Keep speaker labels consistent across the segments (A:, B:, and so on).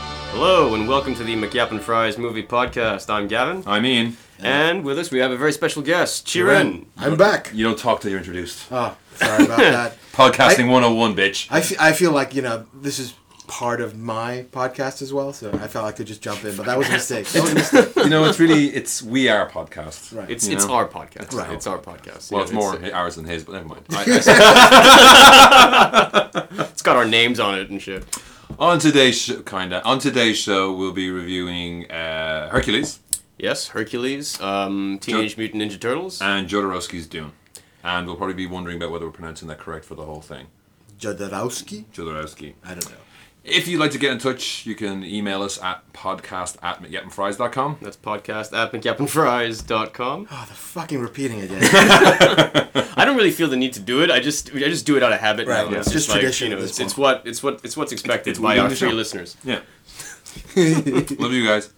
A: Hello and welcome to the McGap Fries Movie Podcast. I'm Gavin,
B: I mean,
A: and with us we have a very special guest, Chirin.
C: I'm back.
B: you don't talk till you're introduced.
C: Oh, sorry about that.
B: Podcasting 101, bitch.
C: I, f- I feel like, you know, this is part of my podcast as well, so I felt I could just jump in, but that was a mistake. That was a mistake.
B: you know, it's really, it's we are a podcast.
C: Right.
A: It's
B: You
A: it's
B: know?
A: our podcast.
C: Right.
A: It's our podcast.
B: Well,
A: Yeah,
B: it's more ours than his, but never mind. I- I
A: It's got our names on it and shit.
B: On today's show, kinda. On today's show, we'll be reviewing uh, Hercules
A: Yes, Hercules, um, Teenage Mutant Ninja Turtles.
B: and Jodorowsky's Dune, and we'll probably be wondering about whether we're pronouncing that correct for the whole thing.
C: Jodorowsky?
B: Jodorowsky.
C: I don't know.
B: If you'd like to get in touch, you can email us at podcast at mcgettinfries.com.
A: That's podcast at McGapandFries.com.
C: Oh, the fucking repeating again.
A: I don't really feel the need to do it. I just I just do it out of habit.
C: Right,
A: now.
C: yeah.
A: It's just
C: Just
A: like,
C: tradition
A: you know,
C: at this
A: it's, it's what it's what it's what's expected
B: it's
A: by
B: what we do
A: our three
B: in the show.
A: listeners.
B: Yeah.
C: Oh,
B: Love you guys.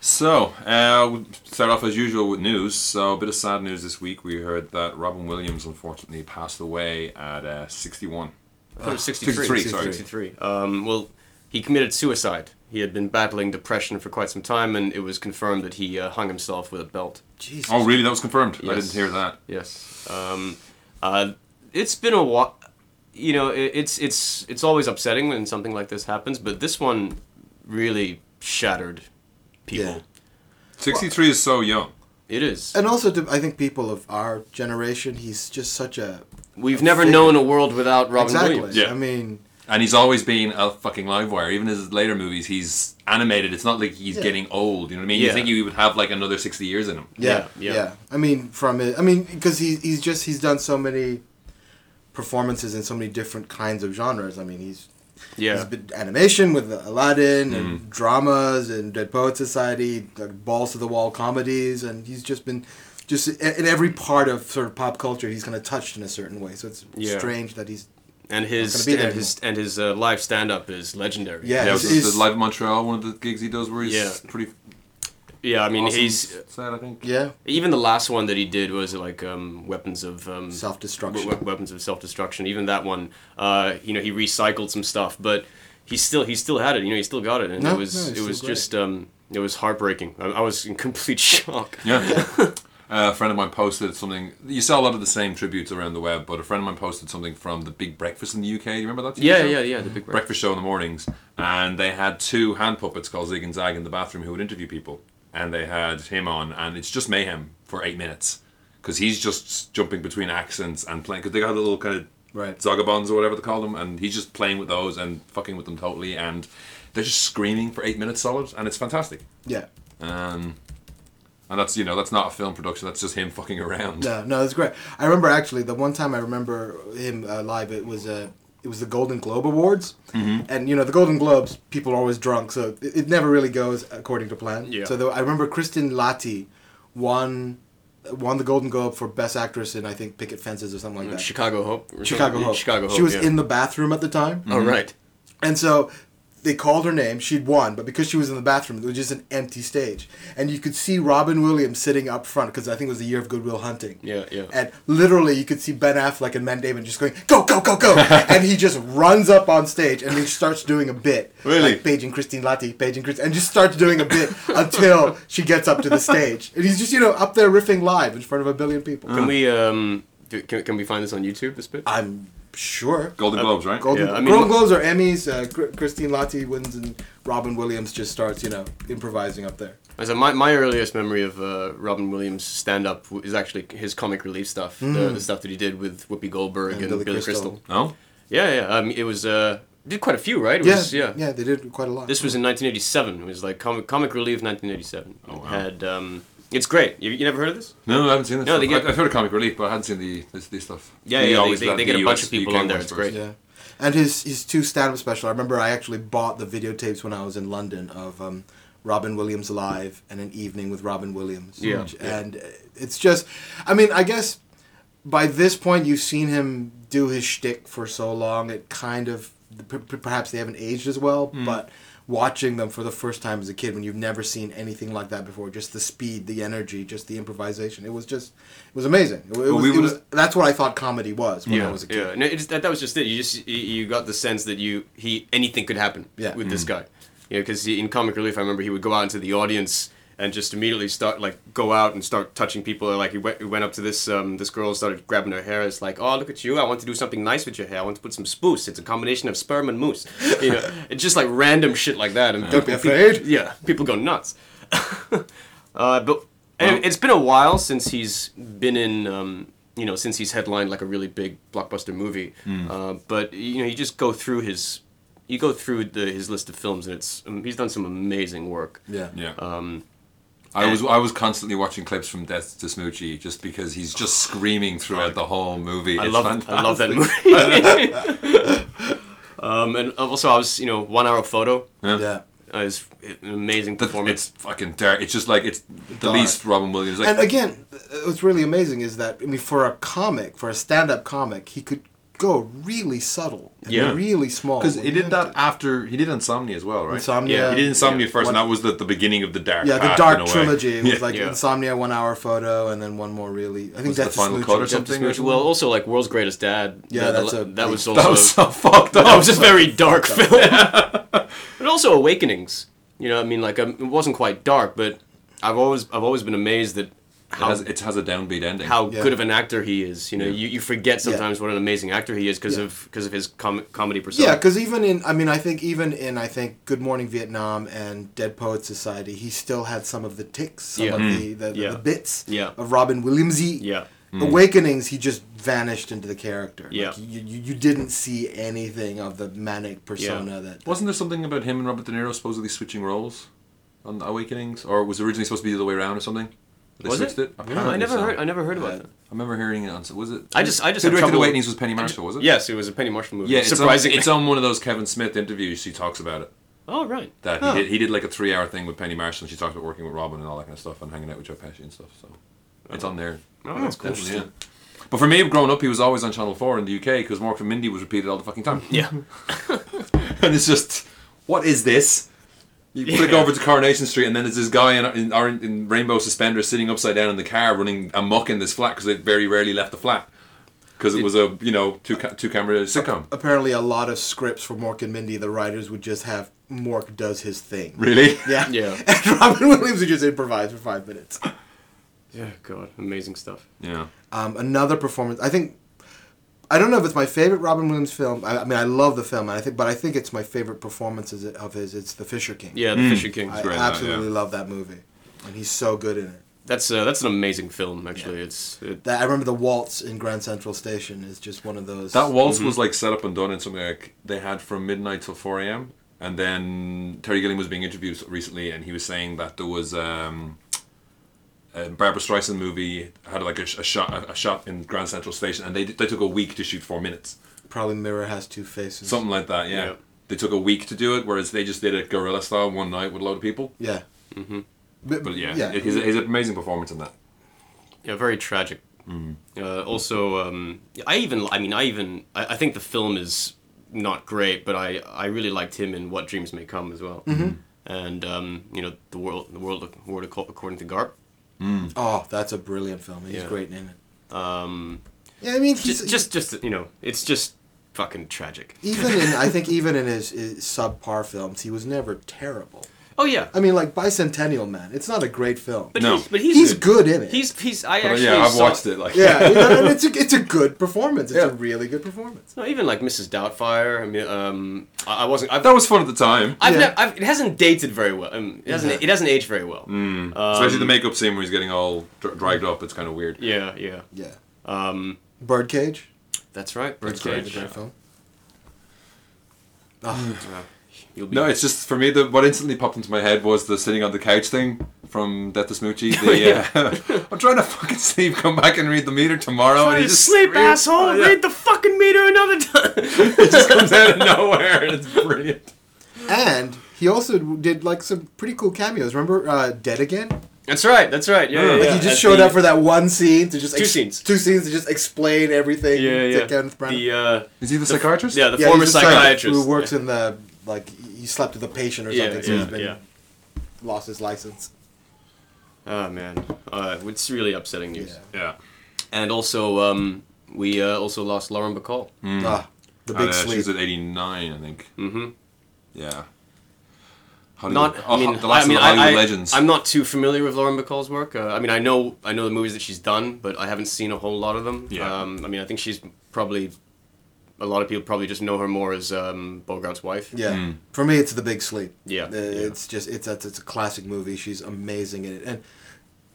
B: So, uh, we'll start off as usual with news. So, a bit of sad news this week. We heard that Robin Williams unfortunately passed away at uh, 61.
A: I thought it was 63.
B: 63, sorry.
A: 63. Um, well, he committed suicide. He had been battling depression for quite some time, and it was confirmed that he uh, hung himself with a belt.
C: Jesus.
B: Oh, really? That was confirmed. I
A: Yes.
B: didn't hear that.
A: Yes. Um, uh, it's been a while. You know, it, it's it's it's always upsetting when something like this happens, but this one really shattered people.
C: Yeah.
B: 63 is so young.
A: It is.
C: And also, to, I think people of our generation, he's just such a.
A: We've never
C: figure.
A: known a world without Robin
C: exactly.
A: Williams.
B: Yeah.
C: I mean,
B: And he's always been a fucking live wire. Even his later movies, he's animated. It's not like he's
C: Yeah.
B: getting old. You know what I mean?
A: Yeah.
B: You think he would have like another 60 years in him.
C: yeah,
A: Yeah,
C: yeah.
A: yeah.
C: I mean, from it. I mean, because he, he's just, he's done so many performances in so many different kinds of genres. I mean, he's There's
A: Yeah. Mm.
C: been animation with Aladdin and dramas and Dead Poet Society, like balls to the wall comedies, and he's just been just in in every part of sort of pop culture he's kind of touched in a certain way. So it's
A: Yeah.
C: strange that he's
A: And his
C: gonna be
A: and
C: there
A: his and his uh, live stand up is legendary.
B: Yeah,
C: Yeah. He's-
B: was this
C: he's-
B: the Live in Montreal, one of the gigs he does where he's
A: Yeah.
B: pretty
A: Yeah, I mean
B: awesome
A: he's
B: sad, I think.
C: yeah
A: even the last one that he did was like um, weapons of um,
C: self
A: we-
C: destruction.
A: we- weapons of self destruction. Even that one, uh, you know, he recycled some stuff, but he still he still had it. You know, he still got it, and
C: No,
A: it was
C: no, he's
A: it was
C: still great.
A: just um, it was heartbreaking. I, I was in complete shock.
B: Yeah. Uh, a friend of mine posted something. You saw a lot of the same tributes around the web, but a friend of mine posted something from the Big Breakfast in the UK. Do you remember that? TV
A: Yeah,
B: show?
A: yeah, yeah. The big break.
B: Breakfast show in the mornings, and they had two hand puppets called Zig and Zag in the bathroom who would interview people, and they had him on, and it's just mayhem for eight minutes, because he's just jumping between accents and playing. Because they got a little kind of
C: Right.
B: zagabons or whatever they call them, and he's just playing with those and fucking with them totally, and they're just screaming for eight minutes solid, and it's fantastic.
C: Yeah,
B: Um, and that's you know that's not a film production. That's just him fucking around.
C: no, no, it's great. I remember actually the one time I remember him uh, live. It was Uh, it was the Golden Globe Awards,
A: Mm-hmm.
C: and you know the Golden Globes. People are always drunk, so it, it never really goes according to plan.
A: Yeah.
C: So the, I remember Kristen Latti won won the Golden Globe for Best Actress in I think Picket Fences or something like that.
A: Chicago Hope. or
C: Chicago
A: something.
C: Hope.
A: Mm-hmm. Chicago Hope.
C: She was
A: yeah.
C: in the bathroom at the time,
A: Oh right.
C: and so they called her name. She'd won, but because she was in the bathroom, it was just an empty stage, and you could see Robin Williams sitting up front because I think it was the year of Goodwill Hunting.
A: Yeah, yeah.
C: And literally, you could see Ben Affleck and Matt Damon just going, go, go, go, go. and he just runs up on stage and he starts doing a bit.
B: Really?
C: Like Paige and Christine Latti, Paige and Christine, and just starts doing a bit until she gets up to the stage. And he's just, you know, up there riffing live in front of a billion people.
A: Can we um do, can, can we find this on YouTube? This bit.
C: I'm sure.
B: Uh, Golden Globes, right?
C: Golden,
A: Yeah, I mean-
C: Golden Globes or Emmys, uh, Chr- Christine Latti wins and Robin Williams just starts, you know, improvising up there.
A: As a, my, my earliest memory of uh, Robin Williams stand up is actually his comic relief stuff, the, the stuff that he did with Whoopi Goldberg and,
C: Hmm. And Billy
A: Billy
C: Crystal.
A: Crystal.
B: No.
A: Yeah, yeah. Um, it was uh, did quite a few, right? It
C: Yeah,
A: was,
C: yeah, they did quite a lot.
A: This was in 1987. It was like comic, comic relief 1987.
B: Oh,
A: It
B: wow.
A: Had um, it's great. You, you never heard of this?
B: No, I haven't seen this.
A: No,
B: No,
A: they get-
B: I've heard of Comic Relief, but I hadn't seen the this, this stuff.
A: Yeah,
B: They
A: yeah, they-
B: always
A: they-
B: let
A: they
B: the
A: get a bunch of
B: US
A: people
B: UK
A: on there,
B: ones
A: it's great.
B: first.
C: Yeah, and his his two stand up special. I remember I actually bought the videotapes when I was in London of um, Robin Williams live and an evening with Robin Williams.
A: Yeah,
C: Which-
A: yeah.
C: and uh, it's just, I mean, I guess by this point you've seen him do his shtick for so long. It kind of p- p- perhaps they haven't aged as well, but. Watching them for the first time as a kid, when you've never seen anything like that before, just the speed, the energy, just the improvisation, it was just, it was amazing. It, was,
B: we
C: it
B: would've-
C: was- that's what I thought comedy was when I was a kid.
A: yeah. No, it's, that, that was just it. You just you, you got the sense that you he anything could happen
C: Yeah.
A: with this guy. You know, because in Comic Relief, I remember he would go out into the audience and just immediately start like go out and start touching people. Like he went, he went up to this um, this girl, started grabbing her hair. It's like, oh look at you! I want to do something nice with your hair. I want to put some spooce. It's a combination of sperm and moose. You know, it's just like random shit like that. And
C: Don't be
A: people-
C: afraid.
A: yeah, people go nuts. uh, but and it's been a while since he's been in, um, you know, since he's headlined like a really big blockbuster movie. Uh, but you know, you just go through his, you go through the, his list of films, and it's um, he's done some amazing work.
C: Yeah.
B: Yeah. Um, I was I was constantly watching clips from Death to Smoochie just because he's just screaming throughout the whole movie.
A: I
B: It's
A: love I love that movie. um, and also, I was you know, one hour photo
B: Yeah.
C: Yeah.
A: uh, is an amazing
B: The-
A: performance.
B: it's fucking dark. It's just like it's the
C: Dark.
B: least Robin Williams. Like,
C: And again, uh, what's really amazing is that I mean, for a comic, for a stand-up comic, he could go really subtle, and
A: Yeah.
C: really small.
B: Because
C: when
B: he did
C: had
B: that after he did oh, Insomnia as well, right? Yeah,
C: Insomnia.
B: he did Insomnia
A: Yeah.
B: first,
C: One-
B: and that was the, the beginning of the dark.
C: Yeah, the
B: path, Ah, in
C: Dark
B: a way.
C: Trilogy. It was
B: Yeah.
C: like
A: Yeah.
C: Insomnia, One Hour Photo, and then one more really. I think
B: Was it
C: that's
B: the final cut or something?
A: Which- well, also like World's Greatest Dad. the-
C: Yeah,
A: the
C: that's
A: la-
C: a
A: that was
C: big-
A: also
B: that was so fucked up.
A: that was a very dark film. but also Awakenings. You know, I mean, like um, it wasn't quite dark, but I've always I've always been amazed at
B: it,
A: how
B: has, it has a downbeat ending.
A: how
C: Yeah.
A: good of an actor he is. You know, you, you forget sometimes what an amazing actor he is because
C: Yeah.
A: of because of his com- comedy persona.
C: Yeah, because even in, I mean, I think even in, I think Good Morning Vietnam and Dead Poets Society, he still had some of the ticks, some
A: Yeah. Mm.
C: of the, the,
A: Yeah.
C: the bits
A: Yeah.
C: of Robin Williamsy.
A: yeah. Mm.
C: Awakenings, he just vanished into the character. Like,
A: Yeah.
C: you, you, you didn't see anything of the manic persona that.
B: Wasn't there something about him and Robert De Niro supposedly switching roles on Awakenings, or was it originally supposed to be the other way around or something? They
A: Was
B: switched
A: it?
B: it.
A: I
B: Apparently
A: never
B: so.
A: heard. I never heard about
C: Yeah.
A: that.
B: I remember hearing it on. Was it?
A: I just- I just
B: Who
A: have
B: directed
A: trouble-
B: Awakenings was Penny Marshall, was it?
A: Yes, it was a Penny Marshall movie.
B: Yeah, it's on,
A: surprisingly.
B: it's on one of those Kevin Smith interviews. She talks about it.
A: oh right.
B: That
C: Huh.
B: he did. He did like a three-hour thing with Penny Marshall. and She talked about working with Robin and all that kind of stuff, and hanging out with Joe Pesci and stuff. So it's on there.
A: Oh, that's cool.
B: Definitely, yeah. But for me, growing up, he was always on Channel Four in the UK because Mork and Mindy was repeated all the fucking time.
A: Yeah.
B: and it's just, what is this? You click
A: Yeah.
B: over to Coronation Street, and then there's this guy in, in, orange- in rainbow suspenders sitting upside down in the car, running amok in this flat because they very rarely left the flat because it was a you know two ca- two camera sitcom.
C: Apparently, a lot of scripts for Mork and Mindy, the writers would just have Mork does his thing.
B: Really?
C: Yeah.
A: Yeah.
C: And Robin Williams would just improvise for five minutes.
A: Yeah. God, amazing stuff.
B: Yeah.
C: Um, another performance. I think I don't know if it's my favorite Robin Williams film. I, I mean, I love the film, and I think, but I think it's my favorite performances of his. It's The Fisher King.
A: Yeah,
B: Hmm.
A: The Fisher King.
C: I
B: great, that,
C: absolutely love that movie, and he's so good in it.
A: That's uh, that's an amazing film. Actually, it's it,
C: That I remember the waltz in Grand Central Station is just one of those.
B: That waltz was like set up and done in something like they had from midnight till 4 a.m. And then Terry Gilliam was being interviewed recently, and he was saying that there was um, a Barbara Streisand movie had like a, sh- a shot a, a shot in Grand Central Station, and they d- they took a week to shoot four minutes,
C: probably Mirror has two faces.
B: something like that. Yeah,
A: Yeah.
B: they took a week to do it, whereas they just did it guerrilla style one night with a load of people.
C: Yeah. Mm-hmm.
B: But yeah, It, he's, a- he's an amazing performance in that.
A: yeah very tragic.
B: Mm.
A: Uh, also, um, I even I mean I even I, I think the film is not great, but I I really liked him in What Dreams May Come as well.
B: Mm-hmm.
A: And um, you know the world the world world Acco- according to Garp.
C: oh, that's a brilliant film. He's
A: Yeah.
C: great in it.
A: Um,
C: Yeah, I mean, he's,
A: just just just you know it's just fucking tragic.
C: even in I think even in his, his subpar films, he was never terrible.
A: Oh yeah,
C: I mean, like Bicentennial Man. It's not a great film.
A: but
B: No.
A: he's but he's,
C: he's good in it.
A: He's he's I
B: But uh,
A: actually
B: yeah, I've
A: saw-
B: watched it. Like
C: yeah, you know, and it's a, it's a good performance. It's a
B: Yeah.
C: really good performance.
A: No, even like Mrs. Doubtfire. I mean, um, I, I wasn't. I've,
B: that was fun at the time,
A: I've,
C: Yeah.
A: nev- I've it hasn't dated very well. Um, it hasn't.
C: Yeah.
A: It doesn't age very well.
B: Mm. especially the makeup scene where he's getting all dr- dragged up. It's kind of weird.
A: Yeah, yeah.
C: Yeah,
A: Um,
C: Birdcage.
A: that's right.
B: That's
A: Birdcage.
B: great.
C: Great film. Ah,
A: Yeah. You'll be
B: No, it's just for me. The what instantly popped into my head was the sitting on the couch thing from Death to Smoochie. The, uh, I'm trying to fucking sleep. Come back and read the meter tomorrow. and he just screams- Oh, yeah.
A: the fucking meter another time.
B: It just comes out of nowhere, and it's brilliant.
C: and he also did like some pretty cool cameos. Remember uh, Dead Again?
A: that's right. That's right. Yeah, yeah,
B: Like,
C: Like
A: yeah.
C: he
A: At
C: just showed
A: the-
C: up for that one scene to just
A: Two scenes.
C: two scenes to just explain everything
A: Yeah, yeah.
C: to Kenneth Branagh.
A: The uh,
B: Is he the psychiatrist?
A: yeah, the
C: Yeah,
A: former
C: he's a psychiatrist
A: psychiatrist
C: who works in the like he slept with a patient or
A: Yeah,
C: something, so
A: yeah,
C: he's been
A: yeah.
C: lost his license.
A: Oh man, uh, it's really upsetting news.
C: Yeah.
B: yeah.
A: And also, um, we uh, also lost Lauren Bacall.
B: Hmm.
C: Ah, the
A: Oh,
B: And,
C: big
B: uh, she was
C: sleep.
B: at 89, I think.
A: Mm-hmm.
B: Yeah. Hollywood.
A: Not, I
B: oh,
A: mean,
B: the last
A: I mean,
B: of the Hollywood
A: I, I,
B: legends.
A: I'm not too familiar with Lauren Bacall's work. Uh, I mean, I know I know the movies that she's done, but I haven't seen a whole lot of them.
B: Yeah.
A: Um, I mean, I think she's probably a lot of people probably just know her more as um, Bogart's wife.
C: Yeah. For me, it's The Big Sleep.
A: Yeah.
C: Uh,
A: Yeah.
C: It's just it's that's it's a classic movie. She's amazing in it, and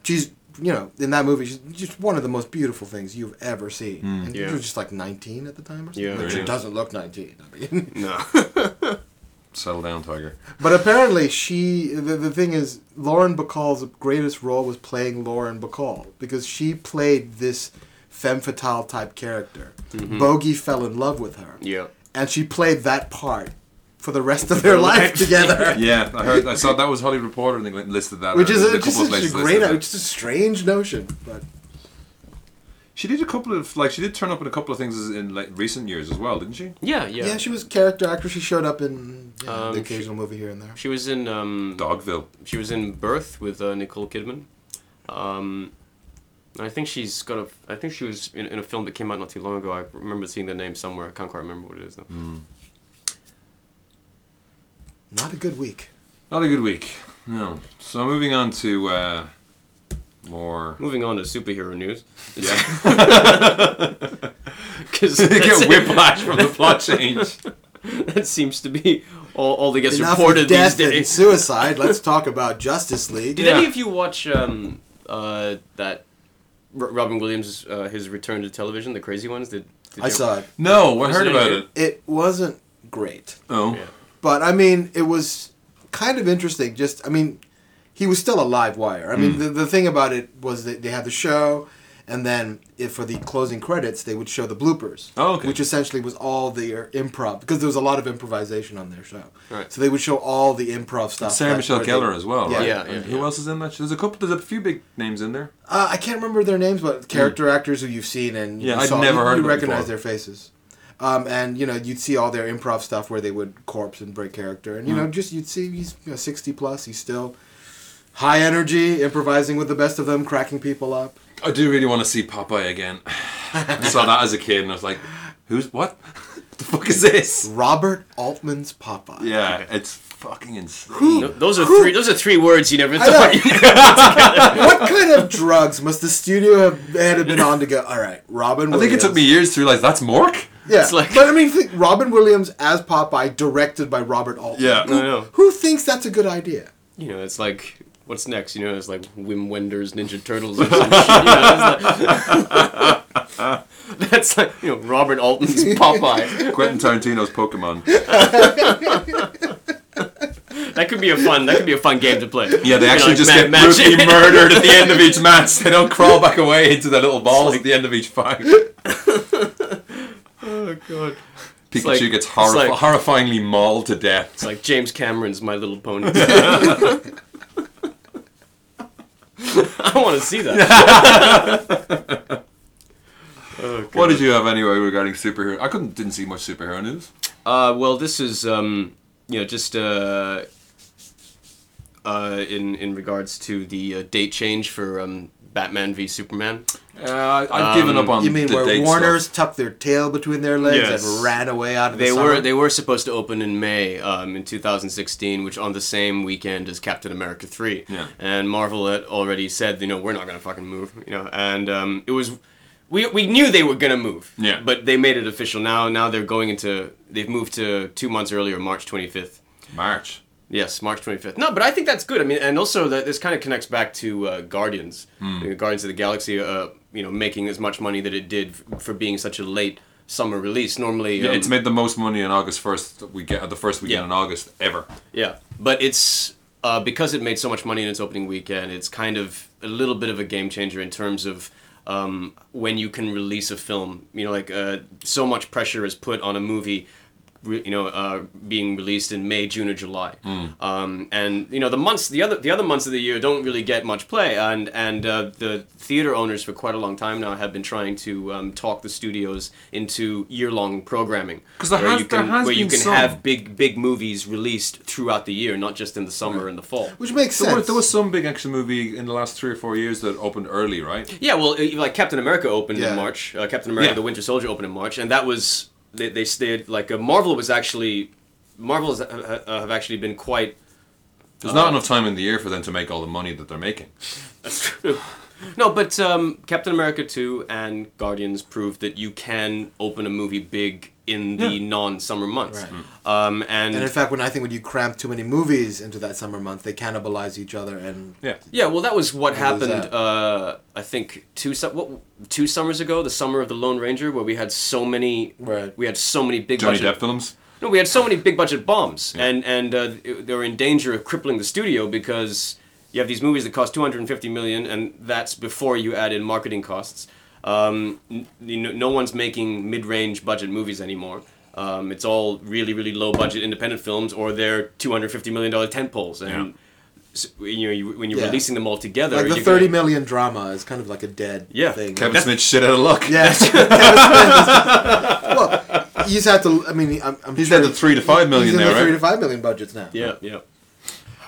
C: she's you know in that movie she's just one of the most beautiful things you've ever seen. And
A: Yeah.
C: she was just like 19 at the time or something.
A: Yeah.
C: Like, she
B: Yeah.
C: doesn't look 19. I mean,
A: No.
B: Settle down, Tiger.
C: But apparently, she the, the thing is Lauren Bacall's greatest role was playing Lauren Bacall because she played this femme fatale type character. Bogey fell in love with her,
A: yeah.
C: and she played that part for the rest of their life together.
B: Yeah, I heard. I saw that was Hollywood Reporter and they listed that.
C: Which
B: or
C: is
B: there's
C: a, just
B: couple of
C: such a
B: places
C: great,
B: listed it.
C: it's just a strange notion, but
B: She did a couple of like she did turn up in a couple of things in like recent years as well, didn't she?
A: Yeah. Yeah.
C: yeah, she was a character actress. She showed up in yeah,
A: Um,
C: the occasional movie here and there.
A: She was in um,
B: Dogville.
A: she was in Birth with uh, Nicole Kidman. Um, and I think she's got a. I think she was in, in a film that came out not too long ago. I remember seeing the name somewhere. I can't quite remember what it is though.
C: Mm. Not a good week.
B: Not a good week. No. So moving on to uh, more.
A: Moving on to superhero news.
B: Yeah,
A: Because
B: get whiplash from the plot change.
A: that seems to be all, all that gets
C: Enough
A: reported
C: of death
A: these
C: and
A: days.
C: suicide. Let's talk about Justice League.
A: Did
B: Yeah.
A: any of you watch um, uh, that R- Robin Williams uh, his return to television, The Crazy Ones? Did, did
C: I
A: you-
C: saw it.
B: No, I
A: Was
B: heard
A: it
B: about
A: any
B: it.
A: good?
C: It wasn't great.
B: Oh,
A: Yeah.
C: But I mean, it was kind of interesting. Just I mean, he was still a live wire. I
A: Hmm.
C: mean, the, the thing about it was that they had the show, and then if for the closing credits, they would show the bloopers.
B: Oh, okay.
C: Which essentially was all their improv because there was a lot of improvisation on their show.
A: Right.
C: So they would show all the improv stuff.
B: Sarah
C: that-
B: Michelle
C: where they-
B: Gellar as well,
C: Yeah.
B: right?
A: Yeah, yeah,
B: And Who
A: yeah.
B: else is in that? There's a couple. There's a few big names in there.
C: Uh, I can't remember their names, but character actors who you've seen and
B: Mm. Yeah,
C: you
B: I'd
C: saw,
B: never heard
C: you, you
B: of them
C: recognize
B: before.
C: their faces. Um, and you know you'd see all their improv stuff where they would corpse and break character,
B: Mm.
C: and you know just you'd see he's you know, sixty plus, he's still high energy, improvising with the best of them, cracking people up.
B: I do really want to see Popeye again. I saw that as a kid and I was like, "Who's what? the fuck is this?"
C: Robert Altman's Popeye.
B: Yeah, it's fucking insane.
A: No, those are three. Those are three words you never
C: I know.
A: thought. you-
C: what kind of drugs must the studio have had have been on to go? All right, Robin.
B: I think it took me years to realize that's Mork.
C: Yeah,
A: It's like-
C: but I mean, think Robin Williams as Popeye, directed by Robert Altman.
B: Yeah.
A: I know.
C: Who thinks that's a good idea?
A: you know, it's like what's next? You know, it's like Wim Wenders Ninja Turtles or some shit. You know, it's like- that's like you know Robert Altman's Popeye.
B: Quentin Tarantino's Pokemon.
A: That could be a fun. That could be a fun game to play.
B: Yeah, they
A: You know,
B: actually
A: like
B: just
A: ma-
B: get
A: match
B: brutally
A: it.
B: murdered at the end of each match. They don't crawl back away into their little balls at the end of each fight.
A: Oh god.
B: Pikachu
A: like-
B: gets
A: it's
B: horri-
A: like-
B: horrifyingly mauled to death.
A: It's like James Cameron's My Little Pony. I want to see that. oh,
B: What
A: God.
B: did you have anyway regarding superhero? I couldn't didn't see much superhero news.
A: Uh, well, this is um, you know just uh, uh, in in regards to the uh, date change for um, Batman v Superman.
B: Uh, I've given
A: um,
B: up on
C: You mean
B: the
C: where
B: date
C: Warners
B: stuff.
C: tucked their tail between their legs
A: Yes.
C: and ran away out of the
A: They
C: summer?
A: were they were supposed to open in May um, in 2016, which on the same weekend as Captain America three.
B: Yeah.
A: And Marvel had already said, you know, we're not gonna fucking move, you know. And um, it was, we we knew they were gonna move.
B: Yeah.
A: But they made it official now. Now they're going into they've moved to two months earlier, March 25th.
B: March.
A: Yes, March 25th. No, but I think that's good. I mean, and also that this kind of connects back to uh, Guardians,
B: Hmm.
A: You know, Guardians of the Galaxy. Uh, you know, making as much money that it did f- for being such a late summer release. Normally,
B: Yeah,
A: um,
B: it's made the most money on August first. We get the first weekend
A: Yeah.
B: in August ever.
A: yeah, but it's uh, because it made so much money in its opening weekend. It's kind of a little bit of a game changer in terms of. Um, when you can release a film, you know, like uh, so much pressure is put on a movie re- you know, uh, being released in May, June, or July.
B: Mm.
A: Um, and you know, the months, the other, the other months of the year don't really get much play. And and uh, the theater owners for quite a long time now have been trying to um, talk the studios into year-long programming,
B: 'Cause there
A: where
B: has-
A: you can,
B: there has
A: where you
B: been
A: can
B: some.
A: have big big movies released throughout the year, not just in the summer and the fall.
C: Which makes
B: There
C: sense.
B: was, there was some big action movie in the last three or four years that opened early, right?
A: Yeah, well, uh, like Captain America opened
C: Yeah.
A: in March. Uh, Captain America:
B: Yeah.
A: The Winter Soldier opened in March, and that was they they stayed like uh, Marvel was actually Marvel has, uh, uh, have actually been quite
B: There's not enough time in the year for them to make all the money that they're making.
A: That's true. No, but um, Captain America 2 and Guardians prove that you can open a movie big in the non summer months.
C: Right.
A: Um, and,
C: And in fact, when I think when you cramp too many movies into that summer month, they cannibalize each other. And
B: Yeah.
A: yeah, well, that was what
C: What was
A: happened,
C: that?
A: uh, I think, two, su- what, two summers ago, the summer of the Lone Ranger, where we had so many.
C: Right.
A: We had so many big
B: Johnny
A: budget
B: Depp films.
A: No, we had so many big budget bombs, and and uh, they were in danger of crippling the studio because you have these movies that cost 250 million, and that's before you add in marketing costs. Um, n- you know, no one's making mid-range budget movies anymore. Um, it's all really, really low-budget independent films, or they're 250 million dollar tentpoles, and s- you know you, when you're
C: Yeah.
A: releasing them all together,
C: like the
A: you're
C: thirty
A: gonna-
C: million drama is kind of like a dead
A: Yeah.
C: thing.
B: Kevin Smith shit out of luck.
C: Yeah. Kevin Smith is- Look, you just have to. I mean, I'm, I'm
B: He's
C: sure
B: at the three to five million
C: he's in
B: there,
C: the three to
B: right?
C: five million budgets now.
A: Yeah, yeah.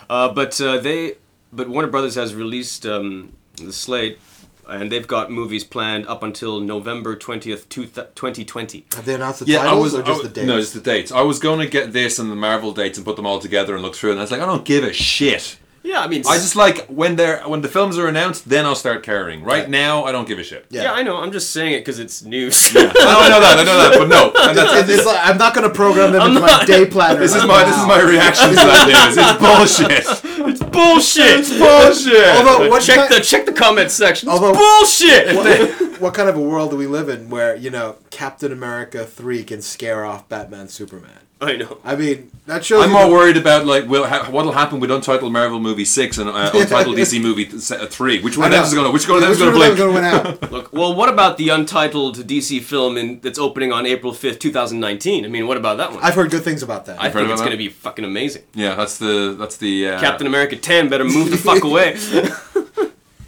A: Uh, but uh, they, but Warner Brothers has released um, the slate, and they've got movies planned up until November twentieth, twenty twenty.
C: Have they announced the
B: Yeah, I
C: titles
B: was
C: or just
B: I-
C: the dates?
B: No, just the dates. I was going to get this and the Marvel dates and put them all together and look through, it, and I was like, I don't give a shit.
A: Yeah, I mean,
B: I just like when they're when the films are announced, then I'll start caring. Right now, I don't give a shit.
A: yeah.
C: yeah.
A: I know. I'm just saying it because it's news.
B: I know, I know that. I know that. But no, and that's,
C: It's, it's like, I'm not going to program them into my day planner.
B: this is my this is my reaction to that news. It's bullshit.
A: bullshit.
B: Bullshit.
C: Although what
A: check
C: kind,
A: the check the comment section. It's
C: Although-
A: bullshit.
C: what, what kind of a world do we live in where you know Captain America three can scare off Batman Superman?
A: I know.
C: I mean that shows.
B: I'm
C: you
B: more
C: the-
B: worried about like will ha- what'll happen with untitled Marvel movie six and uh, untitled DC movie th- se- uh, three. Which one
C: I
B: of
C: know.
B: them's gonna which one of
C: Yeah,
B: them's
C: which
B: gonna
C: one
B: blink?
C: of them's gonna win out?
A: Look, well, what about the untitled DC film in, that's opening on April fifth, two thousand nineteen? I mean, what about that one? I,
C: I've heard good things about that.
B: heard
A: think it's
B: about
A: going to
B: that?
A: be
B: Uh.
A: fucking amazing.
B: Yeah, that's the that's the uh,
A: Captain America ten better move the fuck away.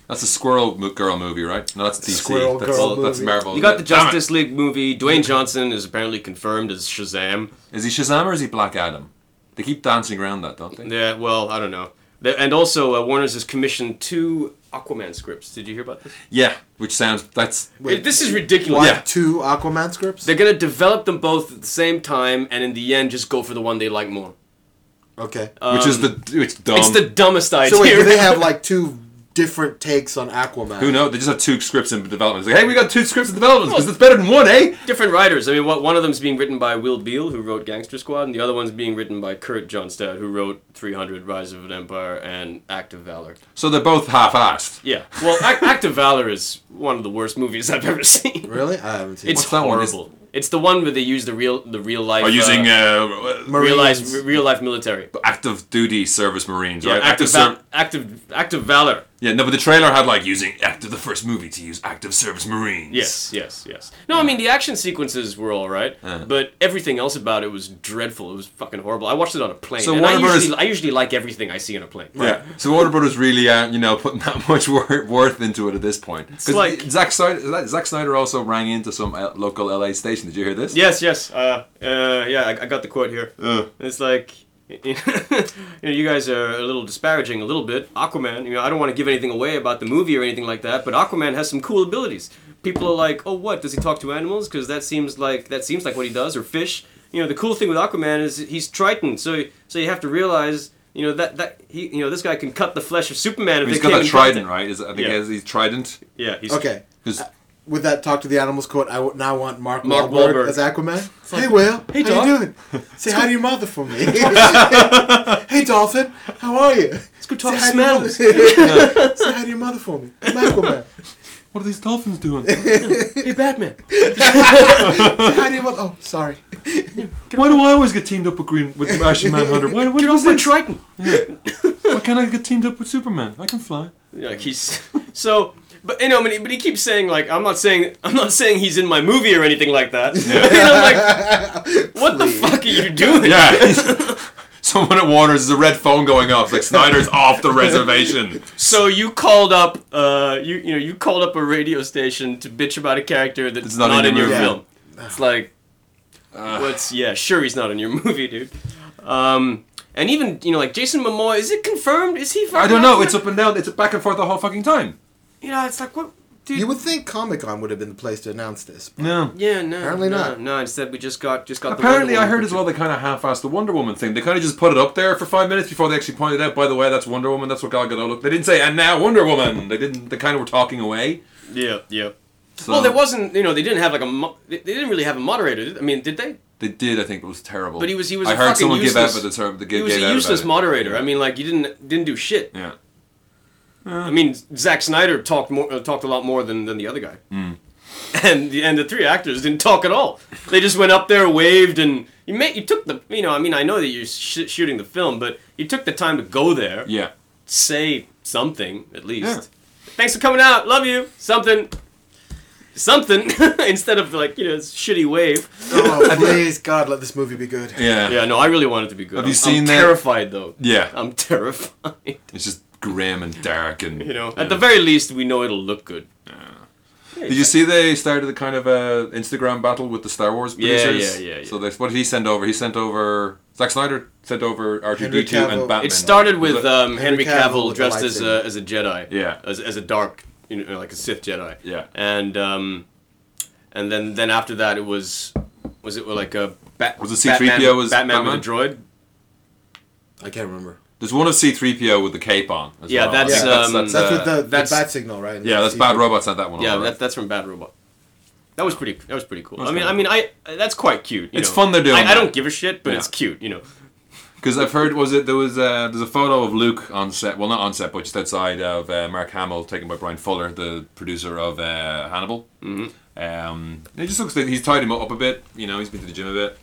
B: That's the Squirrel Mo- Girl movie, right? No, that's DC.
C: Squirrel
B: that's,
C: Girl
B: that's
C: movie.
B: Marvel.
A: You got the
B: Damn it.
A: Justice League movie. Dwayne Johnson is apparently confirmed as Shazam.
B: Is he Shazam or is he Black Adam? They keep dancing around that, don't they?
A: Yeah, well, I don't know. The- And also, uh, Warner's has commissioned two Aquaman scripts. Did you hear about this?
B: Yeah, which sounds that's
C: Wait,
A: It- this is ridiculous.
C: Why
B: Yeah.
C: two Aquaman scripts?
A: They're gonna develop them both at the same time, and in the end, just go for the one they like more.
C: okay.
B: which is the it's dumb.
A: Um, it's the dumbest idea.
C: Um, so wait, do they have like two different takes on Aquaman?
B: who knows? They just have two scripts in development. It's like, hey, we got two scripts in development because it's better than one, eh?
A: different writers. I mean, what, one of them's being written by Will Beal, who wrote Gangster Squad, and the other one's being written by Kurt Johnstad, who wrote 300, Rise of an Empire, and Act of Valor.
B: So they're both half-assed.
A: Yeah. Well, Act, Act of Valor is one of the worst movies I've ever seen.
C: Really? I haven't seen.
A: It's
B: What's that one?
A: horrible. It's the one where they use the real the real life.
B: Are using
A: uh,
B: uh,
C: Marines.
A: real life real life military.
B: active duty service marines,
A: Yeah,
B: right?
A: active
B: Active
A: val-
B: ser-
A: active active valor.
B: yeah, no, but the trailer had like using active the first movie to use active service marines.
A: Yes, yes, yes. No, I mean the action sequences were all right,
B: Uh-huh.
A: but everything else about it was dreadful. It was fucking horrible. I watched it on a plane,
B: So
A: and I
B: Warner Brothers-
A: usually I usually like everything I see on a plane.
B: Yeah. So Warner Brothers really aren't, you know, putting that much wor- worth into it at this point. Because
A: like-
B: Zack Snyder, Zack Snyder also rang into some uh, local LA station. Did you hear this?
A: Yes, yes. Uh, uh, yeah, I, I got the quote here.
B: Uh.
A: It's like. you know, you guys are a little disparaging a little bit. Aquaman, you know, I don't want to give anything away about the movie or anything like that, but Aquaman has some cool abilities. People are like, "Oh, what? Does he talk to animals?" Because that seems like that seems like what he does, or fish. You know, the cool thing with Aquaman is he's Triton, so so you have to realize, you know, that that he, you know, this guy can cut the flesh of Superman if
B: He's
A: they
B: got Uh,
A: came
B: that
A: in
B: trident,
A: contact.
B: right? Is, I think
A: Yeah.
B: he has he's trident.
A: Yeah, he's
C: Okay.
B: 'Cause-
C: With that talk to the animals quote, I w- now want Mark,
A: Mark
C: Wahlberg,
A: Wahlberg.
C: as Aquaman. hey, Will.
A: Hey,
C: how you
A: Doc.
C: doing? Say hi to your mother for me. hey, Dolphin. How are you? It's
A: good talking
C: Say hi
A: smells.
C: to your mother. Say hi to your mother for me. I'm Aquaman.
B: What are these dolphins doing?
A: hey Batman.
C: Say hi to your mother. Oh, sorry.
B: Why do I always get teamed up with Green with Martian Manhunter? Why, why,
A: Get off my Triton.
B: why can't I get teamed up with Superman? I can fly.
A: like he's so but you know but he, but he keeps saying like i'm not saying i'm not saying he's in my movie or anything like that and i'm like what the fuck are you doing
B: Yeah. Someone at Warner's is a red phone going off. Like Snyder's off the reservation.
A: so you called up uh you you know you called up a radio station to bitch about a character that's
B: It's
A: not,
B: not in
A: in,
B: the
A: your
C: movie.
A: film it's like what's yeah sure he's not in your movie dude um and even you know like jason momoa is it confirmed is he
B: I don't know. It's up and down. It's back and forth the whole fucking time.
A: you know it's like what
B: Dude.
C: You would think Comic Con would have been the place to announce this. but-
B: No.
A: Yeah, no.
C: Apparently
A: no,
C: not.
A: No, instead we just got just got.
B: Apparently,
A: the
B: I heard as well they kind of half-assed the Wonder Woman thing. They kind of just put it up there for five minutes before they actually pointed out. By the way, that's Wonder Woman. That's what Gal Gadot looked. They didn't say, "And now Wonder Woman." They didn't. They kind of were talking away.
A: Yeah, yeah.
B: So
A: Well, there wasn't. You know, they didn't have like a. Mo- they they didn't really have a moderator. did- I mean, did they?
B: They did, I think, but it was terrible.
A: But he was- he was
B: I
A: a
B: heard
A: fucking
B: someone give out
A: useless-
B: about the term. The
A: He was a useless moderator. I mean, like you didn't didn't do shit.
B: Yeah.
A: I mean, Zack Snyder talked more uh, talked a lot more than, than the other guy.
B: Hmm.
A: And the, and the three actors didn't talk at all. They just went up there, waved, and you made you took the you know I mean I know that you're sh- shooting the film, but you took the time to go there,
B: Yeah.
A: say something at least. Thanks for coming out. Love you. Something. Something instead of like you know shitty wave.
C: Oh, please, God, let this movie be good.
B: Yeah.
A: Yeah, no, I really want it to be good.
B: Have you
A: I'm-
B: seen
A: I'm
B: that-
A: Terrified though.
B: Yeah.
A: I'm terrified.
B: It's just grim and dark and
A: You know, at the very least, we know it'll look good.
B: Did you see they started a kind of a Instagram battle with the Star Wars
A: Yeah,
B: producers?
A: yeah, yeah, yeah.
B: So they, what did he send over? He sent over Zack Snyder sent over R two D two
C: Henry
B: and
C: Cavill.
B: Batman.
A: It started
B: Was
A: with
B: it-
A: um,
C: Henry
A: Henry
C: Cavill
A: Cavill
C: with
A: dressed
C: the
A: as
C: lightsaber.
A: a as a Jedi.
B: Yeah.
A: As, as a dark, you know, like a Sith Jedi.
B: Yeah.
A: And um, and then then after that it was, was it like a bat,
B: Was it
A: Batman-
B: C-3PO as
A: Batman,
B: Batman?
A: with a droid?
C: I can't remember.
B: there's one of C three PO with the cape on. as
A: Yeah,
B: well.
A: that's,
B: I think
A: um,
C: That's
B: uh,
C: with the,
A: that's-
C: the bat signal, right?
B: yeah, that's Bad Robot sent that one.
A: Yeah,
B: over.
A: that, that's from Bad Robot. That was pretty. That was pretty cool.
B: That's
A: I mean,
B: kinda
A: I mean, I that's quite cute. you
B: It's
A: know.
B: fun they're doing
A: I, I
B: that.
A: don't give a shit, but
B: Yeah.
A: it's cute. You know.
B: Because I've heard was it there was uh, there's a photo of Luke on set well not on set but just outside of uh, Mark Hamill taken by Brian Fuller the producer of uh, Hannibal. Mm-hmm. Um, and it just looks like he's tied him up a bit. You know he's been to the gym a bit.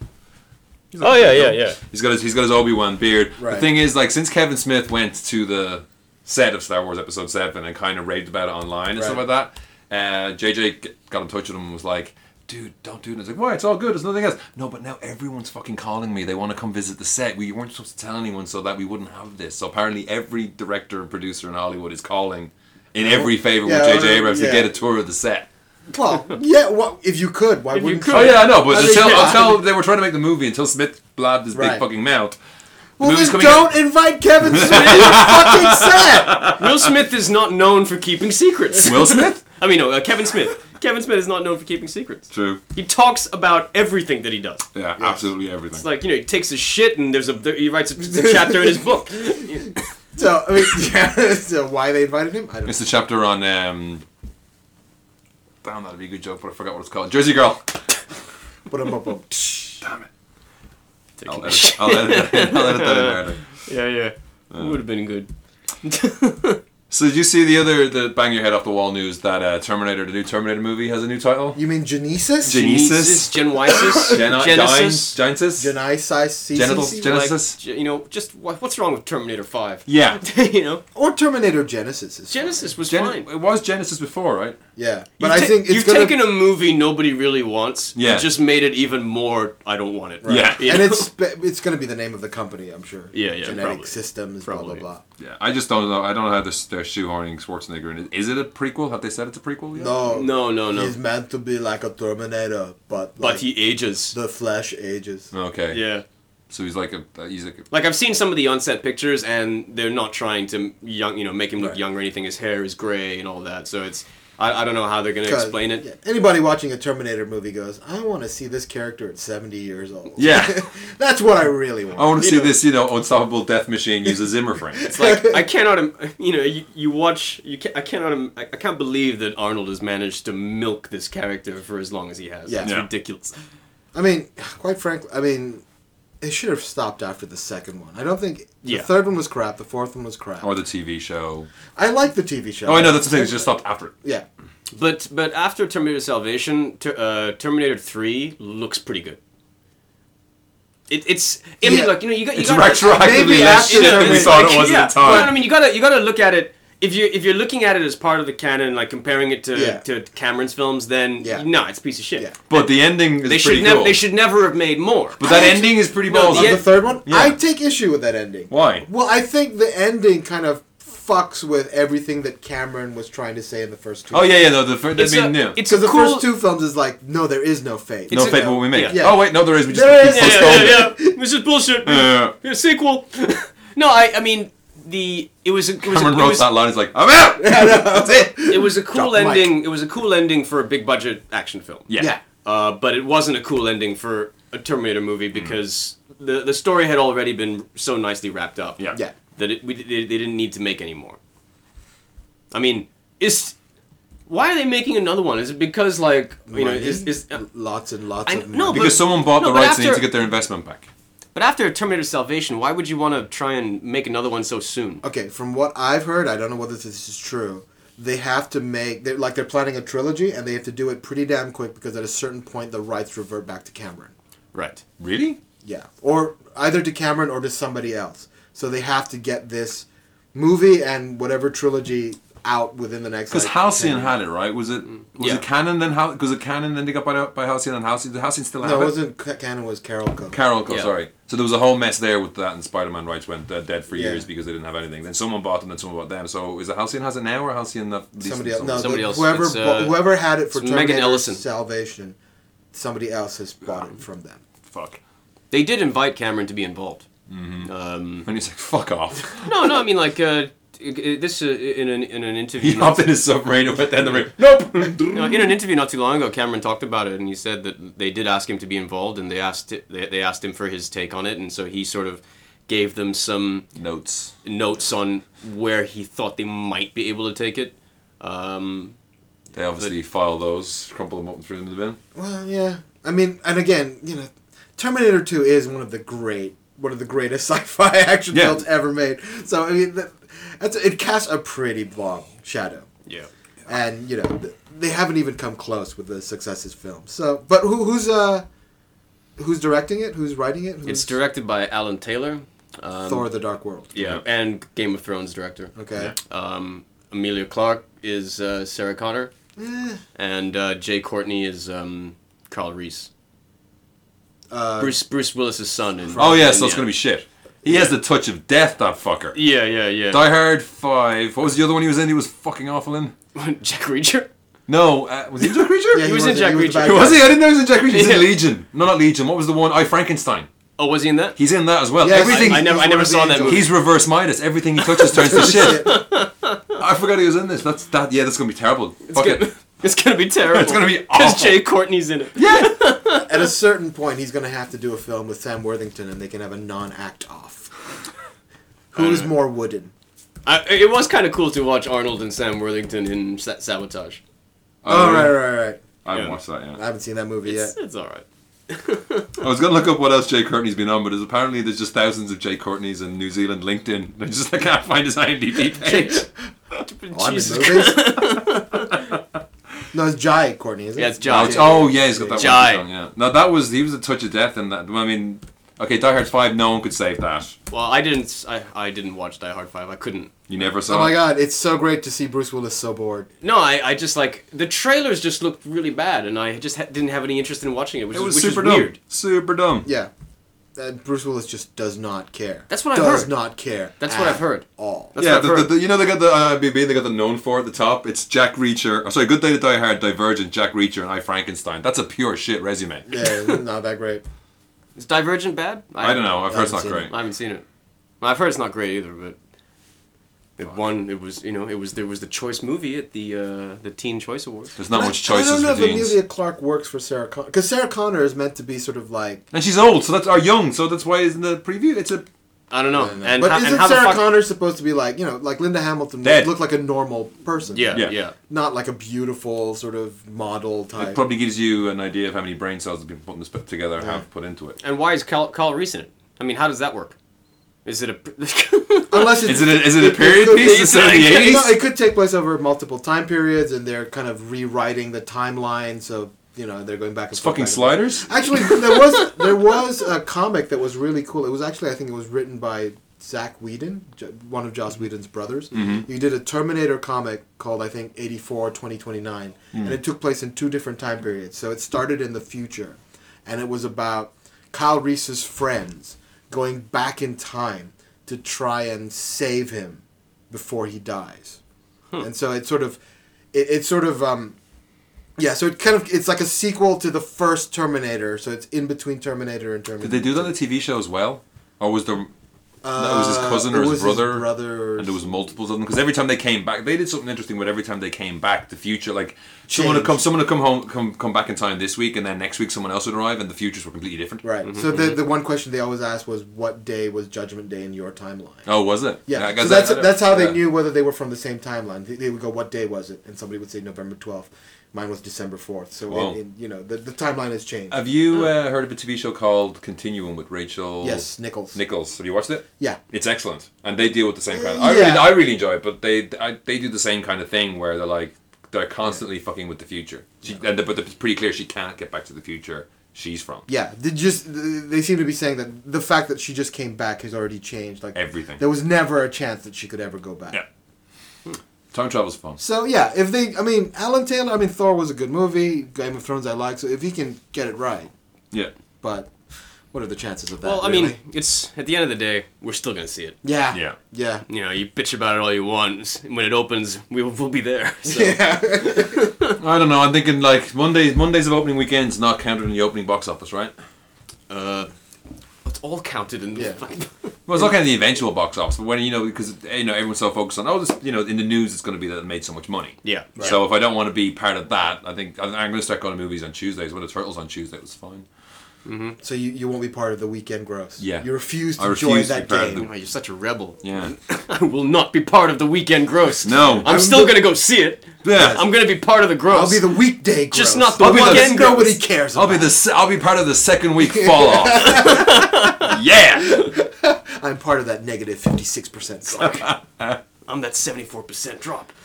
B: He's
A: Oh,
B: looking
A: yeah,
B: pretty
A: yeah,
B: good.
A: yeah.
B: He's got his he's got his Obi Wan beard. The
C: Right.
B: thing is like since Kevin Smith went to the set of Star Wars Episode Seven and kind of raved about it online and stuff
C: Right.
B: like that, uh, JJ g- got in touch with him and was like. Dude, don't do it. It's like, why? It's all good. There's nothing else. No, but now everyone's fucking calling me. They want to come visit the set. We weren't supposed to tell anyone so that we wouldn't have this. So apparently, every director and producer in Hollywood is calling in every favor
C: Yeah,
B: with JJ
C: or-
B: Abrams
C: yeah.
B: to get a tour of the set.
C: Well, yeah. Well, if you could, why
A: If you
C: wouldn't
A: could.
B: Oh yeah, I know, but
C: I mean,
B: until,
C: yeah.
B: until they were trying to make the movie, until Smith blabbed his big
C: Right.
B: fucking mouth. the
C: Well,
B: movie's
C: then
B: coming
C: don't invite Kevin Smith to your fucking set.
A: Will Smith is not known for keeping secrets.
B: out. Will Smith?
A: I mean, no, uh, Kevin Smith. Kevin Smith is not known for keeping secrets.
B: True.
A: He talks about everything that he does.
B: Yeah, absolutely everything.
A: It's like you know, he takes his shit and there's a there, he writes a, a chapter in his book.
C: So, I mean, yeah, so why they invited him? I don't know.
B: it's the chapter on. Um, damn, that'd be a good joke, but I forgot what it's called. Jersey Girl.
C: But I'm up. up.
B: I'll edit, I'll edit, that- I'll edit that in later.
A: yeah, yeah, it would have been good.
B: So did you see the other the bang your head off the wall news that uh, Terminator the new Terminator movie has a new title?
C: You mean Genesis?
B: Gen- Genesis?
A: Genesis,
B: Gen-
A: Genesis.
B: Dine- Genesis?
C: Genesis?
B: Genital-
C: Gen-
B: Gen-
A: Like,
B: Genesis?
A: ge- you know, just wha- what's wrong with Terminator Five?
B: yeah.
A: you know,
C: or Terminator Genesis? Is
A: Genesis was
B: Gen-
A: fine.
B: it was Genesis before, right?
C: Yeah, but
A: You've
C: I
A: ta-
C: think it's
A: you've
C: gonna.
A: taken a movie nobody really wants. and
B: Yeah.
A: just made it even more. I don't want it.
B: Yeah.
A: You
C: and
A: know?
C: it's it's going to be the name of the company, I'm sure.
A: Yeah, yeah,
C: Genetic
A: probably.
C: systems,
A: Probably.
C: blah
B: Yeah, I just don't know. I don't know how they're, they're shoehorning Schwarzenegger in. Is it a prequel? Have they said it's a prequel yet?
C: blah blah. No,
A: no, no, no.
C: he's meant to be like a Terminator, but
A: but
C: like,
A: he ages.
C: the flesh ages.
B: Okay.
A: Yeah.
B: So he's like a uh, he's like a,
A: Like I've seen some of the on-set pictures, and they're not trying to young, you know, make him look
C: Right.
A: young or anything. His hair is gray and all that, so it's I, I don't know how they're gonna explain it.
C: yeah, anybody watching a Terminator movie goes, I want to see this character at 70 years old.
B: Yeah.
C: That's what I really want.
B: I want to
A: You
B: see
A: know.
B: this you know unstoppable death machine use a Zimmer frame.
A: It's like I cannot, im- you know, you, you watch, you can, I cannot, im- I, I can't believe that Arnold has managed to milk this character for as long as he has.
C: Yeah.
A: it's
B: Yeah.
A: ridiculous.
C: I mean, quite frankly, I mean, it should have stopped after the second one. I don't think
A: Yeah.
C: the third one was crap, the fourth one was crap.
B: or the TV show.
C: I like the TV show.
B: Oh, I know that's the thing. It's just stopped after it.
C: Yeah.
A: But but after Terminator Salvation, ter, uh, Terminator Three looks pretty good. It, it's I mean
C: Yeah.
A: look you know you got you
B: It's
A: got
B: retroactively
C: maybe
B: less
C: after
B: shit than we
C: Terminator-
B: thought it was
A: yeah.
B: at the time.
A: Well, I mean, you gotta you gotta look at it. If you if you're looking at it as part of the canon, like comparing it to,
C: Yeah.
A: to Cameron's films, then
C: Yeah.
A: no, it's a piece of shit.
C: Yeah.
B: but the ending is
A: They should
B: pretty
A: never
B: cool.
A: they should never have made more.
B: but that
C: I-
B: ending is pretty
A: No,
B: balls.
A: the
C: Of
A: Yeah.
C: the third one?
B: Yeah.
C: I take issue with that ending.
B: Why?
C: Well, I think the ending kind of fucks with everything that Cameron was trying to say in the first two.
B: Oh yeah, yeah. No, the first.
A: it's
B: I mean,
A: a,
B: no.
A: it's a
C: Because the
A: cool,
C: first two films is like, no, there is no fate.
B: no
A: a-
B: faith what we make.
A: yeah.
B: Oh wait, no, there is. We just
C: There
B: keep
C: is.
A: yeah, yeah,
B: postponing it.
A: yeah, yeah. This is bullshit.
B: Yeah.
A: Yeah, sequel. no, I, I mean, the it was a, it was, a,
B: Cameron
A: it
B: wrote
A: was,
B: that line. He's like, I'm out. That's it.
A: it was a cool
C: Drop the mic.
A: ending. It was a cool ending for a big budget action film.
B: Yeah.
C: Yeah.
A: Uh, but it wasn't a cool ending for a Terminator movie because the the story had already been so nicely wrapped up.
B: Yeah.
C: Yeah.
A: That it, we, they, they didn't need to make any more. I mean, is why are they making another one? Is it because like you know
C: Money?
A: is, is uh,
C: lots and lots
A: I-
C: of
A: no,
C: money.
A: but-
B: Because someone bought
A: No,
B: the
A: but
B: rights and
A: after-
B: need to get their investment back.
A: but after Terminator Salvation, why would you want to try and make another one so soon?
C: okay, from what I've heard, I don't know whether this is true. They have to make they're like they're planning a trilogy, and they have to do it pretty damn quick because at a certain point the rights revert back to Cameron.
A: Right.
B: Really?
C: Yeah, or either to Cameron or to somebody else. So they have to get this movie and whatever trilogy out within the next.
B: Because
C: like,
B: Halcyon
C: 10
B: had it, right? Was it was
A: Yeah.
B: it Canon then? Hal? Because it Canon then they got bought out by Halcyon and Halcyon. Did Halcyon still have
C: No,
B: it?
C: it wasn't Ca- Canon. Was Carol Coe.
B: Carol Co.
A: Yeah.
B: Sorry. So there was a whole mess there with that, and Spider-Man rights went uh, dead for
C: Yeah.
B: years because they didn't have anything. Then someone bought them, then someone bought them. So is it Halcyon has it now, or Halcyon the leased
C: somebody
B: it
C: else.
B: to
C: No,
B: someone?
A: Somebody
C: the-
A: else.
C: Whoever
A: It's, uh,
C: bu- whoever had it for
A: it's Megan
C: Terminator
A: Ellison.
C: Salvation, somebody else has bought it from them.
B: Fuck.
A: They did invite Cameron to be involved. Um,
B: And he's like, "Fuck off."
A: No, no, I mean like uh, t- uh, this uh, in an in an
B: he
A: interview. Not,
B: hopped in his submarine and went down the ring. Nope.
A: no, in an interview not too long ago, Cameron talked about it, and he said that they did ask him to be involved, and they asked they, they asked him for his take on it, and so he sort of gave them some
B: Notes.
A: notes on where he thought they might be able to take it. Um,
B: They obviously file those, crumple them up, and throw them in the bin.
C: Well, yeah. I mean, and again, you know, Terminator Two is one of the great, one of the greatest sci-fi action
B: Yeah.
C: films ever made. So I mean, that, that's it casts a pretty long shadow.
A: yeah.
C: and you know th- they haven't even come close with the successes film. So, but who, who's uh, who's directing it? Who's writing it? Who's
A: It's directed by Alan Taylor. Um,
C: Thor: The Dark World.
A: Yeah, and Game of Thrones director.
C: Okay.
A: Um, Amelia Clark is uh, Sarah Connor,
C: Eh,
A: and uh, Jay Courtney is um, Carl Reese.
C: uh,
A: Bruce Bruce Willis's son. In,
B: Oh yeah, so
A: in-
B: it's gonna be shit. He has the touch of death, that fucker.
A: Yeah, yeah, yeah.
B: Die Hard Five. What was the other one he was in? He was fucking awful in.
A: Jack Reacher.
B: No, uh, was he in Jack Reacher?
A: he was in
C: the-
A: Jack
C: the
A: Reacher.
C: bad
A: He
C: guy.
B: Was he? I didn't know he was in Jack Reacher. He's
A: Yeah.
B: in Legion. No, not Legion. What was the one? I Frankenstein.
A: Oh, was he in that?
B: He's in that as well.
C: Yes.
B: Everything.
A: I, I never, I
C: he's one
A: never
C: of
A: saw
C: the
A: that movie.
B: He's reverse Midas. Everything he touches turns to shit. I forgot he was in this. That's that. Yeah, that's gonna be terrible. Fuck
A: It's gonna,
B: it.
A: it's gonna be terrible.
B: It's gonna be
A: because
B: awful.
A: Jay Courtney's in it.
B: Yeah.
C: At a certain point, he's going to have to do a film with Sam Worthington, and they can have a non-act off. Who's more wooden?
A: I, it was kind of cool to watch Arnold and Sam Worthington in Sa- Sabotage.
C: Oh, right, right, right.
B: I haven't
A: Yeah.
B: watched that yet.
C: I haven't seen that movie
A: It's,
C: yet.
A: it's all right.
B: I was gonna look up what else Jay Courtney's been on, but there's apparently there's just thousands of Jay Courtney's in New Zealand LinkedIn. I just I can't find his IMDb page.
C: Oh, I'm in
A: Jesus Christ.
C: movies. no, it's Jai Courtney, isn't it?
A: Yeah, it's
B: Oh,
A: Jai.
B: it's- oh yeah, he's got that
A: Jai.
B: one. song, Yeah. No, that was he was a touch of death in that. I mean, okay, Die Hard Five. No one could save that.
A: Well, I didn't. s- I, I didn't watch Die Hard Five. I couldn't.
B: You never saw.
C: Oh my
B: it.
C: God, it's so great to see Bruce Willis so bored.
A: No, I, I just like the trailers just looked really bad, and I just ha- didn't have any interest in watching it, which
B: It
A: is
B: was
A: which
B: super
A: is
B: dumb.
A: weird.
B: Super dumb.
C: Yeah. Uh, Bruce Willis just does not care.
A: That's what I've
C: does
A: heard.
C: Does not care.
A: That's what I've
C: at
A: heard.
C: All.
A: That's
B: yeah,
A: what I've
B: the, the,
A: heard.
B: the- you know they got the IMDb, they got the known for at the top. It's Jack Reacher. Oh, sorry, Good Day to Die Hard, Divergent, Jack Reacher, and I Frankenstein. That's a pure shit resume.
C: yeah, not that great.
A: Is Divergent bad?
B: I don't know. I've heard it's not
C: haven't seen
B: great.
C: it.
A: I haven't seen it. Well, I've heard it's not great either, but it won. It was you know it was there was the choice movie at the uh, the Teen Choice Awards.
B: There's not much choices
C: I don't know
B: for
C: if
B: teens.
C: Amelia Clark works for Sarah Connor because Sarah Connor is meant to be sort of like.
B: And she's old, so that's our young. So that's why it's in the preview. It's a
A: I don't know. And uh,
C: but
A: how,
C: isn't
A: and how the
C: Sarah
A: fuck?
C: Connor supposed to be like you know like Linda Hamilton
B: Dead.
C: look like a normal person?
A: yeah,
B: Yeah.
A: yeah,
C: Not like a beautiful sort of model type.
B: it probably gives you an idea of how many brain cells the people putting this put together have put into it.
A: And why is Carl, Carl Reese in it? I mean, how does that work? Is it a?
C: Unless it's,
B: Is it a, is it a period
C: could-
B: piece? Is it in the
C: You know,
B: 80s?
C: it could take place over multiple time periods, and they're kind of rewriting the timeline. So you know they're going back. And
B: It's fucking
C: slide.
B: sliders.
C: Actually, there was there was a comic that was really cool. It was actually I think it was written by Zach Whedon, J- one of Joss Whedon's brothers. He did a Terminator comic called I think 84 2029, and it took place in two different time periods. So it started in the future, and it was about Kyle Reese's friends going back in time to try and save him before he dies.
B: Hmm.
C: And so it sort of it, it sort of um, yeah, so it kind of it's like a sequel to the first Terminator, so it's in between Terminator and Terminator.
B: Did they do that in the TV show as well, or was there? No, it was his cousin or
C: Uh, it
B: his
C: was
B: brother,
C: brother.
B: and there was multiples of them because every time they came back, they did something interesting. But every time they came back, the future like someone would
C: Changed.
B: come, someone would come home, come come back in time this week, and then next week someone else would arrive, and the futures were completely different.
C: right. So the,
B: Mm-hmm.
C: the one question they always asked was, "What day was Judgment Day in your timeline?"
B: Oh, was it? I
C: Yeah,
B: guess
C: so that's
B: I- I-
C: that's how they
B: yeah.
C: knew whether they were from the same timeline. They, they would go, "What day was it?" And somebody would say November twelfth. Mine was December fourth. So
B: Wow.
C: it, it, you know the, the timeline has changed.
B: Have you uh, heard of a TV show called Continuum with Rachel?
C: yes, Nichols.
B: Nichols. Have you watched it?
C: yeah,
B: It's excellent, and they deal with the same kind. Of, I
C: Yeah.
B: really, I really enjoy it, but they, I, they do the same kind of thing where they're like, they're constantly fucking with the future. She, and the, but it's pretty clear she can't get back to the future she's from.
C: yeah. They just they seem to be saying that the fact that she just came back has already changed. Like
B: Everything.
C: There was never a chance that she could ever go back.
B: Yeah. Time travel's fun.
C: So yeah, if they, I mean, Alan Taylor. I mean, Thor was a good movie. Game of Thrones, I like. So if he can get it right,
B: Yeah.
C: but what are the chances of that?
A: Well, I
C: really?
A: mean, it's at the end of the day, we're still gonna see it.
C: yeah,
B: Yeah.
C: yeah,
A: You know, you bitch about it all you want. and When it opens, we will we'll be there. So.
C: yeah.
B: I don't know. I'm thinking like Mondays. Mondays of opening weekends not counted in the opening box office, right?
A: Uh, it's all counted in the
C: Yeah.
A: fucking-
B: Well, it's not counting the eventual box office, but when you know because you know everyone's so focused on oh, this you know in the news it's going to be that it made so much money.
A: yeah.
B: So if I don't want to be part of that, I think I- I'm going to start going to movies on Tuesdays. When the Turtles on Tuesday was fine.
C: so you, you won't be part of the weekend gross.
B: Yeah.
C: you refuse to
B: I
C: join
B: refuse to
C: that
B: be part of
C: game.
A: Oh, you're such a rebel.
B: Yeah.
A: I will not be part of the weekend gross.
B: No.
A: I'm still gonna go see it.
B: Yeah.
A: I'm gonna be part of the gross.
C: I'll be the weekday gross.
A: Just not the
C: I'll be
A: weekend gross.
C: Nobody cares.
B: I'll be the se- I'll be part of the second week fall off. yeah.
C: I'm part of that negative fifty six percent.
A: I'm that 74% drop.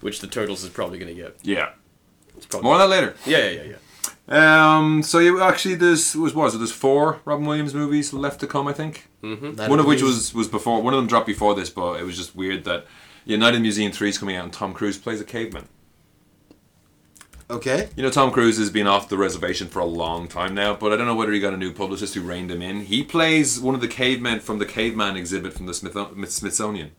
A: Which the Turtles is probably going to get.
B: Yeah.
A: It's probably
B: More on that later.
A: Yeah, yeah, yeah, yeah.
B: Um. So you actually there's was was it there's four Robin Williams movies left to come I think. one of which was was before one of them dropped before this, but it was just weird that United Museum Three is coming out and Tom Cruise plays a caveman.
C: okay.
B: You know, Tom Cruise has been off the reservation for a long time now, but I don't know whether he got a new publicist who reined him in. He plays one of the cavemen from the caveman exhibit from the Smith- Smithsonian.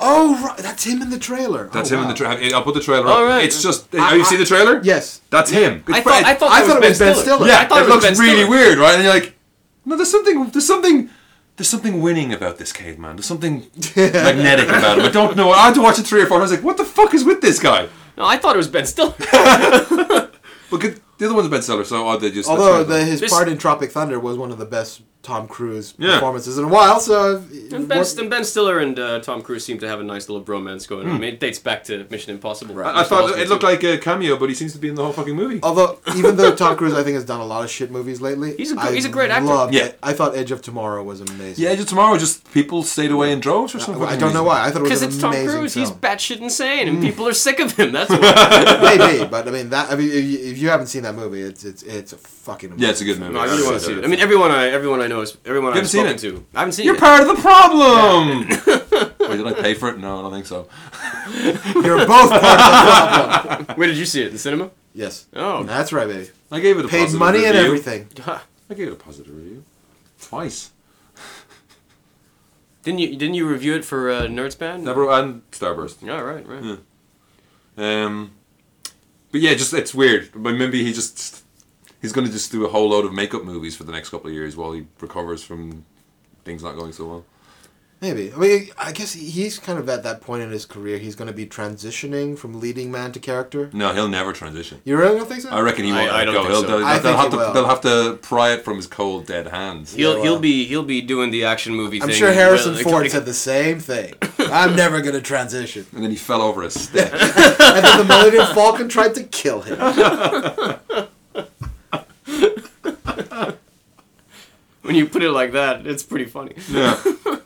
C: Oh, right. that's him in the trailer.
B: That's
C: Oh,
B: him in
C: wow.
B: the trailer. I'll put the trailer
A: All
B: up.
A: right.
B: It's just. have you seen the trailer?
C: Yes.
B: That's him.
A: I
B: It's-
A: thought, I thought,
C: I
A: that
C: thought it was Ben Stiller.
B: Yeah,
A: I thought it, was
B: looks
A: Ben
B: really
A: Stiller.
B: weird, right? And you're like, no, there's something, there's something, there's something winning about this caveman. There's something magnetic about him. I don't know. I had to watch it three or four. times. I was like, what the fuck is with this guy?
A: No, I thought it was Ben Stiller.
B: But good- the other one's a bestseller, so oh, they just. that's
C: Although
B: right.
C: the, his
A: This-
C: part in Tropic Thunder was one of the best Tom Cruise
B: Yeah.
C: performances in a while, so
A: and, ben, and Ben Stiller and uh, Tom Cruise seem to have a nice little bromance going
B: Hmm.
A: on. I mean, it dates back to Mission Impossible.
B: I, I thought it Oh, looked like a cameo, but he seems to be in the whole fucking movie.
C: although even though Tom Cruise I think has done a lot of shit movies lately,
A: He's a good-
C: I
A: he's a great actor.
C: loved
B: Yeah.
C: it. I thought Edge of Tomorrow was amazing.
B: Yeah, just tomorrow, just people stayed away in droves or something.
C: I don't know why. I thought it
A: Because
C: was an
A: it's Tom
C: amazing
A: Cruise. He's
C: film. Mm.
A: batshit insane, and people are sick of him. That's why.
C: Maybe, but I mean that. I mean, if you- if you haven't seen that movie, it's it's it's a fucking. Amazing
B: Yeah, it's a good
C: film.
B: movie.
A: no, I really want to see it. I mean, everyone I everyone I know is everyone I've
B: haven't seen
A: spoken
B: it?
A: to. I haven't seen
B: You're
A: it.
B: part of the problem. Wait, did I pay for it? No, I don't think so.
C: You're both part of the problem.
A: Where did you see it in cinema?
C: Yes.
A: Oh.
C: That's right, baby.
B: I gave it a
C: Paid
B: positive
C: money and
B: review.
C: everything.
B: I gave it a positive review twice.
A: Didn't you didn't you review it for uh, Nerds Band?
B: Never and Starburst.
A: Yeah, right, right.
B: Um, but yeah, just it's weird. But maybe he just he's going to just do a whole load of makeup movies for the next couple of years while he recovers from things not going so well.
C: Maybe. I mean, I guess he's kind of at that point in his career. He's going to be transitioning from leading man to character.
B: No, he'll never transition.
C: You really don't think so?
B: I reckon he
A: I-
B: won't.
A: I
B: let
A: don't
B: go.
A: think
B: He'll,
A: so.
B: they'll,
C: I
B: they'll
C: think
B: have
C: he
B: to
C: will.
B: they'll have to pry it from his cold dead hands.
A: He'll
C: Yeah, well.
A: he'll be he'll be doing the action movie
C: I'm
A: thing.
C: sure Harrison
A: Well,
C: Ford
A: like-
C: said the same thing. I'm never going to transition.
B: And then he fell over a stick.
C: And then the Millennium Falcon tried to kill him.
A: when you put it like that, it's pretty funny.
B: yeah. Yeah.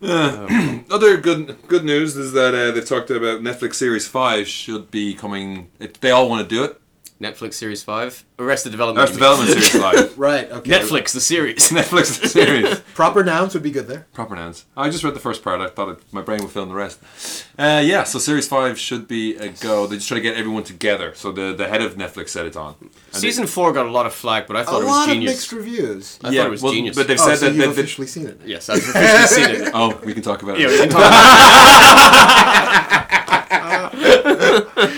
B: Uh, Other good good news is that uh, they've talked about Netflix series five should be coming. If they all want to do it,
A: Netflix series 5, Arrested Development.
B: that's
A: you mean.
B: development series five.
C: Right. Okay.
A: Netflix the series.
B: Netflix series.
C: Proper nouns would be good there.
B: proper nouns. I just read the first part. I thought it, my brain would fill in the rest. Uh, yeah, so series five should be a go. They just try to get everyone together. So the the head of Netflix said it's on. And
A: Season 4 got a lot of flack, but I
C: A
A: thought it was
C: lot of
A: genius.
C: mixed reviews.
A: I
B: they, yeah,
A: thought it was
B: well,
A: genius.
B: but they've
C: Oh,
B: said
C: so
B: that.
C: you've
B: that- that-
C: officially seen it.
A: yes, I've officially seen it.
B: oh, we can talk about it.
A: Yeah, we can talk about
B: Yeah.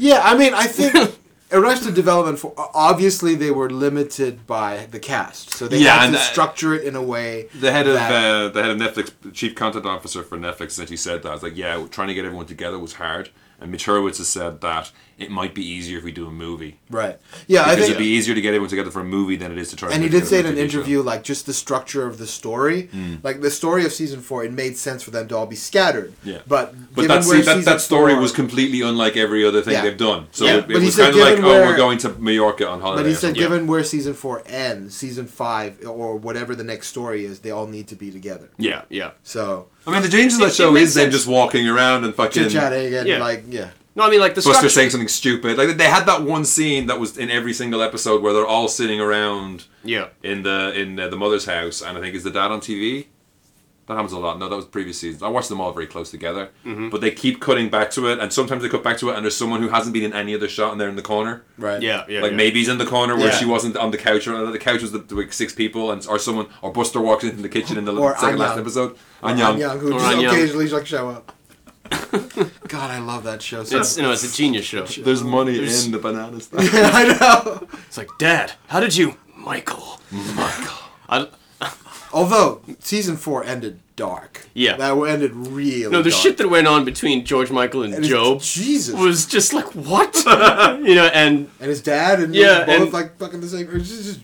C: Yeah, I mean, I think Arrested Development for obviously they were limited by the cast, so they
B: Yeah,
C: had
B: and,
C: to
B: uh,
C: structure it in a way.
B: The head of
C: that-
B: uh, the head of Netflix, chief content officer for Netflix, and she said that I was like, yeah, trying to get everyone together was hard. And Mitch Hurwitz has said that it might be easier if we do a movie
C: right? Yeah, I
B: because
C: think
B: it'd be easier to get everyone together for a movie than it is to try. to
C: and he
B: put
C: did say in
B: together a
C: an
B: TV show.
C: interview like just the structure of the story
B: Hmm.
C: like the story of season four it made sense for them to all be scattered
B: Yeah.
C: but
B: But
C: given
B: that,
C: where
B: see, that,
C: season
B: that story
C: four-
B: was completely unlike every other thing
C: Yeah.
B: they've done. So
C: Yeah,
B: it,
C: but
B: it
C: he
B: was
C: said
B: kind of like,
C: given
B: oh,
C: where-
B: we're going to Mallorca on holiday.
C: but he
B: or
C: said
B: something.
C: given where season four ends season five or whatever the next story is they all need to be together
A: Yeah, yeah.
C: so
B: I mean, the change in
A: It-
B: that
A: it
B: show
A: makes
B: is them
A: sense.
B: just walking around and fucking
C: chit chatting and
A: Yeah.
C: like yeah
A: No, I mean like the
B: Buster
A: structure.
B: saying something stupid. Like they had that one scene that was in every single episode where they're all sitting around
A: yeah.
B: in the in uh, the mother's house, and I think is the dad on TV. That happens a lot. No, that was previous seasons. I watched them all very close together,
C: Mm-hmm.
B: but they keep cutting back to it, and sometimes they cut back to it, and there's someone who hasn't been in any other shot, and they're in the corner.
C: right
A: Yeah, yeah.
B: like
A: yeah.
B: maybe he's in the corner where
C: Yeah.
B: she wasn't on the couch, or another- the couch was the, like six people, and or someone or Buster walks into the kitchen in the
C: Or
B: second last
C: Anyang.
B: episode.
C: Anyang,
B: Anyang.
C: who
A: Or
C: just
A: Anyang.
C: occasionally like show up god i love that show so
A: It's you know it's a genius show.
B: There's money
A: There's-
B: in the bananas.
C: i know
A: It's like Dad, how did you, Michael? Michael. I,
C: although season four ended dark
A: Yeah.
C: that ended really
A: no, the
C: dark.
A: shit that went on between George Michael and,
C: And it's-
A: Joe
C: jesus
A: was just like what, you know, and
C: and his dad and
A: Yeah,
C: yeah, both
A: and-
C: like fucking the same. It's just- just-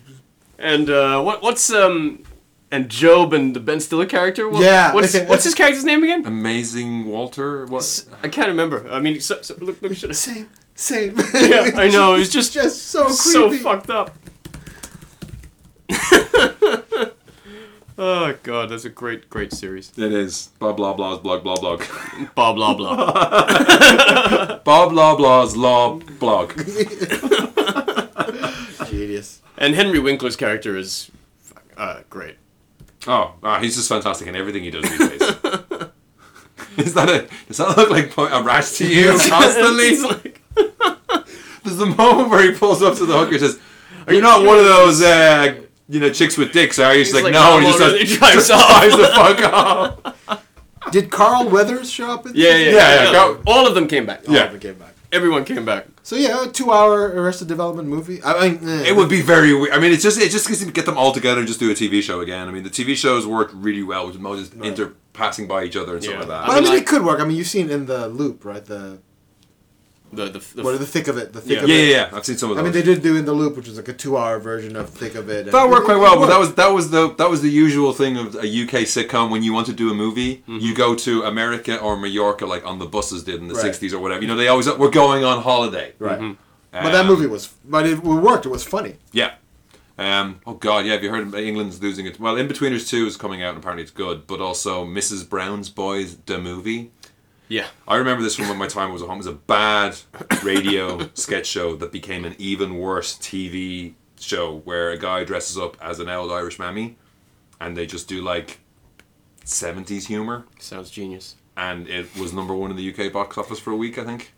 A: and uh, what what's um. And Job and the Ben Stiller character. What,
C: Yeah.
A: What's, what's his character's name again?
B: Amazing Walter. What?
A: I can't remember. I mean, so, so, look, look, shit.
C: same, same.
A: Yeah, I know. It was
C: It's
A: just
C: just so creepy.
A: so fucked up. oh god, that's a great, great series.
B: It is blah blah blah's blog blah blog.
A: Blah blah blah.
B: Bob blah blah's law blog.
C: Genius.
A: and Henry Winkler's character is uh, great.
B: Oh, ah, he's just fantastic in everything he does these days. Is that a, does that look like a rash to you constantly?
A: It's like-
B: There's the moment where he pulls up to the hooker and says, You're not one of those, uh, you know, chicks with dicks, are you? She's
A: He's like,
B: like, No, and
A: "No,
B: he just
A: I'm
B: says,
A: already-
B: drives
A: drives
B: the fuck
A: oh.
B: off.
C: Did Carl Weathers show up? In
A: yeah, yeah,
B: Yeah,
A: yeah.
B: yeah,
A: no,
B: go-
A: All of them came back.
B: Yeah.
C: The game back.
A: Everyone came back.
C: So yeah, a two-hour Arrested Development movie. I mean, eh.
B: It would be very weird. I mean, it's just, it just gets to get them all together and just do a TV show again. I mean, the TV shows worked really well with Moses inter passing by each other and stuff
A: Yeah.
B: like that.
A: I
C: But I
A: mean,
C: mean,
A: like-
C: it could work. I mean, you've seen in the loop, right? The
A: The the, the,
C: what the thick of it, the thick
A: Yeah.
C: of
B: yeah,
C: it.
B: yeah, yeah. I've seen some of those.
C: I mean, they did do in the loop, which was like a two-hour version of thick of it. and-
B: That worked quite
C: it
B: well,
C: could
B: but that
C: work.
B: was that was the that was the usual thing of a UK sitcom. When you want to do a movie,
A: Mm-hmm.
B: you go to America or Mallorca, like on the buses did in the
C: Right.
B: '60s or whatever. You know, they always we're going on holiday.
C: right.
A: Mm-hmm.
B: Um,
C: But that movie was, but it worked. It was funny.
B: yeah. Um, oh God, yeah. Have you heard of England's losing it? Well, In Betweeners Two is coming out, and apparently it's good. But also Mrs. Brown's Boys, the movie.
A: yeah.
B: I remember this from when my time was at home. It was a bad radio sketch show that became an even worse TV show where a guy dresses up as an old Irish mammy and they just do like 70s humor.
A: Sounds genius.
B: And it was number one in the UK box office for a week, I think.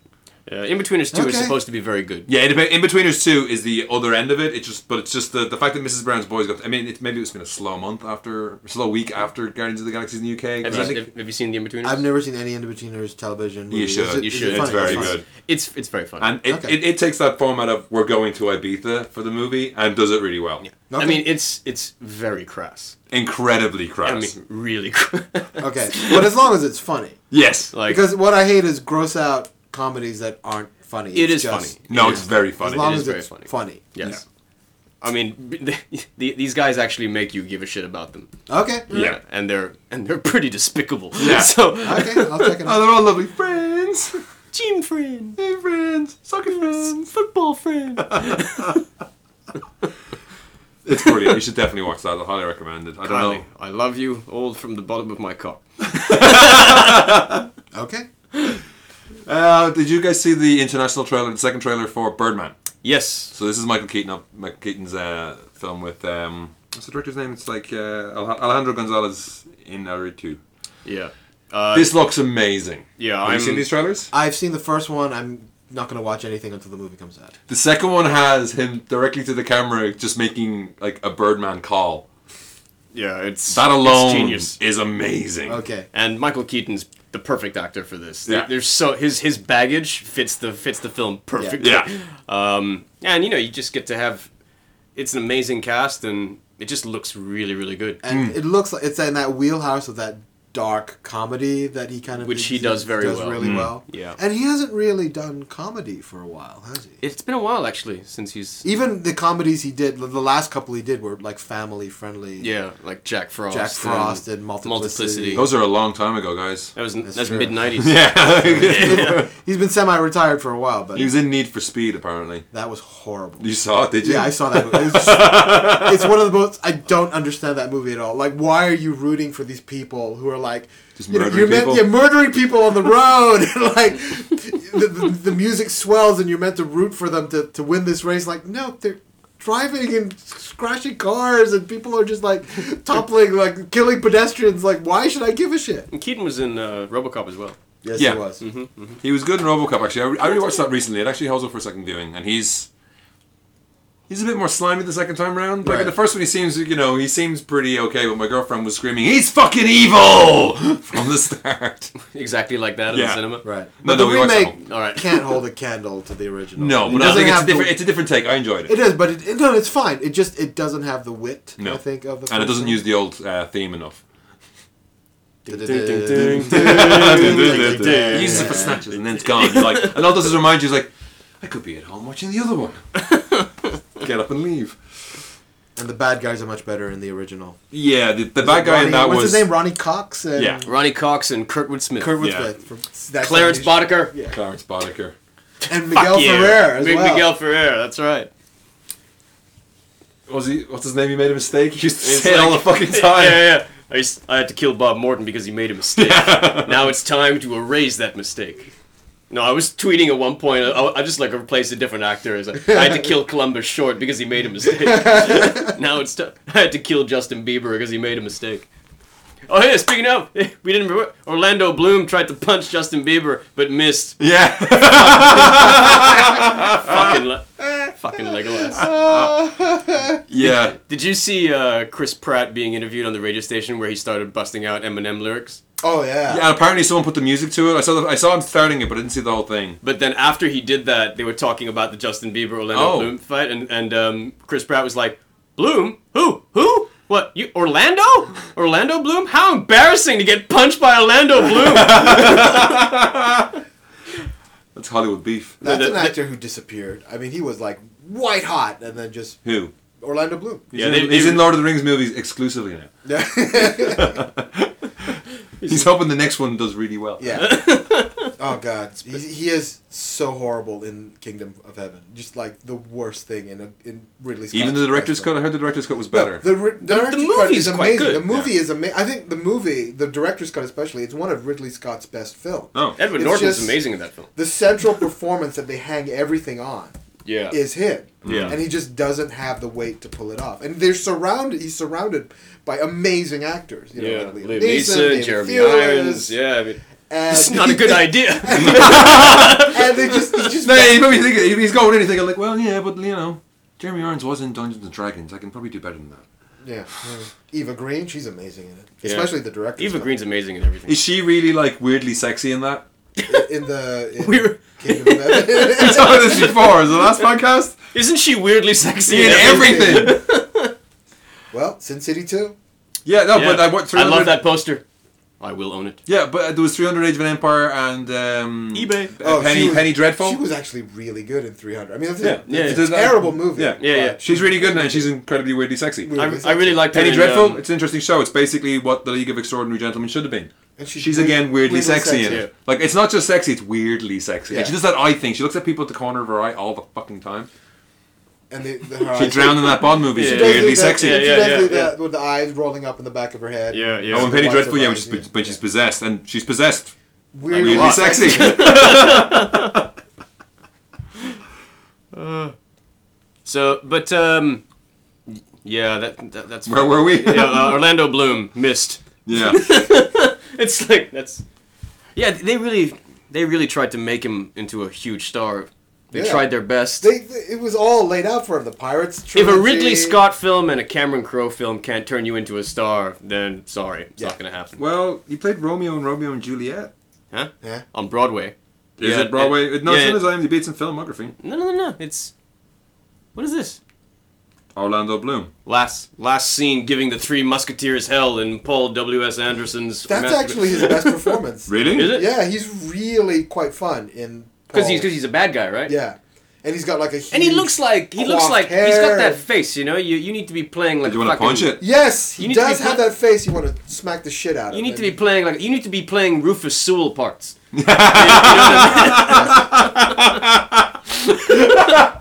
A: Uh, In Betweeners two is
C: Okay.
A: supposed to be very good.
B: Yeah, In Betweeners 2 is the other end of it. It's just, but it's just the, the fact that Mrs. Brown's Boys got. I mean, it, maybe it's been a slow month after, slow week after Guardians of the Galaxy in the UK.
A: Have,
B: 'cause I
A: you,
B: think-
A: have, have you seen the In Betweeners?
C: I've never seen any Indochino's television. Movie.
B: You should,
C: Is it-
B: you
C: is it
A: should.
B: It's
C: funny?
B: very
C: funny.
B: good.
A: It's it's very fun.
B: And it,
C: Okay.
B: it, it takes that format of we're going to Ibiza for the movie and does it really well.
A: I
C: Okay.
A: mean, it's it's very crass.
B: Incredibly
A: I
B: crass.
A: mean, really crass.
C: Okay, but as long as it's funny.
B: yes.
A: like
C: because what I hate is gross out comedies that aren't funny.
A: it is
C: It's just-
A: funny.
B: no,
A: It
B: it's
A: is-
B: very
C: As
B: funny.
C: long
A: is
C: as
A: very
C: it's
A: funny.
C: funny.
A: Yes. I mean, b- the, the, these guys actually make you give a shit about them.
C: Okay.
B: Yeah.
A: And they're and they're pretty despicable.
B: Yeah.
A: So
C: Okay, I'll check it
B: Oh,
C: out.
B: they're all lovely friends.
A: team friend,
B: Hey, friends. Soccer friends.
A: football friend.
B: It's brilliant. You should definitely watch that. I highly recommend it. I don't
A: Kylie,
B: know.
A: I love you all from the bottom of my cock.
C: Okay.
B: Uh, did you guys see the international trailer, the second trailer for Birdman?
A: Yes.
B: So this is Michael Keaton, up- Michael Keaton's uh, film with um, what's the director's name? It's like uh, Alej- Alejandro Gonzalez Inarritu.
A: Yeah. Uh,
B: This looks amazing.
A: Yeah,
B: have
A: I'm-
B: you seen these trailers?
C: I've seen the first one. I'm not going to watch anything until the movie comes out.
B: The second one has him directly to the camera, just making like a Birdman call.
A: yeah. It's
B: That
A: it's
B: alone
A: genius.
B: is amazing.
C: Okay.
A: And Michael Keaton's the perfect actor for this.
B: Yeah.
A: There- There's so his his baggage fits the fits the film perfectly.
B: Yeah.
A: Um, and you know you just get to have it's an amazing cast and it just looks really really good,
C: and it looks like it's in that wheelhouse of that dark comedy that he kind of
A: Which he does very well. Hmm.
C: really well.
A: yeah.
C: and he hasn't really done comedy for a while, has he?
A: It's been a while actually since he's
C: Even the comedies he did, the last couple he did were like family friendly.
A: yeah like Jack Frost.
C: Jack Frost and Multiplicity.
A: Multiplicity.
B: Those are a long time ago, guys.
A: That was
C: That's
A: that's,
C: true.
A: mid nineties.
B: Yeah.
C: He's been semi-retired for a while, but
B: he was in Need for Speed, apparently.
C: that was horrible.
B: You saw it, did you?
C: Yeah, I saw that. Movie. It was just- it's one of the most. I don't understand that movie at all. Like, why are you rooting for these people who are like,
B: Just
C: you know,
B: murdering
C: you're meant,
B: people?
C: you're murdering people on the road, and like, the, the, the music swells, and you're meant to root for them to, to win this race. Like, no, they're driving and crashing cars, and people are just like toppling, like killing pedestrians. Like, why should I give a shit?
A: And Keaton was in uh, RoboCop as well. Mm-hmm,
C: Yes,
B: Yeah.
C: it was.
B: He was good in RoboCop. Actually, I, I rewatched that recently. It actually holds up for a second viewing, and he's he's a bit more slimy the second time around. Like
C: Right.
B: in the first one, he seems you know he seems pretty okay. But my girlfriend was screaming, "He's fucking evil!" from the start.
A: Exactly like that in
B: Yeah.
A: the cinema.
C: Right.
B: No, no,
C: But the
B: we watched that
C: remake
B: one.
A: All right.
C: can't hold a candle to the original.
B: No,
C: It
B: but I
C: doesn't
B: think it's a
C: have the-
B: different. It's a different take. I enjoyed it,
C: It is, but it, it- no, it's fine. It just it doesn't have the wit.
B: No.
C: I think of the
B: and it
C: first
B: doesn't
C: one.
B: use the old uh, theme enough.
C: Ding,
A: Ding,
C: ding,
A: ding,
C: ding,
A: ding,
C: ding, ding,
B: It
C: ding.
B: uses it for snatches, and then it's gone. You're like, and all does is remind you, it's like, I could be at home watching the other one. Get up and leave.
C: And the bad guys are much better in the original.
B: Yeah, the, the bad guy
C: Ronnie,
B: in that
C: what's
B: was
C: his name? Ronnie Cox and
B: Yeah.
A: Ronnie Cox and Kurtwood Smith.
C: Kurt
B: Yeah.
C: Smith from Snatch
A: Clarence
C: Elimination.
A: Boddicker.
C: Yeah.
B: Clarence Boddicker.
C: and Miguel Ferrer as
A: Big
C: well.
A: Miguel Ferrer. That's right.
B: Was he? What's his name? He made a mistake. He used to
A: It's
B: say it all the
A: like-
B: fucking time.
A: Yeah, yeah. I, used, I had to kill Bob Morton because he made a mistake. now it's time to erase that mistake. No, I was tweeting at one point. I, I just like replaced a different actor. As like, I had to kill Columbus Short because he made a mistake. now it's time. I had to kill Justin Bieber because he made a mistake. Oh yeah, speaking of, we didn't. remember- Orlando Bloom tried to punch Justin Bieber but missed.
B: Yeah.
A: fucking, le- fucking Legolas.
B: yeah.
A: Did you see uh, Chris Pratt being interviewed on the radio station where he started busting out Eminem lyrics?
C: Oh yeah.
B: Yeah, and apparently someone put the music to it. I saw the, I saw him starting it, but I didn't see the whole thing.
A: But then after he did that, they were talking about the Justin Bieber Orlando
B: Oh.
A: Bloom fight, and and um, Chris Pratt was like, "Bloom? Who? Who? What? You Orlando? Orlando Bloom? How embarrassing to get punched by Orlando Bloom!"
B: That's Hollywood beef.
C: That's
A: The-
C: an
A: the-
C: actor who disappeared. I mean, he was like white hot, and then just
B: Who?
C: Orlando Bloom.
B: He's,
A: Yeah,
B: in,
A: they-
B: he's
A: they-
B: in Lord of the Rings movies exclusively now.
C: yeah.
B: He's hoping the next one does really well.
C: Oh god, He's, he is so horrible in Kingdom of Heaven. Just like the worst thing in a, in Ridley Scott's
B: Even the director's
C: Best
B: cut. I heard the director's cut was
C: No,
B: better.
C: The, ri- director's
A: movie
C: cut
A: is
C: is
A: quite
C: amazing.
A: good.
C: The movie is amazing. I think the movie, the director's cut especially, it's one of Ridley Scott's best films.
B: oh.
A: Edward
C: It's
A: Norton was
C: just-
A: amazing in that film.
C: The central performance that they hang everything on
A: Yeah.
C: is him.
A: Yeah.
C: And he just doesn't have the weight to pull it off. And they're surrounded. He's surrounded by amazing actors. You know,
A: yeah,
C: like Liam
A: Liam Neeson,
C: Neeson, David
A: Jeremy
C: Thewlis,
A: Irons. Yeah, I mean,
C: and-
A: it's not a good idea.
C: and they just, he just
B: No, yeah, he probably thinking, he's going in and thinking like, well, yeah, but you know, Jeremy Irons was in Dungeons and Dragons. I can probably do better than that.
C: yeah. yeah. Eva Green, she's amazing in it.
A: Yeah.
C: Especially the director.
A: Eva Green's amazing in everything.
B: Is she really like weirdly sexy in that?
C: in the in
A: We were-
C: Kingdom of Heaven.
B: I saw this before. Is the last podcast?
A: Isn't she weirdly sexy
B: In
A: in everything?
B: everything.
C: well, Sin City Two.
B: Yeah, no, but I
A: Yeah.
B: watched.
A: I love
B: 300
A: that poster. I will own it.
B: Yeah, but there was 300 Age of an Empire and um,
A: eBay.
B: uh,
C: Oh, she
B: Penny
C: was-
B: Penny Dreadful.
C: She was actually really good in 300. I mean, that's
B: Yeah,
C: a,
A: yeah.
C: it's a
B: Did that-
C: terrible movie.
B: yeah.
A: Yeah, yeah.
C: but
B: She's really good now. and She's incredibly weirdly sexy.
C: Weird.
A: I,
C: Really
A: I really like
B: Penny
A: her in,
B: Dreadful.
A: um,
B: it's an interesting show. It's basically what the League of Extraordinary Gentlemen should have been.
C: And
B: she's
C: she's weird-
B: again weirdly,
C: weirdly
B: sexy, in
C: sexy.
B: it. Like it's not just sexy; it's weirdly sexy. And
C: Yeah.
B: she does that eye thing. She looks at people at the corner of her eye all the fucking time.
C: And the, the, her
B: She
C: eyes-
B: drowned in that Bond movie.
A: Yeah.
B: She's
C: She does do
B: weirdly
C: that-
B: sexy.
C: She
A: Yeah, yeah,
C: does do
A: yeah,
C: that
A: yeah.
C: with the eyes rolling up in the back of her head.
A: Yeah, yeah.
B: Oh, and
C: The
B: Penny
C: whites
B: Dreadful,
C: of
B: yeah,
C: her
B: when
C: eyes,
B: she's, when she's possessed, and she's possessed.
C: Weirdly
B: Weirdly
A: lot.
B: sexy.
A: So, but um, y- yeah, that, that that's
B: Where were we?
A: yeah, uh, Orlando Bloom missed.
B: Yeah.
A: It's like that's yeah. They really they really tried to make him into a huge star. They
C: Yeah.
A: tried their best.
C: They, they- it was all laid out for him. The Pirates
A: if
C: trilogy.
A: a Ridley Scott film and a Cameron Crowe film can't turn you into a star, then sorry, it's
C: Yeah.
A: not gonna happen.
B: Well, he played Romeo and Romeo and Juliet.
A: Huh?
C: Yeah.
A: On Broadway.
B: Is
A: Yeah,
B: it Broadway? no,
A: yeah,
B: it's in his IMDb. It's in filmography.
A: No, no, no, no. It's what is this?
B: Orlando Bloom.
A: Last last scene giving the Three Musketeers hell in Paul W. S. Anderson's.
C: That's
A: master-
C: actually his best performance.
B: Really?
A: Is it?
C: Yeah, he's really quite fun in.
A: because
C: Paul.
A: he's because he's a bad guy, right?
C: Yeah, and he's got like a. Huge
A: And he looks like he looks
C: coiffed
A: like he's got
C: hair.
A: that face. You know, you you need to be playing like
B: Do you
A: a
B: want to
A: fucking-
B: punch it?
C: Yes,
A: You
C: he
A: need to
C: does
A: be
C: have
A: pla-
C: that face. You want to smack the shit out of.
A: You
C: him.
A: need to be playing like you need to be playing Rufus Sewell parts. You know what I mean?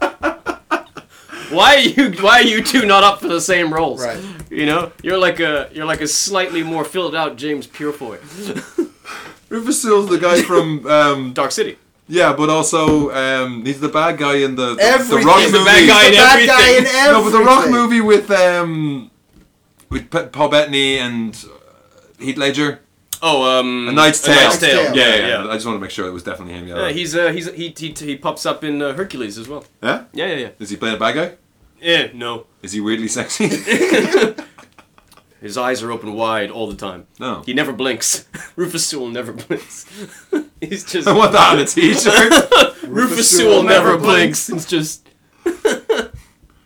A: why are you Why are you two not up for the same roles?
C: Right.
A: You know, you're like a you're like a slightly more filled out James Purefoy.
B: Rufus Sewell's the guy from um,
A: Dark City.
B: yeah, but also um, he's the bad guy in the the, the
C: Everything.
B: Rock
C: He's
A: the
B: movie.
A: bad guy in
C: The bad guy in
A: everything.
B: no, but the Rock
C: everything.
B: movie with um, with P- Paul Bettany and uh, Heath Ledger.
A: Oh, um,
B: A Knight's Tale.
A: Knight's Tale.
C: Tale.
B: Yeah, yeah, yeah. I just wanted to make sure it was definitely him. Yeah.
A: Yeah, he's uh, he's he, he he pops up in uh, Hercules as well.
B: yeah?
A: Yeah, yeah, yeah.
B: Is he playing a bad guy?
A: Yeah, no.
B: Is he weirdly sexy?
A: His eyes are open wide all the time.
B: No.
A: He never blinks. Rufus Sewell never blinks. He's just
B: I want that on a t-shirt.
A: Rufus Sewell never blinks. It's just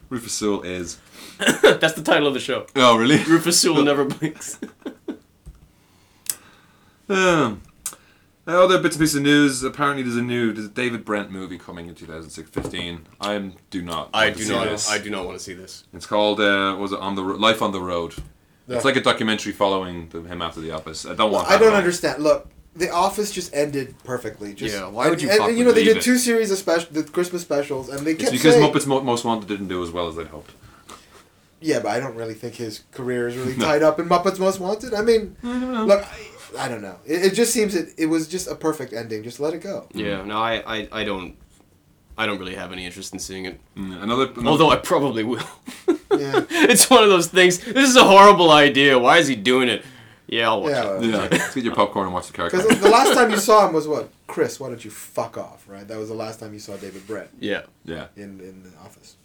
B: Rufus Sewell is.
A: that's the title of the show.
B: Oh, really?
A: Rufus Sewell never blinks.
B: Um, other bits and pieces of news. Apparently, there's a new there's a David Brent movie coming in 2015. I am do not. want to see This.
A: do not want to see this.
B: It's called uh, what was it on the Ro- Life on the Road. It's like a documentary following the, him after the office. I don't want.
C: I
B: that
C: don't
B: at all.
C: understand. Look, The Office just ended perfectly. Just,
A: Yeah, why would you
C: And, and,
A: fucking
C: you know they
B: leave
C: did
B: it?
C: two series of special, the Christmas specials, and they
B: It's
C: kept
B: because
C: saying,
B: Muppets Mo- Most Wanted didn't do as well as I'd hoped.
C: "Yeah, but I don't really think his career is really tied up in Muppets Most Wanted." I mean, look, I, I don't know. It, it just seems it, it was just a perfect ending. Just let it go.
A: Yeah, no, I, I, I don't, I don't really have any interest in seeing it.
B: Mm, Another, another
A: Although I probably will.
C: Yeah.
A: it's one of those things. This is a horrible idea. Why is he doing it? Yeah, I'll watch
C: Yeah.
A: it.
C: well,
B: yeah, let's get your popcorn and watch the character.
C: Because the last time you saw him was what? Chris, why don't you fuck off, right? That was the last time you saw David Brett
A: Yeah.
B: Yeah.
C: in, in the office.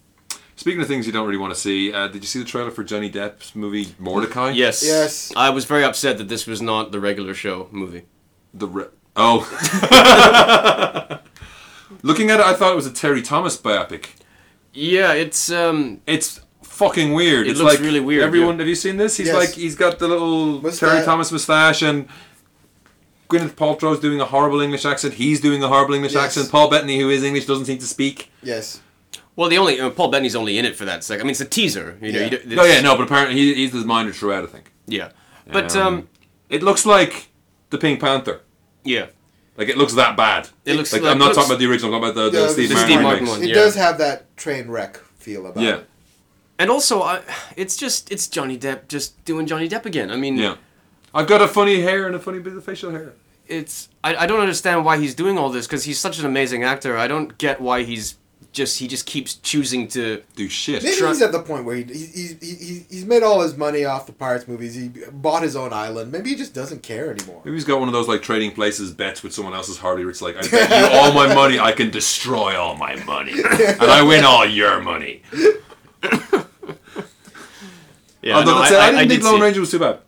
B: Speaking of things you don't really want to see, uh, did you see the trailer for Johnny Depp's movie Mordecai?
A: Yes.
C: Yes.
A: I was very upset that this was not the regular show movie.
B: The re- oh. Looking at it, I thought it was a Terry Thomas biopic.
A: Yeah, it's um.
B: It's fucking weird.
A: It
B: it's
A: looks
B: like
A: really weird,
B: Everyone,
A: yeah.
B: have you seen this? He's
C: Yes.
B: like he's got the little
C: Mustache.
B: Terry Thomas mustache and. Gwyneth Paltrow's doing a horrible English accent. He's doing a horrible English
C: Yes.
B: accent. Paul Bettany, who is English, doesn't seem to speak.
C: Yes.
A: Well, the only uh, Paul Bettany's only in it for that second. I mean, it's a teaser. You know.
C: Yeah.
A: You don't-
B: No, Oh, yeah, no, but apparently he, he's the minor throughout. I think.
A: Yeah. But um,
B: it looks like the Pink Panther.
A: yeah.
B: Like it looks that bad.
A: It looks
B: like,
A: like-
B: I'm not
A: looks-
B: talking about the original. I'm talking about the, the
C: Yeah,
B: Steve
C: the
B: Martin
A: Steve
B: remix.
A: Martin one.
C: It
A: yeah.
C: does have that train wreck feel about
B: Yeah,
C: it.
A: And also, I, it's just it's Johnny Depp just doing Johnny Depp again. I mean,
B: yeah. I've got a funny hair and a funny bit of facial hair.
A: it's I, I don't understand why he's doing all this because he's such an amazing actor. I don't get why he's just he just keeps choosing to.
B: Do shit.
C: Maybe
A: Sure.
C: he's at the point where he, he, he, he, he's made all his money off the Pirates movies. He bought his own island. Maybe he just doesn't care anymore.
B: Maybe he's got one of those like trading places bets with someone else's Harley. Where it's like, I bet you all my money, I can destroy all my money, and I win all your money.
A: Yeah,
B: Although
A: no,
B: that's it, I, didn't think Lone Ranger was too bad.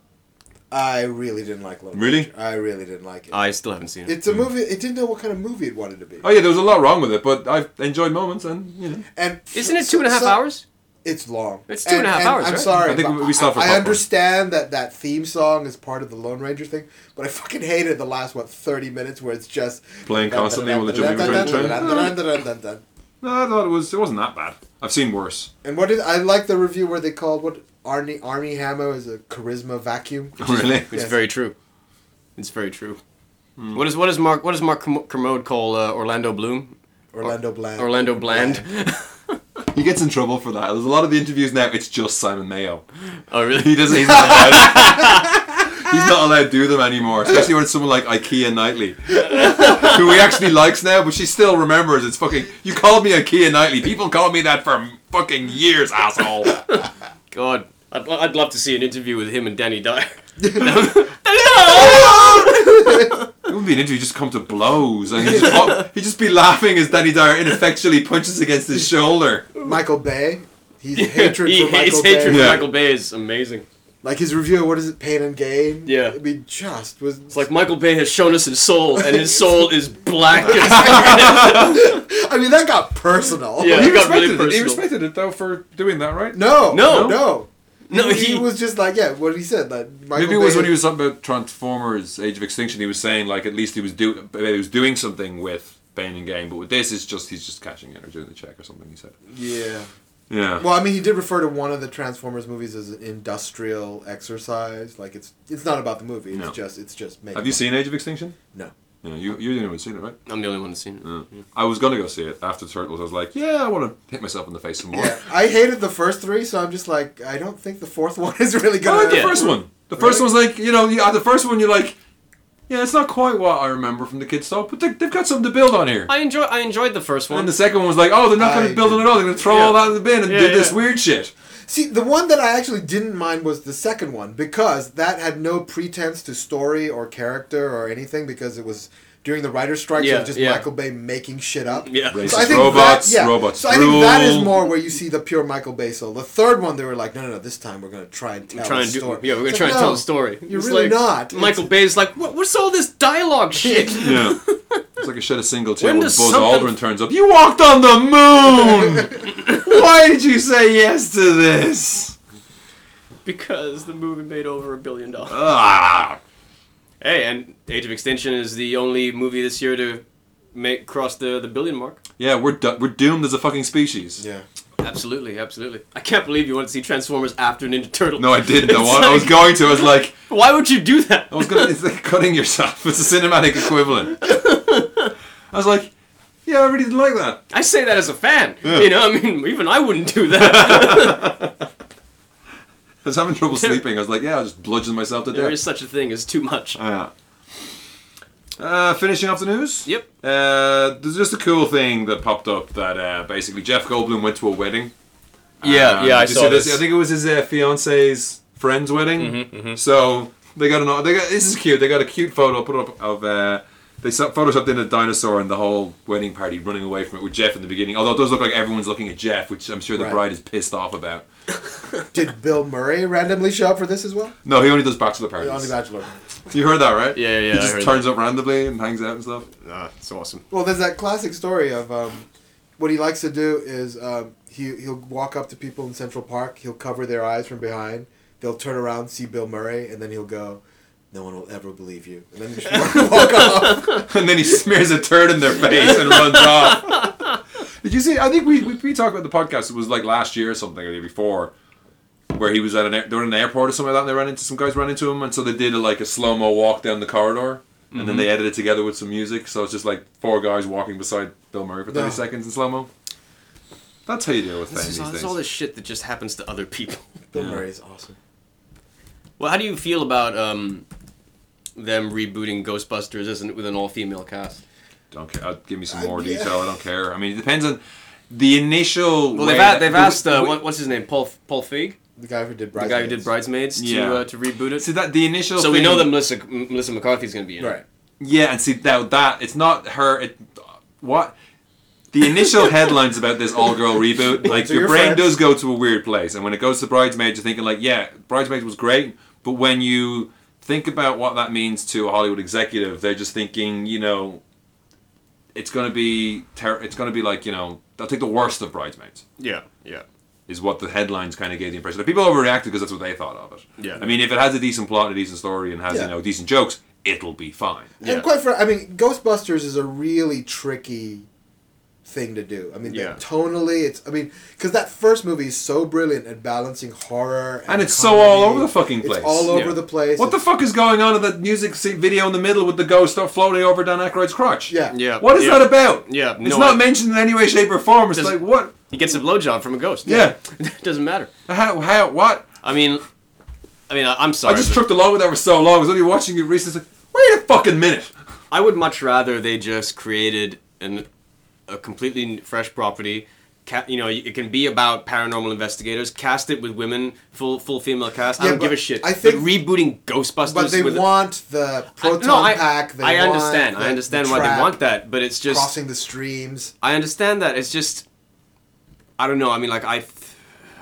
C: I really didn't like Lone
B: Really?
C: Ranger. I really didn't like it.
A: I still haven't seen it.
C: it's a movie. It didn't know what kind of movie it wanted to be.
B: Oh yeah, there was a lot wrong with it, but I've enjoyed moments, and you know,
C: And
A: Isn't it two and a half
C: so-
A: hours?
C: It's long.
A: It's two and a half hours,
C: I'm
A: right?
C: sorry.
B: I think
C: but
B: we stopped for
C: I, I
B: popcorn.
C: understand that that theme song is part of the Lone Ranger thing, but I fucking hated the last what 30 minutes where it's just
B: Playing constantly while they're jumping between
C: the train.
B: no, I thought it was it wasn't that bad. I've seen worse.
C: And what did I like the review where they called what Arnie Army Hammer is a charisma vacuum?
B: really?
A: It's
C: Yes.
A: very true. It's very true. What is what is Mark what does Mark Kerm- Kermode call uh, Orlando Bloom?
C: Orlando Bland.
A: Orlando Bland.
B: He gets in trouble for that. There's a lot of the interviews now. It's just Simon Mayo.
A: oh
B: He
A: really?
B: doesn't. He's not allowed. he's not allowed to do them anymore, especially when it's someone like IKEA Knightley, who he actually likes now, but she still remembers. It's fucking. You called me IKEA Knightley. People called me that for fucking years, asshole.
A: God, I'd, I'd love to see an interview with him and Danny Dyer.
B: It would be an interview. Just come to blows, and he'd just, he'd just be laughing as Danny Dyer ineffectually punches against his shoulder.
C: Michael Bay. He's hatred
A: He-
C: for Michael
A: his
C: Bay.
A: hatred for
B: Yeah.
A: Michael Bay is amazing.
C: Like his review, of what is it, Pain and Gain?
A: Yeah.
C: I mean, just was.
A: It's like Michael Bay has shown us his soul, and his soul is black. as-
C: I mean, that got personal.
A: Yeah.
B: He
A: It got really
B: respected, it. he
A: personal.
B: respected it though for doing that, right?
C: No,
A: No.
C: no,
A: no,
C: He,
A: he
C: was just like, yeah, what he said. Like Michael
B: Maybe it was
C: Bay-
B: when he was talking about Transformers: Age of Extinction. He was saying like at least he was do he was doing something with Bane and Game, but with this it's just he's just cashing in or doing the check or something. He said.
C: Yeah.
B: Yeah.
C: Well, I mean, he did refer to one of the Transformers movies as an industrial exercise. Like it's it's not about the movie. It's
B: No.
C: just it's just making.
B: Have you seen Age of Extinction?
C: No.
B: Yeah, you you didn't even see it, right?
A: I'm the only one that's seen it.
B: I was gonna go see it after Turtles. I was like, yeah, I want to hit myself in the face some more.
C: Yeah, I hated the first three, so I'm just like, I don't think the fourth one is really
B: I
C: gonna.
B: like the first one. The first one's like, you know, yeah, the first one you're like, yeah, it's not quite what I remember from the kids' stuff, but they, they've got something to build on here.
A: I enjoy. I enjoyed the first
B: and
A: one.
B: then the second one was like, oh, they're not going
C: I
B: to build on it at all. They're going to throw
A: Yeah.
B: all that in the bin and
A: Yeah,
B: do this
A: yeah.
B: weird shit.
C: See, the one that I actually didn't mind was the second one because that had no pretense to story or character or anything because it was during the writer's strike, so it
A: Yeah,
C: was just
A: yeah.
C: Michael Bay making shit up.
A: Yeah.
B: Racist
C: So I think
B: robots,
C: that, yeah.
B: robots.
C: So I think that is
B: rule.
C: more where you see the pure Michael Bay soul. The third one, they were like, no, no, no. This time we're gonna try and tell
A: trying
C: a
A: to do,
C: story.
A: yeah, we're gonna
C: It's
A: try
C: like,
A: and tell
C: no,
A: a story.
C: You're
A: It's
C: really
A: like-
C: not.
A: Michael Bay's like, what, what's all this dialogue shit?
B: Yeah. It's like a shed of single tear
A: When
B: when, Buzz
A: does something-
B: Aldrin turns up. You walked on the moon! Why did you say yes to this?
A: Because the movie made over a billion dollars.
B: Ah.
A: Hey, and Age of Extinction is the only movie this year to make cross the, the billion mark.
B: Yeah, we're, do- we're doomed as a fucking species.
C: Yeah.
A: Absolutely, absolutely. I can't believe you want to see Transformers after Ninja Turtle.
B: No, I didn't. I,
A: It's
B: wa- I was
A: like-
B: going to. I was like,
A: Why would you do that?
B: I was gonna, it's like cutting yourself. It's a cinematic equivalent. I was like, yeah, I really didn't like that.
A: I say that as a fan. You know, I mean, even I wouldn't do that.
B: I was having trouble sleeping. I was like, yeah, I will just bludgeon myself to
A: there
B: death.
A: is such a thing as too much.
B: Yeah. Uh, finishing off the news.
A: Yep.
B: Uh, there's just a cool thing that popped up that uh, basically Jeff Goldblum went to a wedding. Um, did you see I think it was his uh, fiance's friend's wedding.
A: Mm-hmm,
B: So they got an. They got this is cute. They got a cute photo put up of. Uh, they so- photoshopped in a dinosaur and the whole wedding party running away from it with Jeff in the beginning. Although it does look like everyone's looking at Jeff, which I'm sure the
C: Right.
B: bride is pissed off about.
C: Did Bill Murray randomly show up for this as well?
B: No, he only does bachelor
C: The
B: parties.
C: Only Bachelor.
B: You heard that, right?
A: Yeah, yeah, yeah,
B: He
A: I
B: just
A: heard
B: turns up randomly and hangs out and stuff.
A: Ah, it's awesome.
C: Well, there's that classic story of um, what he likes to do is um, he he'll walk up to people in Central Park. He'll cover their eyes from behind. They'll turn around, see Bill Murray, and then he'll go, "No one will ever believe you." And then he just walk, walk off.
B: and then he smears a turd in their face and runs off. Did you see? I think we, we we talked about the podcast. It was like last year or something, or the year before, where he was at an air, they were in an airport or something like that. And they ran into some guys ran into him, and so they did a, like a slow mo walk down the corridor, and then they edited it together with some music. So it's just like four guys walking beside Bill Murray for thirty
C: No.
B: seconds in slow mo. That's how you deal with
A: This
B: things
A: is all,
B: these
A: this
B: days.
A: is all this shit that just happens to other people.
C: Bill Murray is awesome.
A: Well, how do you feel about um, them rebooting Ghostbusters as an, with an all-female cast?
B: Don't care. Uh, give me some more
C: yeah.
B: detail. I don't care. I mean, it depends on the initial.
A: Well,
B: way
A: they've,
B: that-
A: a, they've
B: the-
A: asked uh,
B: the-
A: what, what's his name, Paul Paul Feig,
C: The guy who
A: the
C: did Bridesmaids.
A: guy who did Bridesmaids,
B: Yeah.
A: to uh, to reboot it.
B: See that the initial.
A: so we
B: thing-
A: know that Melissa Melissa McCarthy's going to be in. it.
C: Right.
B: Yeah, and see now that it's not her. It what the initial headlines about this all-girl reboot, like
C: So
B: your
C: you're
B: brain
C: friends.
B: does go to a weird place, and when it goes to bridesmaids, you're thinking like, yeah, bridesmaids was great, but when you think about what that means to a Hollywood executive, they're just thinking, you know, it's gonna be ter- it's gonna be like you know, they'll take the worst of bridesmaids
A: Yeah. Yeah.
B: is what the headlines kind of gave the impression. That people overreacted because that's what they thought of it.
A: Yeah.
B: I mean, if it has a decent plot, and a decent story, and has
C: Yeah.
B: you know decent jokes, it'll be fine.
A: Yeah.
C: And quite for I mean, Ghostbusters is a really tricky thing to do. I mean,
A: Yeah.
C: that tonally, it's I mean, because that first movie is so brilliant at balancing horror and,
B: And it's so all
C: comedy.
B: over the fucking place.
C: It's all over
A: Yeah.
C: the place.
B: What the
C: It's-
B: fuck is going on in that music se- video in the middle with the ghost stuff floating over Dan Aykroyd's crotch?
C: Yeah.
A: Yeah.
B: What is
A: yeah.
B: that about?
A: Yeah,
B: It's
A: no,
B: not
A: I-
B: mentioned in any way, shape, or form. It's
A: Does-
B: like what?
A: He gets a blowjob from a ghost.
B: Yeah.
A: Doesn't matter.
B: How? How? What?
A: I mean, I mean, I, I'm
B: I
A: sorry.
B: just
A: but
B: tripped along with that for so long. I was only watching it recently. It's like, wait a fucking minute.
A: I would much rather they just created an a completely n- fresh property. Ca- you know, it can be about paranormal investigators. Cast it with women, full full female cast. I
C: Yeah,
A: don't give
C: but
A: a shit.
C: I
A: I
C: think-
A: think rebooting Ghostbusters.
C: But they
A: with
C: want the proton
A: no, I,
C: pack. They
A: I
C: want
A: understand.
C: the-
A: I understand
C: the
A: why
C: trap
A: they want that, but it's just
C: crossing the streams.
A: I understand that. It's just I don't know. I mean, like I, th-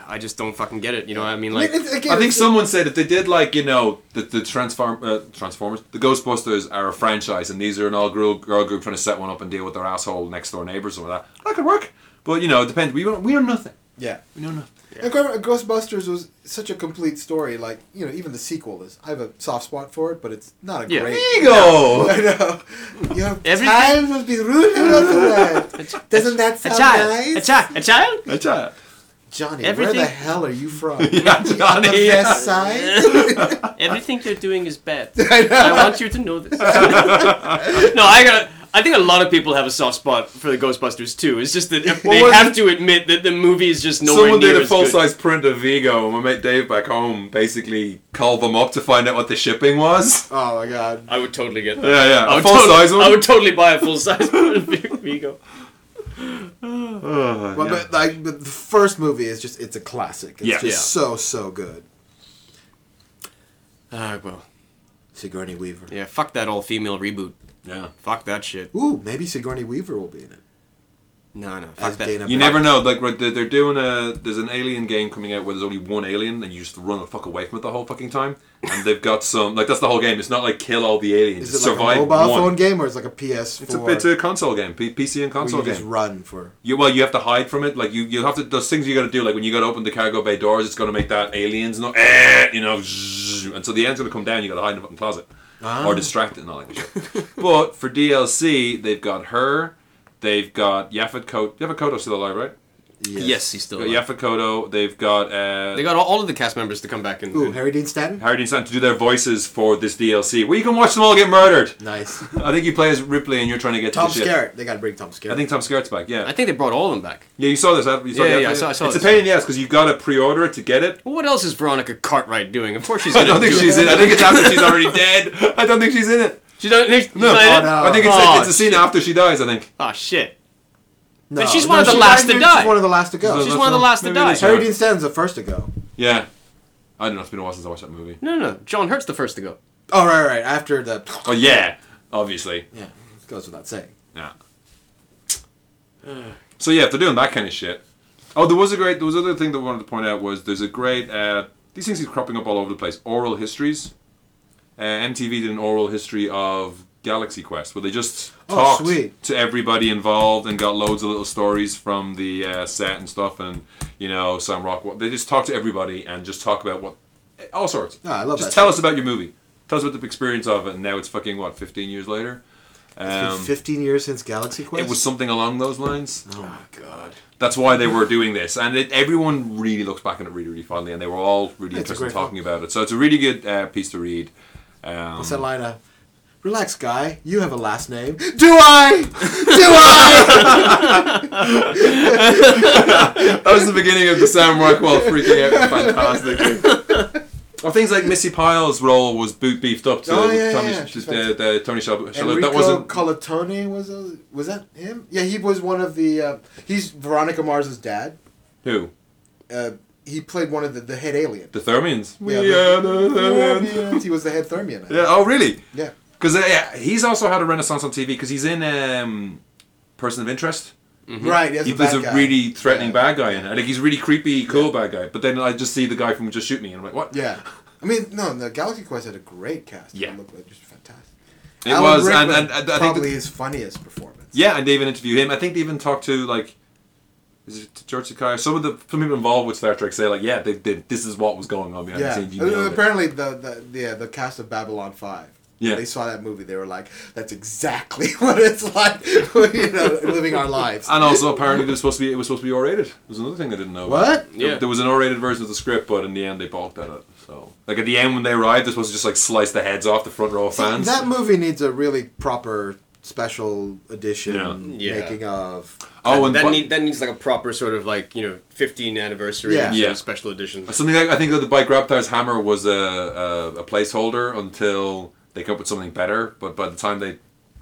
A: I just don't fucking get it. You know, I mean,
C: I
A: like,
C: mean, it's- again,
B: I think
C: it's-
B: someone said that they did like you know the the transform uh, Transformers, the Ghostbusters are a franchise, and these are an all girl girl group trying to set one up and deal with their asshole next door neighbors or that. That could work, but you know it depends. We don't, we know nothing.
C: Yeah.
B: We know nothing.
C: And Ghost- Ghostbusters was such a complete story. Like you know, even the sequel is. I have a soft spot for it, but it's not a
A: Yeah.
C: great.
B: Ego.
C: I know. Your
A: Everything-
C: time will be ruined after that. Doesn't that
A: a
C: sound
A: child, a
C: nice?
A: child, a child.
B: That's it.
C: Johnny,
A: Everything-
C: where the hell are you from?
B: Yeah,
C: The
B: Johnny.
C: West Side.
A: Everything you're doing is bad.
C: I know.
A: I want you to know this. no, I got. I think a lot of people have a soft spot for the Ghostbusters too. It's just that if
B: What
A: they
B: was
A: have to admit that the movie is just nowhere
B: Someone
A: near
B: did a
A: as
B: full
A: good.
B: size print of Vigo, and my mate Dave back home basically called them up to find out what the shipping was.
C: oh my god.
A: I would totally get that.
B: Yeah, yeah,
A: I
B: a
A: would,
B: full
A: totally,
B: size one.
A: I would totally buy a full size Vigo.
B: Oh,
C: But,
B: yeah.
C: but, like, but the first movie is just it's a classic. It's
B: Yeah.
C: just
B: Yeah.
C: so so good.
A: Ah, well,
C: Sigourney Weaver.
A: yeah. Fuck that all female reboot.
B: yeah.
A: Fuck that shit.
C: Ooh, maybe Sigourney Weaver will be in it.
A: No, no. Fuck
C: As
A: that.
C: Dana
B: You never know. Like right, they're they're doing a there's an alien game coming out where there's only one alien and you just run the fuck away from it the whole fucking time. And they've got some like that's the whole game. It's not like kill all the aliens.
C: Is
B: it's
C: it like
B: survive
C: a mobile
B: one.
C: phone game or is it like a PS4?
B: It's a, it's a console game, P- PC and console
C: where you just
B: game.
C: run for.
B: You, well, you have to hide from it. Like you, you have to those things you got to do. Like when you got to open the cargo bay doors, it's going to make that aliens no, eh, you know, zzz, and so the end's going to come down. You got to hide in the fucking closet
C: Ah.
B: or distract it and all that shit. but for DLC, they've got her, they've got Yaphet Koto. Yaphet Koto's still alive, right?
A: Yes, he's still.
B: They've
A: alive.
B: got Yafakoto, they've got uh
A: They got all, all of the cast members to come back and.
C: Ooh, Harry Dean Stanton.
B: Harry Dean Stanton to do their voices for this DLC. Where you can watch them all get murdered.
C: Nice.
B: I think you play as Ripley and you're trying to get to
C: Tom
B: the ship.
C: Skerritt. They gotta bring Tom Skerritt.
B: I think Tom Skerritt's back, yeah.
A: I think they brought all of them back.
B: yeah, you saw this. You saw
A: Yeah,
B: the
A: yeah, I
B: advert.
A: saw- I saw
B: It's a
A: this.
B: pain in the ass because you've got to pre-order it to get it.
A: Well, what else is Veronica Cartwright doing? Of course she's.
B: I
A: Gonna
B: don't think
A: do
B: she's
A: it.
B: in. I think it's after she's already dead. I don't think she's in it.
A: She don't. She's
B: No,
A: not in it?
C: no.
B: I think it's,
A: Oh,
B: it's a scene after she dies. I think.
A: Oh shit.
C: No,
A: But she's one of the
C: she
A: last
C: died-
A: to
C: maybe
A: die.
C: She's one of the last to
B: She's
C: go.
A: She's one of the last to
B: Maybe
A: die.
B: it is her.
C: Harry Dean Stanton's the first to go.
B: Yeah, I don't know. It's been a while since I watched that movie.
A: No, no, no. John Hurt's the first to go.
C: Oh right, right. After the
B: Oh yeah, obviously.
C: yeah, goes without saying.
B: Yeah. So yeah, if they're doing that kind of shit. Oh, there was a great. There was another thing that I wanted to point out was there's a great. Uh, these things keep cropping up all over the place. Oral histories. Uh, MTV did an oral history of Galaxy Quest, where they just
C: Oh,
B: talked
C: sweet.
B: to everybody involved and got loads of little stories from the uh, set and stuff, and you know Sam Rockwell. They just talk to everybody and just talk about what eh, all sorts.
C: No, Ah, I love
B: just
C: that
B: tell us about your movie. Tell us about the experience of it. And now it's fucking what 15 years later.
C: It's been 15 years since Galaxy Quest.
B: Um, It was something along those lines.
C: oh my god.
B: That's why they were doing this, and it, everyone really looks back on it really, really fondly, and they were all really
C: It's a
B: interested in
C: great
B: talking about it. So it's a really good uh, piece to read. Um,
C: What's that line of? Relax, guy. You have a last name. Do I? Do I?
B: that was the beginning of the Sam Rockwell freaking out, fantastic. thing. Or things like Missy Pyle's role was boot beefed up to
C: Oh, yeah,
B: Tommy,
C: yeah, yeah.
B: to, the, the Tony Shalhoub. Shalhoub.
C: Enrico
B: That wasn't
C: Colatone was a, was that him? Yeah, he was one of the. Uh, he's Veronica Mars's dad.
B: who
C: Uh, he played one of the, the head alien.
B: the Thermians.
C: Yeah,
B: We
C: the-
B: are the Thermians.
C: He was the head Thermian. I think.
B: Yeah. Oh, really?
C: Yeah.
B: Because uh, yeah, he's also had a renaissance on TV because he's in um, Person of Interest.
C: Right. He,
B: Mm-hmm.
C: has
B: he
C: the
B: plays
C: bad
B: a
C: guy.
B: really threatening
C: Yeah.
B: bad guy in it. Like he's a really creepy, cool bad guy. But then I just see the guy from Just Shoot Me, and I'm like, what?
C: Yeah. I mean, no, the Galaxy Quest had a great cast.
B: Yeah.
C: It looked like just fantastic.
B: It
C: Alan
B: was, and,
C: Rickman,
B: and, and I think
C: probably
B: that,
C: his funniest performance.
B: yeah, and they even interview him. I think they even talk to like, is it George Takei? or Some of the some people involved with Star Trek say like, yeah, they, they, this is what was going on behind
C: Yeah.
B: the scenes. You
C: Uh,
B: nailed it.
C: Apparently, the the the, yeah, the cast of Babylon Five.
B: Yeah.
C: They saw that movie. They were like, "That's exactly what it's like, you know, living our lives."
B: And also, apparently, it was supposed to be it was supposed to be R-rated. Was another thing I didn't know. about.
C: What?
B: There-
A: Yeah.
B: There was an R-rated version of the script, but in the end, they balked at it. So, like at the end when they arrived, they're supposed to just like slice the heads off the front row of fans.
C: That movie needs a really proper special edition
A: Yeah. Yeah.
C: making of.
B: oh, and
A: that,
B: but-
A: need, that needs like a proper sort of like you know 15 anniversary
C: Yeah.
A: sort of
B: Yeah.
A: special edition.
B: Something like I think that the bike Raptor's hammer was a, a, a placeholder until they come up with something better. But by the time they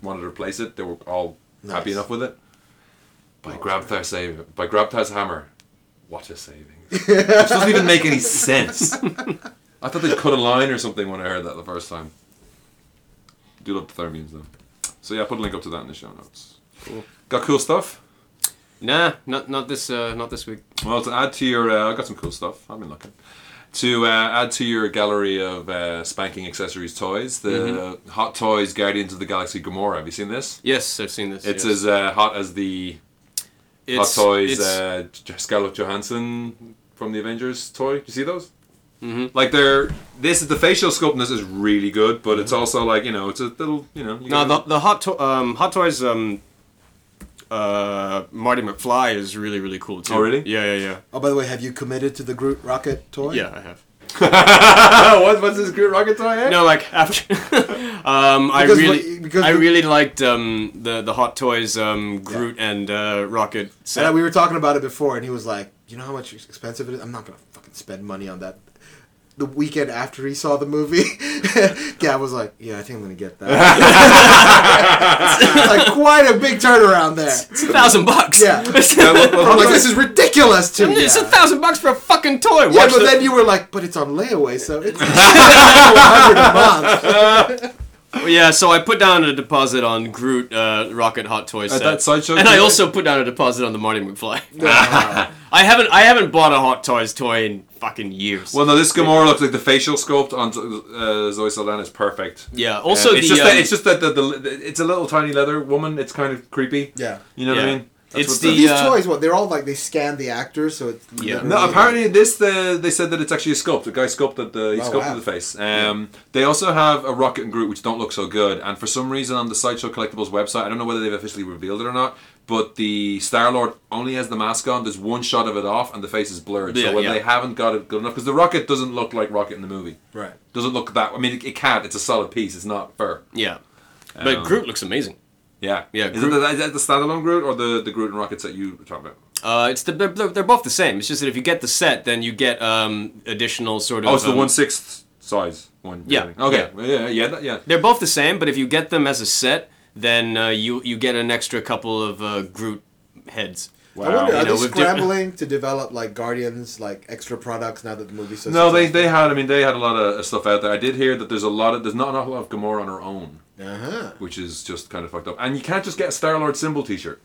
B: wanted to replace it, they were all happy
C: Nice.
B: enough with it. By Grabthar's save, by Grabthar's hammer, what a savings! Which doesn't even make any sense. I thought they'd cut a line or something when I heard that the first time. Do love the Thermians though. So yeah, I'll put a link up to that in the show notes. Got cool stuff.
D: Nah, not not this uh, not this week.
B: Well, to add to your, uh, I got some cool stuff. I've been looking. To uh, add to your gallery of uh, spanking accessories toys, the
D: Mm-hmm.
B: Hot Toys Guardians of the Galaxy Gamora. Have you seen this?
D: Yes, I've seen this.
B: It's
D: yes.
B: as uh, hot as the
D: It's-
B: Hot Toys
D: it's-
B: uh, J- Scarlett Johansson from the Avengers toy. Do you see those? Mm-hmm. Like they're this is the facial sculpt in this is really good, but it's also like you know it's a little you know. You
D: Mm-hmm. No, the,
B: gotta-
D: the hot to- um, hot toys um, uh, Marty McFly is really really cool too.
B: Oh, really?
D: Yeah, yeah,
C: Oh, by the way, have you committed to the Groot rocket toy?
D: yeah. Yeah, I have.
B: what, what's this Groot rocket toy? eh?
D: No, like after um, I
C: Because
D: really
C: what- because
D: I
C: we-
D: really liked um, the the hot toys um, Groot and uh, Rocket set.
C: And we were talking about it before, and he was like, "You know how much it's expensive it is? I'm not gonna fucking spend money on that." The weekend after he saw the movie, Gab was like, "Yeah, I think I'm gonna get that." it's like quite a big turnaround there.
D: it's a thousand bucks.
C: Yeah.
D: It's-
B: Yeah, well, well,
C: I'm like, "This is ridiculous to me."
D: It's a
C: Yeah,
D: thousand bucks for a fucking toy.
C: Yeah,
D: Watch
C: but
D: the-
C: then you were like, "But it's on layaway, so it's 100 a month."
D: yeah, so I put down a deposit on Groot uh, Rocket Hot Toy set.
B: that sideshow
D: and I
B: toy?
D: also put down a deposit on the Marty McFly.
C: Wow.
D: I haven't I haven't bought a Hot Toys toy in fucking years.
B: Well, no, this Gamora looks like the facial sculpt on uh, Zoe Saldana is perfect.
D: yeah. Also,
B: it's
D: the,
B: just
D: um,
B: that it's just that the, the, it's a little tiny leather woman. It's kind of creepy.
C: Yeah.
B: you know what
D: Yeah.
B: I mean. That's
D: It's
B: what
D: the,
C: These
D: uh,
C: toys, what they're all like, they scan the actors, so it's
D: Yeah.
C: literally-
B: no. Apparently, this the they said that it's actually a sculpt. The guy sculpted the he
C: Oh,
B: sculpted
C: wow.
B: the face. Um, They also have a Rocket and Groot, which don't look so good. And for some reason, on the Sideshow Collectibles website, I don't know whether they've officially revealed it or not. But the Star Lord only has the mask on. There's one shot of it off, and the face is blurred.
D: Yeah,
B: so whether
D: yeah.
B: they haven't got it good enough, because the Rocket doesn't look like Rocket in the movie.
C: right?
B: Doesn't look that. I mean, it, it can't. It's a solid piece. It's not fur.
D: yeah. But
B: Um,
D: Groot looks amazing.
B: Yeah,
D: Yeah,
B: Is,
D: Groot-
B: it the, is that the standalone Groot or the, the Groot and Rockets that you were talking about?
D: Uh, it's the they're, they're they're both the same. It's just that if you get the set, then you get um, additional sort of.
B: Oh, it's the
D: um,
B: one sixth size one.
D: Yeah.
B: you're getting. Okay. Yeah. Yeah. that- Yeah.
D: They're both the same, but if you get them as a set, then uh, you you get an extra couple of uh, Groot heads.
C: I wonder,
D: You
C: are
D: know,
C: they
D: we've di-
C: scrambling to develop like Guardians, like extra products now that the movie's so
B: No, they, they
C: successful?
B: had. I mean, they had a lot of stuff out there. I did hear that there's a lot of there's not an awful lot of Gamora on her own,
C: Uh-huh.
B: which is just kind of fucked up. And you can't just get a Star Lord symbol T-shirt.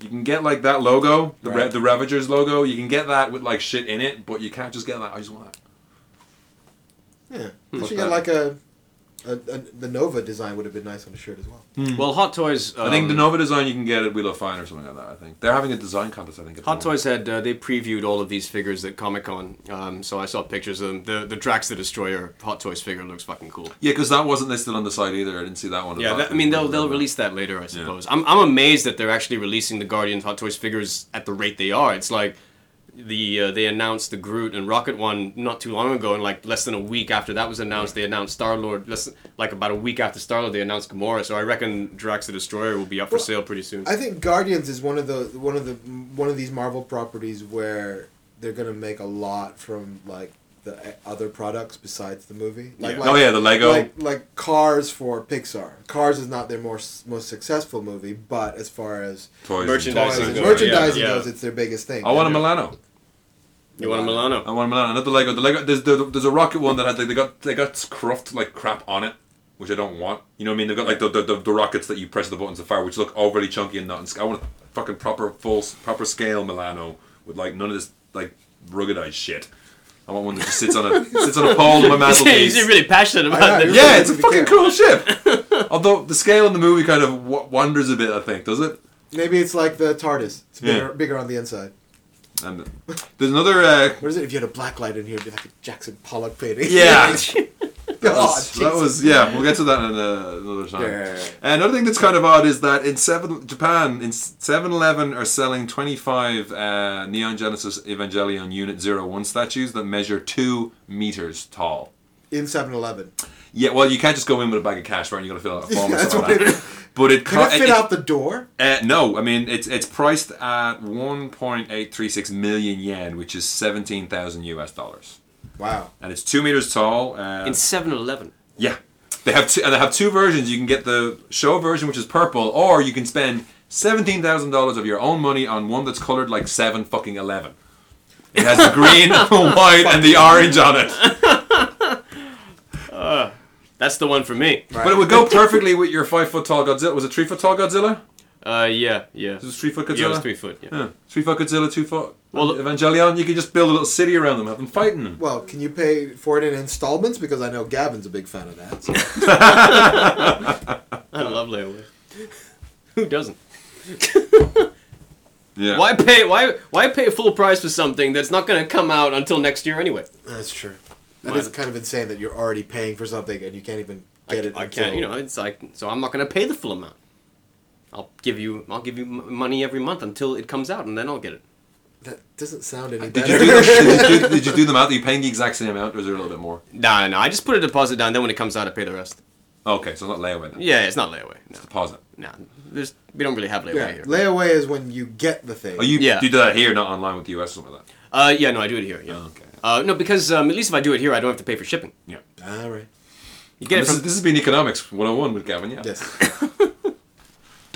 B: You can get like that logo, the Ra-
C: Right.
B: the Ravagers logo. You can get that with like shit in it, but you can't just get that. I just want that.
C: Yeah. You
B: Fuck
C: should
B: that.
C: get like a, a, a. The Nova design would have been nice on the shirt as well.
D: Well, Hot Toys. Um,
B: I think the Nova design you can get at Wheel of Fine or something like that. I think they're having a design contest. I think at the
D: Hot
B: moment.
D: Toys had uh, they previewed all of these figures at Comic Con, um, so I saw pictures of them. The the Drax the Destroyer Hot Toys figure looks fucking cool.
B: Yeah, because that wasn't listed on the site either. I didn't see that one.
D: Yeah, that, I mean they'll they'll release that later, I suppose. I'm I'm amazed that they're actually releasing the Guardians Hot Toys figures at the rate they are. It's like the uh, they announced the Groot and Rocket one not too long ago, and like less than a week after that was announced, they announced Star Lord. Less than- like about a week after Star Lord, they announced Gamora. So I reckon Drax the Destroyer will be up for
C: Well,
D: sale pretty soon.
C: I think Guardians is one of the one of the one of these Marvel properties where they're gonna make a lot from like the e, other products besides the movie. Like,
D: Yeah.
C: like
B: oh yeah, the Lego.
C: Like, like Cars for Pixar. Cars is not their most most successful movie, but as far as
B: toys and
D: Merchandising
B: toys.
D: goes,
C: merchandising
D: yeah.
C: goes, it's their biggest thing.
B: I want a Milano.
D: you want a
B: I
D: Milano?
B: want a Milano. Not the Lego. The Lego. There's the, there's a rocket one that had like, they got they got scruffed like crap on it, which I don't want. You know what I mean? They've got like the the, the, the rockets that you press the buttons to fire, which look overly chunky and not. In, sc- I want a fucking proper full s- proper scale Milano with like none of this like ruggedized shit. I want one that just sits on a sits on a pole on my mantelpiece.
D: He's really passionate
C: I
D: about
C: know,
D: this.
C: you're
B: Yeah,
C: Really
B: it's a
C: be
B: fucking
C: careful.
B: cool ship. Although the scale in the movie kind of w- wanders a bit, I think, does it?
C: Maybe it's like the TARDIS. It's bigger,
B: Yeah.
C: bigger on the inside.
B: And there's another. Uh,
C: What is it? If you had a black light in here, it'd be like a Jackson Pollock painting.
B: yeah, that
C: Oh,
B: was, that
C: Jesus.
B: was- yeah. We'll get to that in uh, another time.
C: Yeah, yeah, yeah.
B: And another thing that's kind of odd is that in seven Japan, in Seven Eleven are selling twenty five uh, Neon Genesis Evangelion Unit 01 statues that measure two meters tall.
C: in 7-Eleven.
B: Yeah, well, you can't just go in with a bag of cash, right? You got to fill out a form or
C: That's
B: something like
C: what it
B: that.
C: is.
B: But it,
C: Can
B: co-
C: it fit
B: it-
C: out the door?
B: Uh, no, I mean it's it's priced at 1.836 million yen, which is 17,000 US dollars,
C: Wow.
B: and it's two meters tall. Uh,
D: In 7-Eleven.
B: yeah, they have two, and they have two versions. You can get the show version, which is purple, or you can spend seventeen thousand dollars of your own money on one that's colored like seven fucking eleven. It has the green, the white, and the orange on it,
D: That's the one for me.
B: but it would go perfectly with your five foot tall Godzilla. Was it three foot tall Godzilla?
D: Uh, yeah, yeah.
B: Is it three foot Godzilla?
D: Yeah, it was three foot. Yeah.
B: Yeah. Three foot Godzilla, two foot
D: Well,
B: well, Evangelion. You can just build a little city around them, have them fighting them.
C: Well, can you pay for it in installments? Because I know Gavin's a big fan of that. so-
D: I love layaway. Who doesn't?
B: Yeah.
D: Why pay? Why why pay full price for something that's not going to come out until next year anyway?
C: That's true. That is kind of insane that you're already paying for something and you can't even get it.
D: I can't. You know, it's like so. I'm not going to pay the full amount. I'll give you. I'll give you m- money every month until it comes out, and then I'll get it.
C: That doesn't sound any
B: Did you, do the,
C: better.
B: did, you do, did you do the math? Are you paying the exact same amount, or is there a little bit more?
D: Nah, no. I just put a deposit down. Then when it comes out, I pay the rest.
B: Okay, so it's not layaway then.
D: Yeah, it's not layaway. No,
B: Deposit.
D: no. There's we don't really have layaway
C: yeah,
D: here.
C: layaway is when you get the thing.
B: Oh, you
D: Yeah.
B: you do that here, not online with the US or something like that.
D: uh, yeah, no, I do it here. Yeah.
B: Oh, okay.
D: Uh, no, because um, at least if I do it here, I don't have to pay for shipping.
B: Yeah.
C: All right.
D: You get it
B: this,
D: from
B: is, this has been economics 101 with Gavin. Yeah.
C: Yes.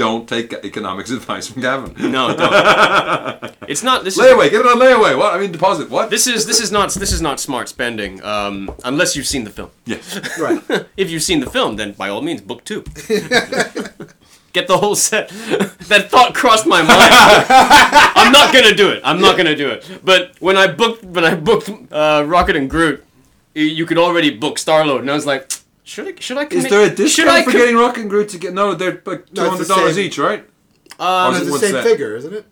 B: Don't take economics advice from Gavin.
D: No, don't. it's not. This is,
B: layaway. Get it on layaway. What? I mean, deposit. What?
D: this is this is not this is not smart spending. Um, unless you've seen the film.
B: Yeah.
C: right.
D: If you've seen the film, then by all means, book two. Get the whole set. that thought crossed my mind. I'm not gonna do it. I'm not gonna do it. But when I booked when I booked uh, Rocket and Groot, y- you could already book Star Lord, and I was like, should I should I commit?
B: Is there a
D: should I
B: discount for
D: com-
B: getting Rock and Groot to get? No, they're like two
C: No, it's
B: hundred
C: the
B: dollars
C: same.
B: each, right?
D: Uh,
B: Or is
C: It's
B: it
C: the
B: one
C: same
B: set?
C: figure, isn't it?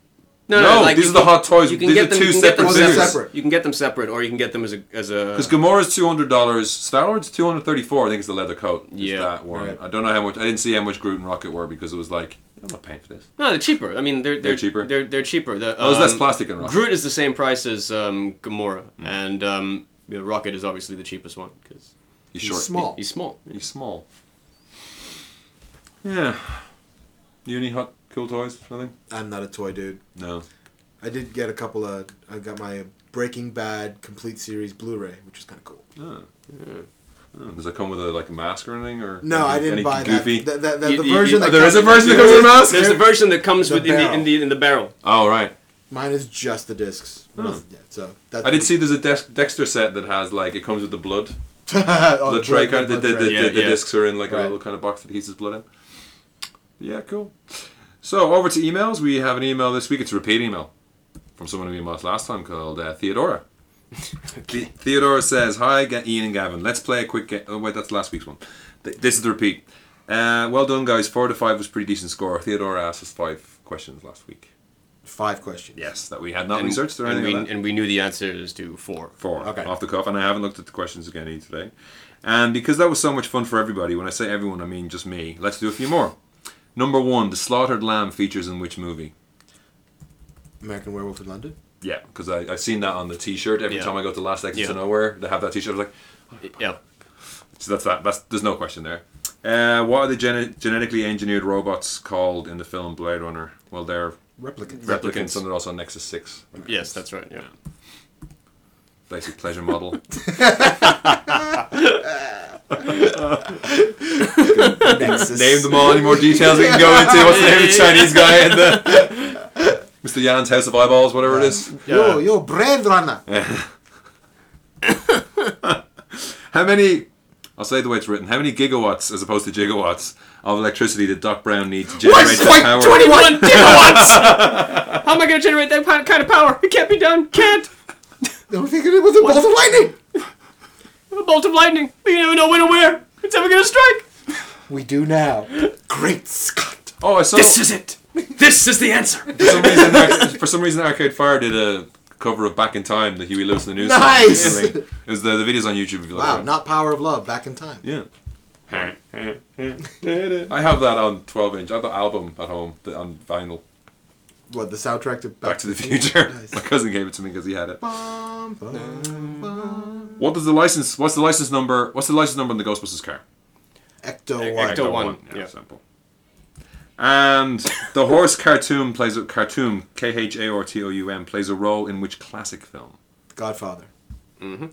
D: No,
B: No,
D: like,
B: these
D: you
B: are the
D: can-
B: hot toys.
D: You can
B: these
D: get
B: are
D: them
B: two
D: you can get
B: separate
D: them
C: figures.
B: figures.
C: separate.
D: You can get them separate, or you can get them as a as a.
B: Because Gamora's two hundred dollars. Star Lord's two hundred thirty-four. I think it's the leather coat. It's
D: Yeah.
B: that one.
C: Right.
B: I don't know how much. I didn't see how much Groot and Rocket were because it was like I'm not paying for this.
D: No, they're cheaper. I mean, they're they're,
B: cheaper?
D: They're they're cheaper. The,
B: Oh, there's less
D: um,
B: plastic in Rocket.
D: Groot is the same price as um, Gamora, and um, you know, Rocket is obviously the cheapest one because
B: He's
C: He's
B: short.
C: small.
D: he's small.
B: He's small. Yeah. You any hot cool toys? Nothing.
C: I'm not a toy dude.
B: No.
C: I did get a couple of. I got my Breaking Bad complete series Blu-ray, which is kind of cool.
B: No. Oh, Does that come with a like a mask or anything or
C: No, I didn't
B: any
C: buy
B: goofy?
C: that. That, that, that
D: You-
C: the
D: you-
C: version
D: you-
C: that
B: there
C: comes
B: is a version that comes with a mask?
D: There's the version that comes
C: The
D: with in the, in the in the barrel.
B: Oh right.
C: Mine is just the discs. Yeah, so that's
B: I did see there's a Dex- Dexter set that has like it comes with the blood.
C: Oh,
B: the tray kind of the, the, the,
D: Yeah,
B: the,
D: yeah.
B: discs are in like a
C: Right.
B: little kind of box that he's his blood in. Yeah, cool. So over to emails. We have an email this week. It's a repeat email from someone we met last time called uh, Theodora. The- Theodora says, "Hi, Ga- Ian and Gavin. Let's play a quick game. Oh wait, that's last week's one. Th- this is the repeat. Uh, well done, guys. Four to five was a pretty decent score. Theodora asked us five questions last week.
C: five questions.
B: Yes, that we had not
D: And-
B: researched or
D: and
B: anything.
D: we,
B: like that
D: and we knew the answers to four.
B: four
C: Okay.
B: off the cuff, and I haven't looked at the questions again either today. And because that was so much fun for everybody, when I say everyone, I mean just me. Let's do a few more. Number one, the slaughtered lamb features in which movie?
C: American Werewolf in London.
B: Yeah, because I I've seen that on the T-shirt every
D: Yeah.
B: time I go to Last Exit
D: Yeah.
B: to Nowhere. They have that T-shirt. I was like,
D: Yeah.
B: so that's that. That's there's no question there. Uh, what are the gene- genetically engineered robots called in the film Blade Runner? Well, they're
C: Replicants.
B: replicants, and they're also Nexus Six.
D: Yes, that's right. Yeah.
B: Basic pleasure model.
C: Nexus.
B: name them all. Any more details we can go into? What's the name of the Chinese guy in the Mr. Yan's House of Eyeballs, whatever it is?
C: Yo, yo, Blade Runner.
B: How many? I'll say it the way it's written. How many gigawatts, as opposed to gigawatts, of electricity did Doc Brown need to generate
D: Wait,
B: that power?
D: Twenty-one gigawatts. How am I going to generate that kind- kind of power? It can't be done. Can't.
C: They were thinking it was a bolt of lightning.
D: A bolt of lightning. We don't even know when or where. It's ever going to strike.
C: We do now. Great Scott.
B: Oh, I saw.
D: This is it. This is the answer.
B: for, some reason, Arc- for some reason, Arcade Fire did a cover of Back in Time, the Huey Lewis and the News. song.
C: Nice!
B: It was the, the videos on YouTube. If you look
C: Wow,
B: at it.
C: not Power of Love, back in time.
B: Yeah. I have that on 12 inch. I have the album at home the- on vinyl.
C: What, the soundtrack to
B: Back to the Future.
C: Nice.
B: My cousin gave it to me because he had it.
C: Bum, bum, bum.
B: What does the license? What's the license number? What's the license number on the Ghostbusters car?
C: Ecto
D: Ecto-
C: one.
D: Ecto- one,
B: Yeah,
D: yeah.
B: simple. And the horse Khartoum plays a Khartoum K H A R T O U M plays a role in which classic film?
C: Godfather.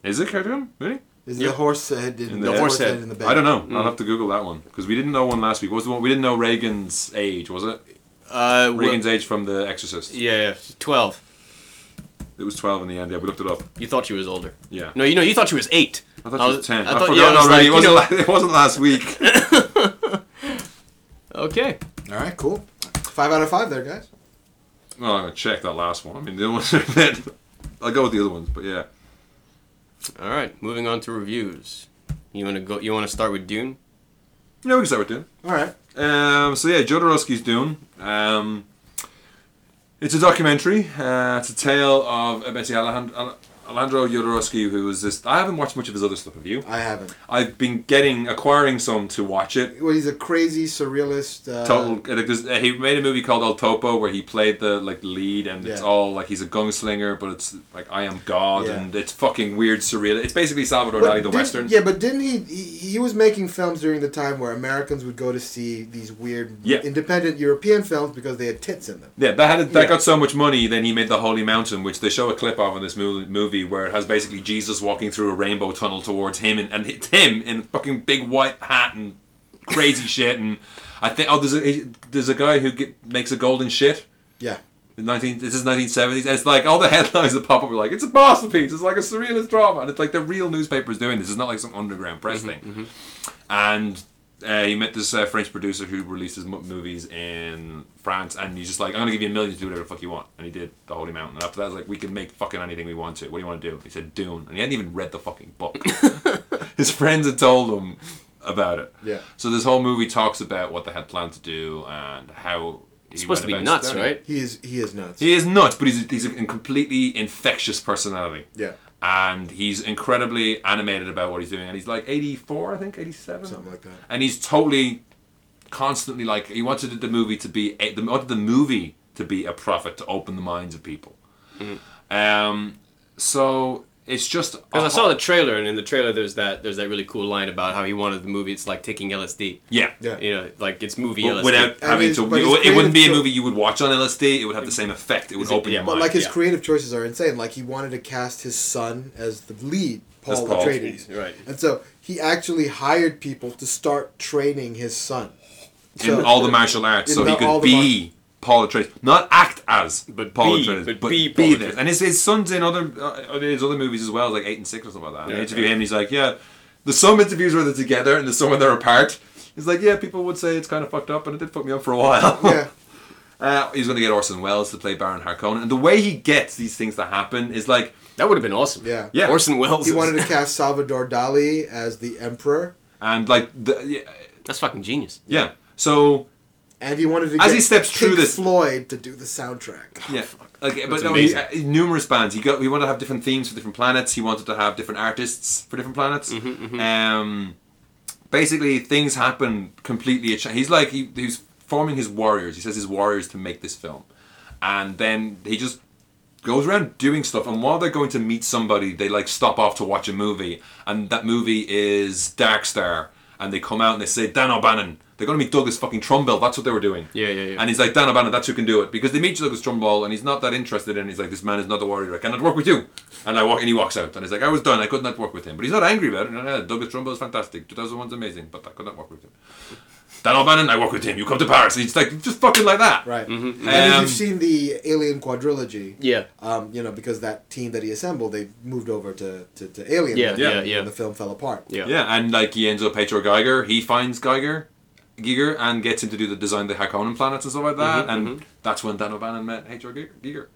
B: Is it Khartoum? Really?
C: Is
D: Yep.
C: the horse head in
B: the
D: horse head. Mm.
C: in the bed?
B: I don't know. I'll have to Google that one because we didn't know one last week. What was the one we didn't know Reagan's age? Was it
D: Uh, well,
B: Reagan's age from The Exorcist?
D: yeah, yeah, twelve.
B: It was twelve in the end. Yeah, we looked it up.
D: You thought she was older.
B: Yeah.
D: No, you know, you thought she was eight.
B: I thought
D: was-
B: it was ten.
D: I
B: I,
D: thought-
B: forgot
D: yeah, I was
B: already.
D: like,
B: it,
D: you
B: wasn't la- it wasn't last week.
D: Okay.
C: All right, cool. Five out of five there, guys.
B: No, I'm gonna check that last one. I mean, the other ones are dead. I'll go with the other ones, but yeah.
A: All right, moving on to reviews. You want to go? You want to start with Dune?
B: Yeah, we can start with Dune.
C: All right.
B: Um, so yeah, Jodorowsky's Dune. Um, it's a documentary. Uh, it's a tale of about Alejandro, Alejandro Jodorowsky, who was this. I haven't watched much of his other stuff. Have you?
C: I haven't.
B: I've been getting acquiring some to watch it.
C: Well, he's a crazy surrealist. Uh,
B: Total. like, there's- he made a movie called El Topo where he played the like lead, and it's
C: Yeah.
B: all like he's a gunslinger, but it's like I am God,
C: Yeah.
B: and it's fucking weird, surreal. It's basically Salvador
C: But
B: Dali, the
C: did-
B: Western.
C: Yeah, but didn't he, he? He was making films during the time where Americans would go to see these weird
B: Yeah.
C: independent European films because they had tits in them.
B: Yeah, that had that
C: Yeah.
B: got so much money. Then he made the Holy Mountain, which they show a clip of in this mo- movie, where it has basically Jesus walking through a rainbow tunnel towards him, and, and it's him in a fucking big white hat and crazy shit. And I think oh, there's a there's a guy who get, makes a golden shit.
C: Yeah.
B: in Nineteen, this is nineteen seventies, and it's like all the headlines that pop up are like, "It's a masterpiece." It's like a surrealist drama, and it's like the real newspapers doing this. It's not like some underground press
A: Mm-hmm,
B: thing. And uh, he met this uh, French producer who releases mo- movies in France, and he's just like, "I'm gonna give you a million to do whatever the fuck you want." And he did The Holy Mountain, and after that, I was like, "We can make fucking anything we want to. What do you want to do?" He said, "Dune," and he hadn't even read the fucking book. His friends had told him about it.
C: Yeah.
B: So this whole movie talks about what they had planned to do and how. It's
A: supposed to be nuts, right?
C: He is. He is nuts.
B: he is nuts, but he's he's a completely infectious personality.
C: yeah.
B: And he's incredibly animated about what he's doing, and he's like eighty four, I think, eighty seven,
C: Something like that.
B: And he's totally, constantly like he wanted the movie to be a, the wanted the movie to be a prophet to open the minds of people.
C: Hmm.
B: Um, so it's just
A: Because I saw the trailer, and in the trailer, there's that there's that really cool line about how he wanted the movie. It's like taking LSD.
B: yeah
C: Yeah.
A: You know, like it's movie
B: But
A: LSD.
B: without
C: And
B: having
C: he's-
B: to,
C: but he's
B: it, wouldn't be a
C: creative, so-
B: movie you would watch on LSD. It would have the same effect. It would
A: it-
B: open
A: yeah,
B: your
A: but
B: mind.
C: But like his
B: yeah.
C: creative choices are insane. Like he wanted to cast his son as the lead, Paul,
B: As Paul.
C: Atreides.
A: Right.
C: And so he actually hired people to start training his son.
B: in all the martial arts,
C: in
B: so
C: the-
B: he
C: all
B: could
C: the mar-
B: be Paul Atreides, not act as, but Paul
A: be-
B: Atreides,
A: but
B: but
A: be
B: be,
A: Paul
B: this.
A: Atreides.
B: And his, his son's in other uh, his other movies as well, like Eight and Six or something like that. And
A: Yeah,
B: they interview
A: yeah.
B: him, he's like, yeah. There's some interviews where they're together, and there's some where they're apart. He's like, yeah, people would say it's kind of fucked up, and it did fuck me up for a while.
C: Yeah.
B: uh, he's going to get Orson Welles to play Baron Harkonnen, and the way he gets these things to happen is like,
A: that would have been awesome.
C: Yeah.
B: Yeah.
A: Orson Welles.
C: He
A: is-
C: wanted to cast Salvador Dali as the emperor,
B: and like, the, yeah,
A: That's fucking genius.
B: yeah. So
C: and he wanted to
B: As
C: get
B: he steps through
C: Pink
B: this-
C: Floyd to do the soundtrack.
B: Yeah, okay, but
A: Oh, That's
B: no, he,
A: amazing.
B: uh, numerous bands. He got. He wanted to have different themes for different planets. He wanted to have different artists for different planets.
A: Mm-hmm,
B: Um, basically, things happen completely. a cha- He's like he, he's forming his warriors. He says his warriors to make this film, and then he just goes around doing stuff. And while they're going to meet somebody, they like stop off to watch a movie, and that movie is Dark Star. And they come out and they say Dan O'Bannon. They're going to meet Douglas fucking Trumbull. That's what they were doing.
A: Yeah, yeah, yeah.
B: And he's like, Dan O'Bannon, that's who can do it. Because they meet Douglas Trumbull and he's not that interested in it. He's like, this man is not a warrior. I cannot work with you. And I walk and he walks out. And he's like, I was done. I could not work with him. But he's not angry about it. No, no, Douglas Trumbull is fantastic. 2001's amazing. But I could not work with him. Dan O'Bannon, I work with him. You come to Paris. And he's like, just fucking like that.
C: Right. And if
B: Um,
C: you've seen the Alien quadrilogy,
A: Yeah.
C: um, you know, because that team that he assembled, they moved over to, to, to Alien.
A: Yeah,
C: when-
A: yeah,
C: when
A: yeah.
C: The film fell apart.
A: Yeah.
B: Yeah, and like he ends up Pedro Geiger, he finds Geiger, Giger, and gets him to do the design of the Harkonnen planets and stuff like
A: Mm-hmm,
B: that. and that's when Dan O'Bannon met H.R. Giger. Giger.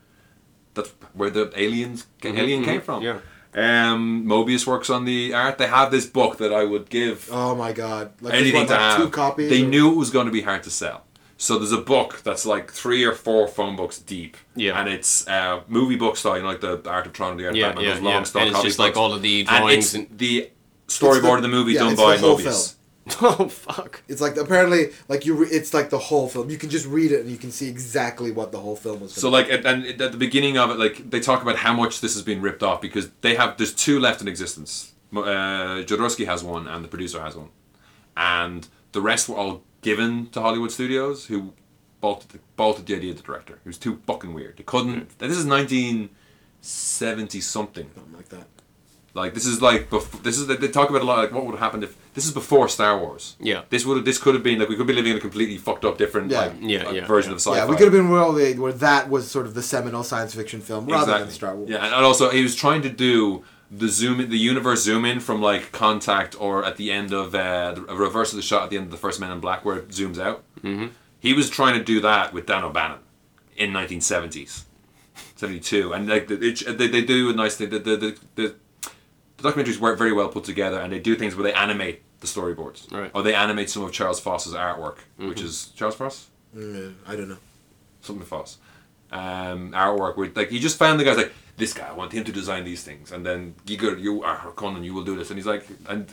B: That's where the aliens alien came from.
A: Mm-hmm, yeah.
B: Um, Mobius works on the art. They have this book that I would give
C: Oh my God! Like they
B: anything to
C: bought, like,
B: have.
C: Two copies.
B: They
C: or-
B: knew it was going to be hard to sell. So there's a book that's like three or four phone books deep.
A: Yeah.
B: And it's uh, movie book style, you know, like the Art of Tron and the Art
A: Yeah,
B: of Batman,
A: yeah,
B: those long
A: yeah.
B: stock
A: And it's
B: copy
A: just like
B: books.
A: all of the
B: And
A: drawings
B: it's
A: and-
B: the storyboard
C: It's
B: of
C: the-
B: the movie
C: yeah,
B: done
C: it's
B: by
C: the whole
B: Mobius.
A: oh fuck.
C: It's like apparently, like you, re- it's like the whole film. You can just read it and you can see exactly what the whole film was.
B: So like at, and at the beginning of it, like they talk about how much this has been ripped off because they have there's two left in existence. Mo- Uh, Jodorowsky has one and the producer has one, and the rest were all given to Hollywood studios who bolted the, bolted the idea of the director. It was too fucking weird. They
C: Hmm.
B: couldn't. This is 1970 something.
C: something like that.
B: Like this is like bef- this is they talk about a lot like what would have happened if this is before Star Wars.
A: Yeah.
B: This would this could have been like we could be living in a completely fucked up different
C: Yeah.
B: like
A: Yeah,
B: like,
A: yeah,
B: version
A: yeah.
B: of sci-fi.
C: Yeah, we could have been where, all the, where that was sort of the seminal science fiction film, rather than Star Wars.
B: Yeah, and and also he was trying to do the zoom, in, the universe zoom in from like Contact or at the end of uh, the a reverse of the shot at the end of the first Men in Black where it zooms out. Mm-hmm. He was trying to do that with Dan O'Bannon in 1970s, 72, and like the- it, they, they do a nice thing. The the, the, the the documentaries were very well put together, and they do things where they animate the storyboards,
A: Right.
B: or they animate some of Charles Foss's artwork, which is Charles Foss
C: Mm, I don't know.
B: something false. Um, artwork where like you just found the guy's like this guy. I want him to design these things, and then Giger, you are Conan, you will do this, and he's like, and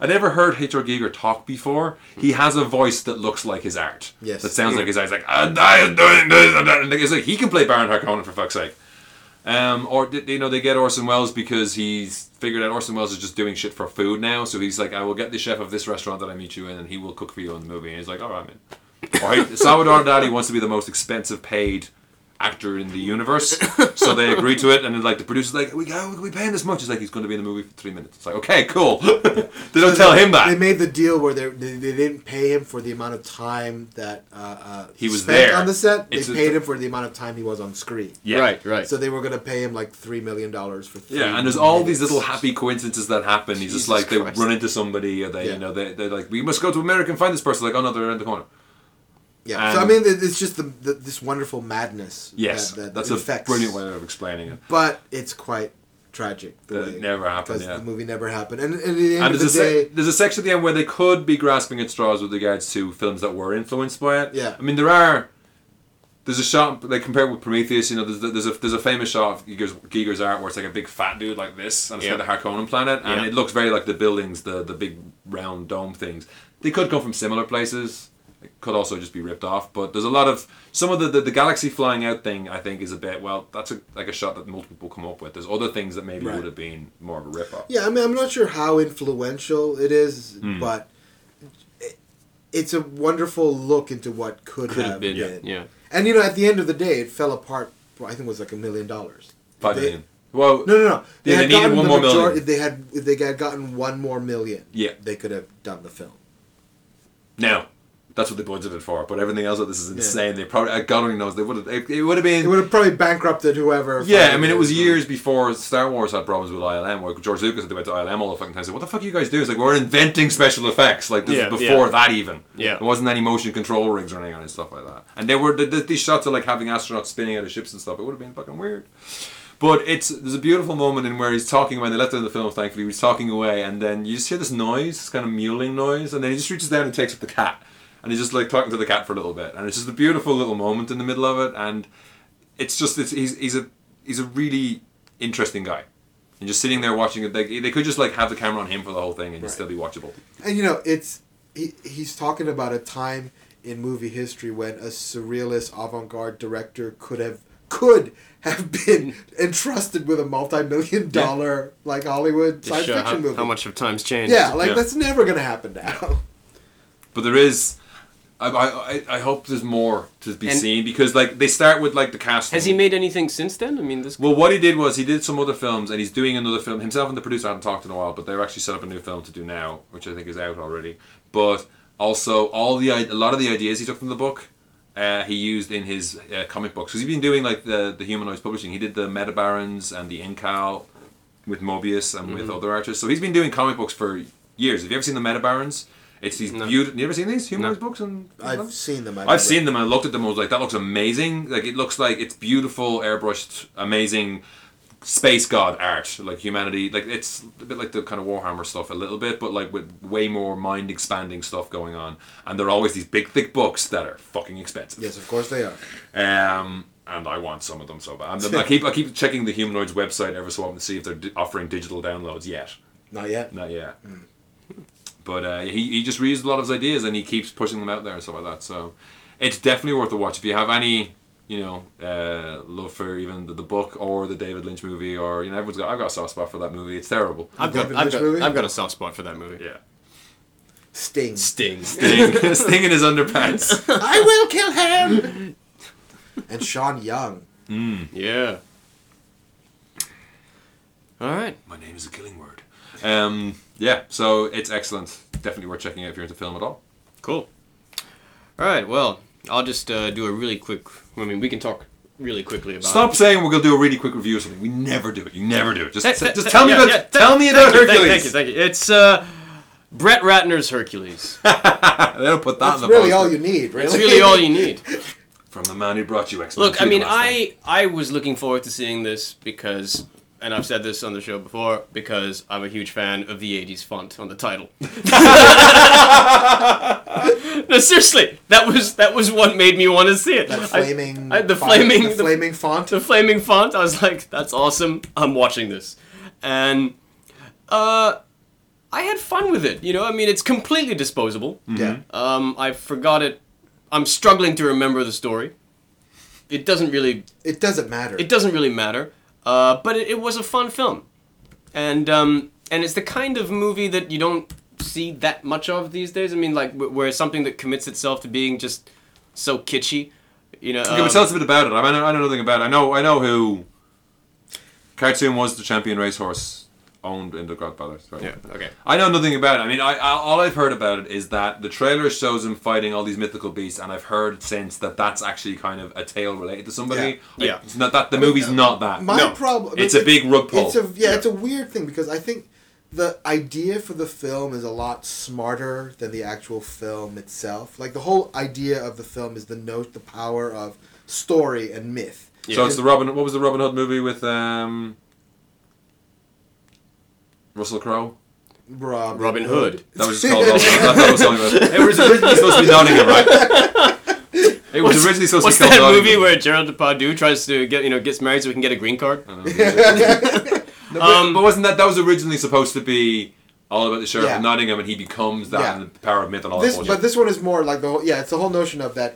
B: I never heard H.R. Giger talk before. He has a voice that looks like his art.
C: Yes.
B: that sounds like his art. He's like, and I am doing this, and, that. and it's like he can play Baron Harkonnen for fuck's sake. Um, or th- you know they get Orson Welles because he's figured out Orson Welles is just doing shit for food now. So he's like, I will get the chef of this restaurant that I meet you in, and he will cook for you in the movie. And he's like, all right, man. Or he- Salvador Dali wants to be the most expensive paid actor in the universe, so they agree to it. And then like the producer's like, we go, we pay him this much. He's like, he's going to be in the movie for three minutes. It's like, okay, cool. they don't tell him
C: They
B: that.
C: made the deal where they, they they didn't pay him for the amount of time that uh, uh,
B: He was
C: spent
B: there.
C: on the set. They
B: It's a-
C: paid him for the amount of time he was on screen.
B: Yeah.
A: Right, right.
C: So they were gonna pay him like three million dollars for. Three
B: Yeah, and there's all these
C: minutes.
B: little happy coincidences that happen. He's
A: Jesus
B: just like they
A: Christ.
B: run into somebody, or they,
C: Yeah.
B: you know, they, they're like, we must go to America and find this person. Like, oh no, they're around the corner.
C: Yeah. so I
B: and-
C: mean, it- it's just the, the this wonderful madness.
B: Yes,
C: that, that
B: that's
C: infects-
B: a brilliant way of explaining it.
C: But it's quite tragic.
B: That it never happened,
C: 'cause
B: yeah.
C: the movie never happened, and, and at the end
B: And
C: of
B: there's
C: the
B: a,
C: day,
B: sec there's a section at the end where they could be grasping at straws with regards to films that were influenced by it.
C: Yeah.
B: I mean, there are. There's a shot they compare it with Prometheus. You know, there's there's a there's a famous shot of Giger's, Giger's art where it's like a big fat dude like this, and it's
A: Yeah.
B: got the Harkonnen planet, and
A: Yeah.
B: it looks very like the buildings, the the big round dome things. They could come from similar places. It could also just be ripped off. But there's a lot of some of the the, the galaxy flying out thing. I think is a bit well. That's a like a shot that multiple people come up with. There's other things that maybe
C: Right.
B: would have been more of a rip off.
C: Yeah, I mean, I'm not sure how influential it is,
B: Hmm.
C: but it- it's a wonderful look into what could,
A: Could
C: have,
A: have been. Yeah.
C: And you know, at the end of the day, it fell apart. For, I think it was like a million dollars.
B: Five
C: They-
B: million. Well,
C: No, no, no.
B: Yeah, they needed
C: gotten
B: one
C: the
B: more
C: major-
B: million.
C: If they had, if they had gotten one more million,
B: Yeah.
C: they could have done the film.
B: No. That's what they budgeted for, but everything else, this is insane. They probably, uh, God only knows, they would have. It, it would have
C: It
B: been.
C: would have probably bankrupted whoever.
B: yeah, I
C: fucking
B: mean, it was
C: did.
B: years before Star Wars had problems with ILM, where George Lucas had to went to ILM all the fucking time. Said, "What the fuck are you guys doing?" It's like we're inventing special effects. Like this
A: Yeah,
B: is before
A: yeah.
B: that even.
A: Yeah.
B: there wasn't any motion control rigs or anything and stuff like that. And they were th- th- these shots of like having astronauts spinning out of ships and stuff. It would have been fucking weird. But it's there's a beautiful moment in where he's talking when they left it in the film. Thankfully, he's talking away, and then you just hear this noise, this kind of mewling noise, and then he just reaches down and takes up the cat, and he's just like talking to the cat for a little bit, and it's just a beautiful little moment in the middle of it, and it's just it's, he's he's a he's a really interesting guy, and just sitting there watching it, they, they could just like have the camera on him for the whole thing and it'd still be watchable.
C: And you know, it's he, he's talking about a time in movie history when a surrealist avant-garde director could have could have been entrusted with a multi-million dollar like Hollywood
A: Just
C: science
A: show
C: fiction
A: how,
C: movie.
A: how much of times changed.
C: Yeah, like
B: Yeah.
C: that's never gonna happen now.
B: But there is. I, I, I- I hope there's more to be
A: And-
B: seen because like they start with like the cast.
A: Has he made anything since then? I mean, this.
B: Well, what he did was he did some other films, and he's doing another film. Himself and the producer hadn't talked in a while, but they're actually set up a new film to do now, which I think is out already. But also, all the i- a lot of the ideas he took from the book, uh, he used in his uh, comic books because he's been doing like the the humanoids publishing. He did the Meta Barons and the Incal with Mobius and with other artists. So he's been doing comic books for years. Have you ever seen the Meta Barons? It's these
A: No.
B: beautiful. You ever seen these humanoids books and
C: I've seen them.
B: I've seen them. I looked at them. I was like, "That looks amazing! Like it looks like it's beautiful, airbrushed, amazing space god art. Like humanity. Like it's a bit like the kind of Warhammer stuff, a little bit, but like with way more mind expanding stuff going on. And they're always these big, thick books that are fucking expensive.
C: Yes, of course they are.
B: Um, and I want some of them so bad. And I keep I keep checking the humanoids website every so often to see if they're d- offering digital downloads yet.
C: Not yet.
B: Not yet. But uh, he, he just reused a lot of his ideas and he keeps pushing them out there and stuff like that. So it's definitely worth a watch. If you have any, you know, uh, love for even the, the book or the David Lynch movie or, you know, everyone's got, I've got a soft spot for that movie. It's terrible.
A: I've
C: David
A: got, I've,
C: Lynch
A: got,
C: movie?
A: I've got a soft spot for that movie.
B: Yeah.
C: Sting.
A: Sting.
B: Sting, Sting in his underpants.
C: I will kill him. and Sean Young.
A: yeah. All right.
B: My name is a killing word. Um, yeah, so it's excellent. Definitely worth checking out if you're into film at all.
A: Cool. All right. Well, I'll just uh, do a really quick. I mean, we can talk really quickly about.
B: Stop saying we're going to do a really quick review of something. We never do it. You never do it. Just,
A: Th- th-
B: just tell me
A: yeah,
B: about,
A: yeah, th-
B: tell me
A: thank
B: about
A: you, thank-
B: Hercules.
A: Thank you. Thank you. It's uh,
D: Brett Ratner's Hercules.
B: They don't put that in
C: That's
B: the
C: really
B: poster.
C: all you need, really.
D: That's really all you need.
B: From the man who brought you X.
D: Look, I mean, I I was looking forward to seeing this because, and I've said this on the show before, because I'm a huge fan of the '80s font on the title. no, seriously, that was that was what made me want to see it.
C: That
D: I-
C: flaming,
D: I- the
C: font-
D: flaming,
C: the
D: the-
C: flaming font.
D: the flaming font. I was like, that's awesome. I'm watching this. And uh, I had fun with it. You know, I mean, it's completely disposable.
C: Yeah.
B: Mm-hmm.
D: Um, I forgot it. I'm struggling to remember the story. It doesn't really.
C: It doesn't matter.
D: It doesn't really matter. Uh, but it, it was a fun film, and um, and it's the kind of movie that you don't see that much of these days. I mean, like wh- where it's something that commits itself to being just so kitschy. You know.
B: Okay,
D: um,
B: but tell us a bit about it. I, mean, I know nothing about it. I know, I know who. Cartoon was the champion racehorse owned in the Godfathers. Right?
D: yeah. Okay.
B: I know nothing about it. I mean, I, I all I've heard about it is that the trailer shows him fighting all these mythical beasts, and I've heard since that that's actually kind of a tale related to somebody.
D: Yeah. Yeah.
B: It's not that the movie's not that.
C: My
B: no.
C: problem.
B: It's a big rug pull.
C: It's a yeah, It's a weird thing because I think the idea for the film is a lot smarter than the actual film itself. Like the whole idea of the film is the note, the power of story and myth.
B: So it's the Robin. What was the Robin Hood movie with um, Russell Crowe?
C: Rob,
D: Robin Hood.
B: That was just called. Robin Hood. That's what it was talking about.
D: It was
B: It's supposed to be Nottingham, right? It was originally supposed
D: What's
B: to be
D: that
B: called
D: movie
B: Nottingham.
D: where Gerald Depardieu tries to get you know gets married so he can get a green card?
B: No, but,
D: um,
B: but wasn't that that was originally supposed to be all about the sheriff
C: Yeah.
B: of Nottingham and he becomes that
C: Yeah.
B: and the power of myth and all
C: This,
B: that
C: but
B: bullshit.
C: this one is more like the whole yeah. It's the whole notion of that.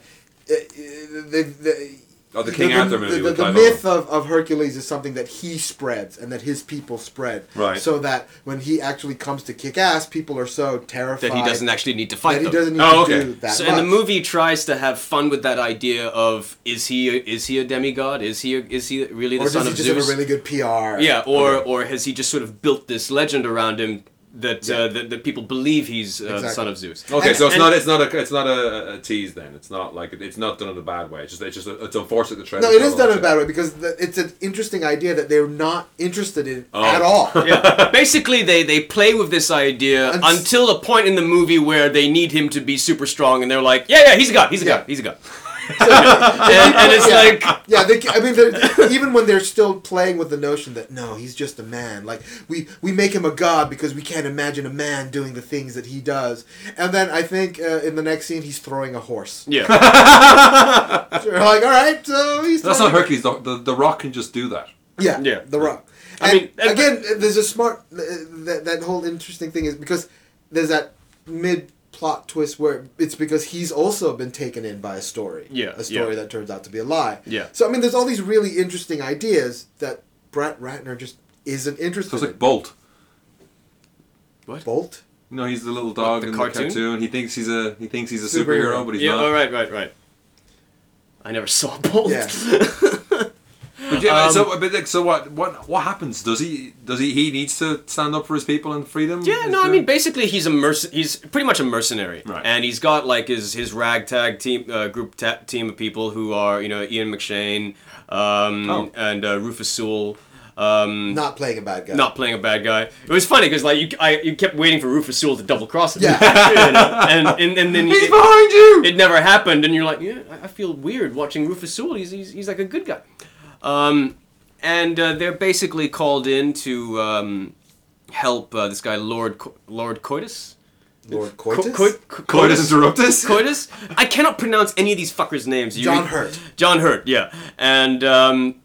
C: Uh, uh, the, the,
B: Oh, the King Arthur movie
C: The,
B: with
C: the
B: Clive
C: myth of, of Hercules is something that he spreads and that his people spread.
B: Right.
C: So that when he actually comes to kick ass, people are so terrified
D: That he doesn't actually need to fight
C: that he
D: them.
C: doesn't need
B: Oh,
C: to
B: okay.
C: do that.
D: so, and the
C: much.
D: movie tries to have fun with that idea of is he a, is he a demigod? Is he a, is he really the
C: or does
D: son
C: he
D: of
C: just
D: Zeus?
C: have a really good PR?
D: yeah, or or has he just sort of built this legend around him that
C: Yeah.
D: uh, that, that people believe he's uh, the
C: Exactly.
D: son of Zeus?
B: Okay,
D: And-
B: so it's
D: and-
B: not it's not a it's not a, a tease then. It's not like it's not done in a bad way. It's just it's just it's unfortunate the trailer.
C: No, it is
B: showed
C: done in
B: all
C: a
B: that
C: bad way because the, it's an interesting idea that they're not interested in
B: Oh.
C: at all.
D: yeah. Basically, they, they play with this idea
C: And s-
D: until a point in the movie where they need him to be super strong, and they're like, "Yeah, yeah, he's a god, he's a
C: Yeah.
D: god, he's a god," and, and it's
C: yeah.
D: like,
C: yeah, they, I mean, they're- even when they're still playing with the notion that no, he's just a man. Like we we make him a god because we can't imagine a man doing the things that he does. And then I think uh, in the next scene he's throwing a horse.
D: yeah.
C: They're like, all right, so he's
B: That's not
C: throwing-
B: Hercules. The, the, the Rock can just do that.
C: Yeah,
D: Yeah.
C: the rock.
D: I
C: And
D: mean, and-
C: again, there's a smart uh, that that whole interesting thing is because there's that mid plot twist where it's because he's also been taken in by a story.
D: Yeah,
C: a story
D: yeah.
C: that turns out to be a lie.
D: Yeah.
C: So I mean, there's all these really interesting ideas that Brett Ratner just isn't interested.
B: So it's like
C: in.
B: Bolt.
C: Bolt.
B: No, he's the little dog
D: the
B: in
D: cartoon?
B: the cartoon. He thinks he's a he thinks he's a
C: Superhero.
B: superhero, but he's
D: yeah,
B: not.
D: all right, right, right. I never saw Bolt.
C: Yeah.
B: But yeah,
D: Um,
B: so but like, so what what what happens? Does he does he he needs to stand up for his people and freedom?
D: Yeah,
B: Is
D: no, I
B: there-
D: mean basically he's a merc- he's pretty much a mercenary,
B: Right.
D: and he's got like his his ragtag team uh, group ta- team of people who are you know Ian McShane um,
B: Oh.
D: and uh, Rufus Sewell. Um,
C: Not playing a bad guy.
D: not playing a bad guy. It was funny because like you, I, you kept waiting for Rufus Sewell to double cross him.
C: Yeah.
D: You know, and, and and then
B: he's
D: it,
B: behind you.
D: it never happened, and you're like, yeah, I- I feel weird watching Rufus Sewell. He's he's, he's like a good guy. Um, and uh, they're basically called in to um, help uh, this guy Lord Co- Lord Coitus.
C: Lord
D: Co-
C: Coitus.
D: Coit- Co-
B: Coitus interruptus.
D: Coitus? I cannot pronounce any of these fuckers' names. You
C: John
D: read-
C: Hurt.
D: John Hurt, yeah. And um,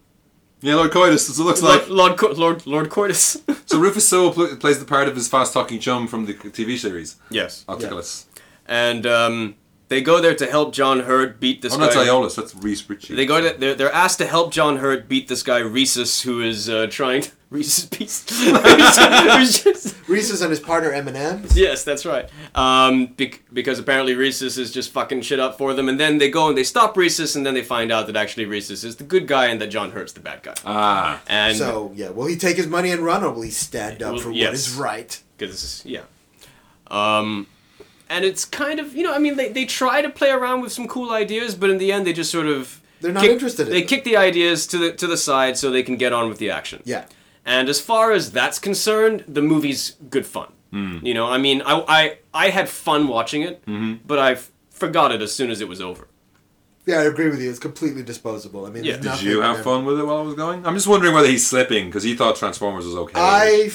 B: Yeah, Lord Coitus. So it looks like
D: Lord, Lord, Co- Lord, Lord Coitus.
B: so Rufus Sewell pl- plays the part of his fast talking chum from the TV series
D: yes.
B: Octopus.
D: And um, they go there to help John Hurt beat this
B: Oh,
D: guy.
B: that's Iolus. That's Reese Ritchie.
D: They go to, they're, they're asked to help John Hurt beat this guy Rhesus who is uh, trying to, Rhesus Beast. Who's just-
C: Reese's and his partner Eminem.
D: yes, that's right. Um, bec- because apparently Rhesus is just fucking shit up for them, and then they go and they stop Rhesus, and then they find out that actually Rhesus is the good guy and that John Hurt's the bad guy.
B: Ah,
D: and
C: So yeah, will he take his money and run, or will he stand up
D: Well,
C: for
D: yes.
C: what is right?
D: because yeah um and it's kind of you know i mean they, they try to play around with some cool ideas but in the end they just sort of
C: They're not
D: kick-
C: interested in
D: they
C: them.
D: kick the ideas to the to the side so they can get on with the action
C: Yeah.
D: and as far as that's concerned the movie's good fun You know, I mean, I, I, I had fun watching it, but I f- forgot it as soon as it was over.
C: Yeah, I agree with you. It's completely disposable. I mean,
D: Yeah.
C: there's
D: Did
B: Did
C: nothing
B: you have
C: there.
B: fun with it while I was going? I'm just wondering whether he's slipping because he thought Transformers was okay.
C: I f-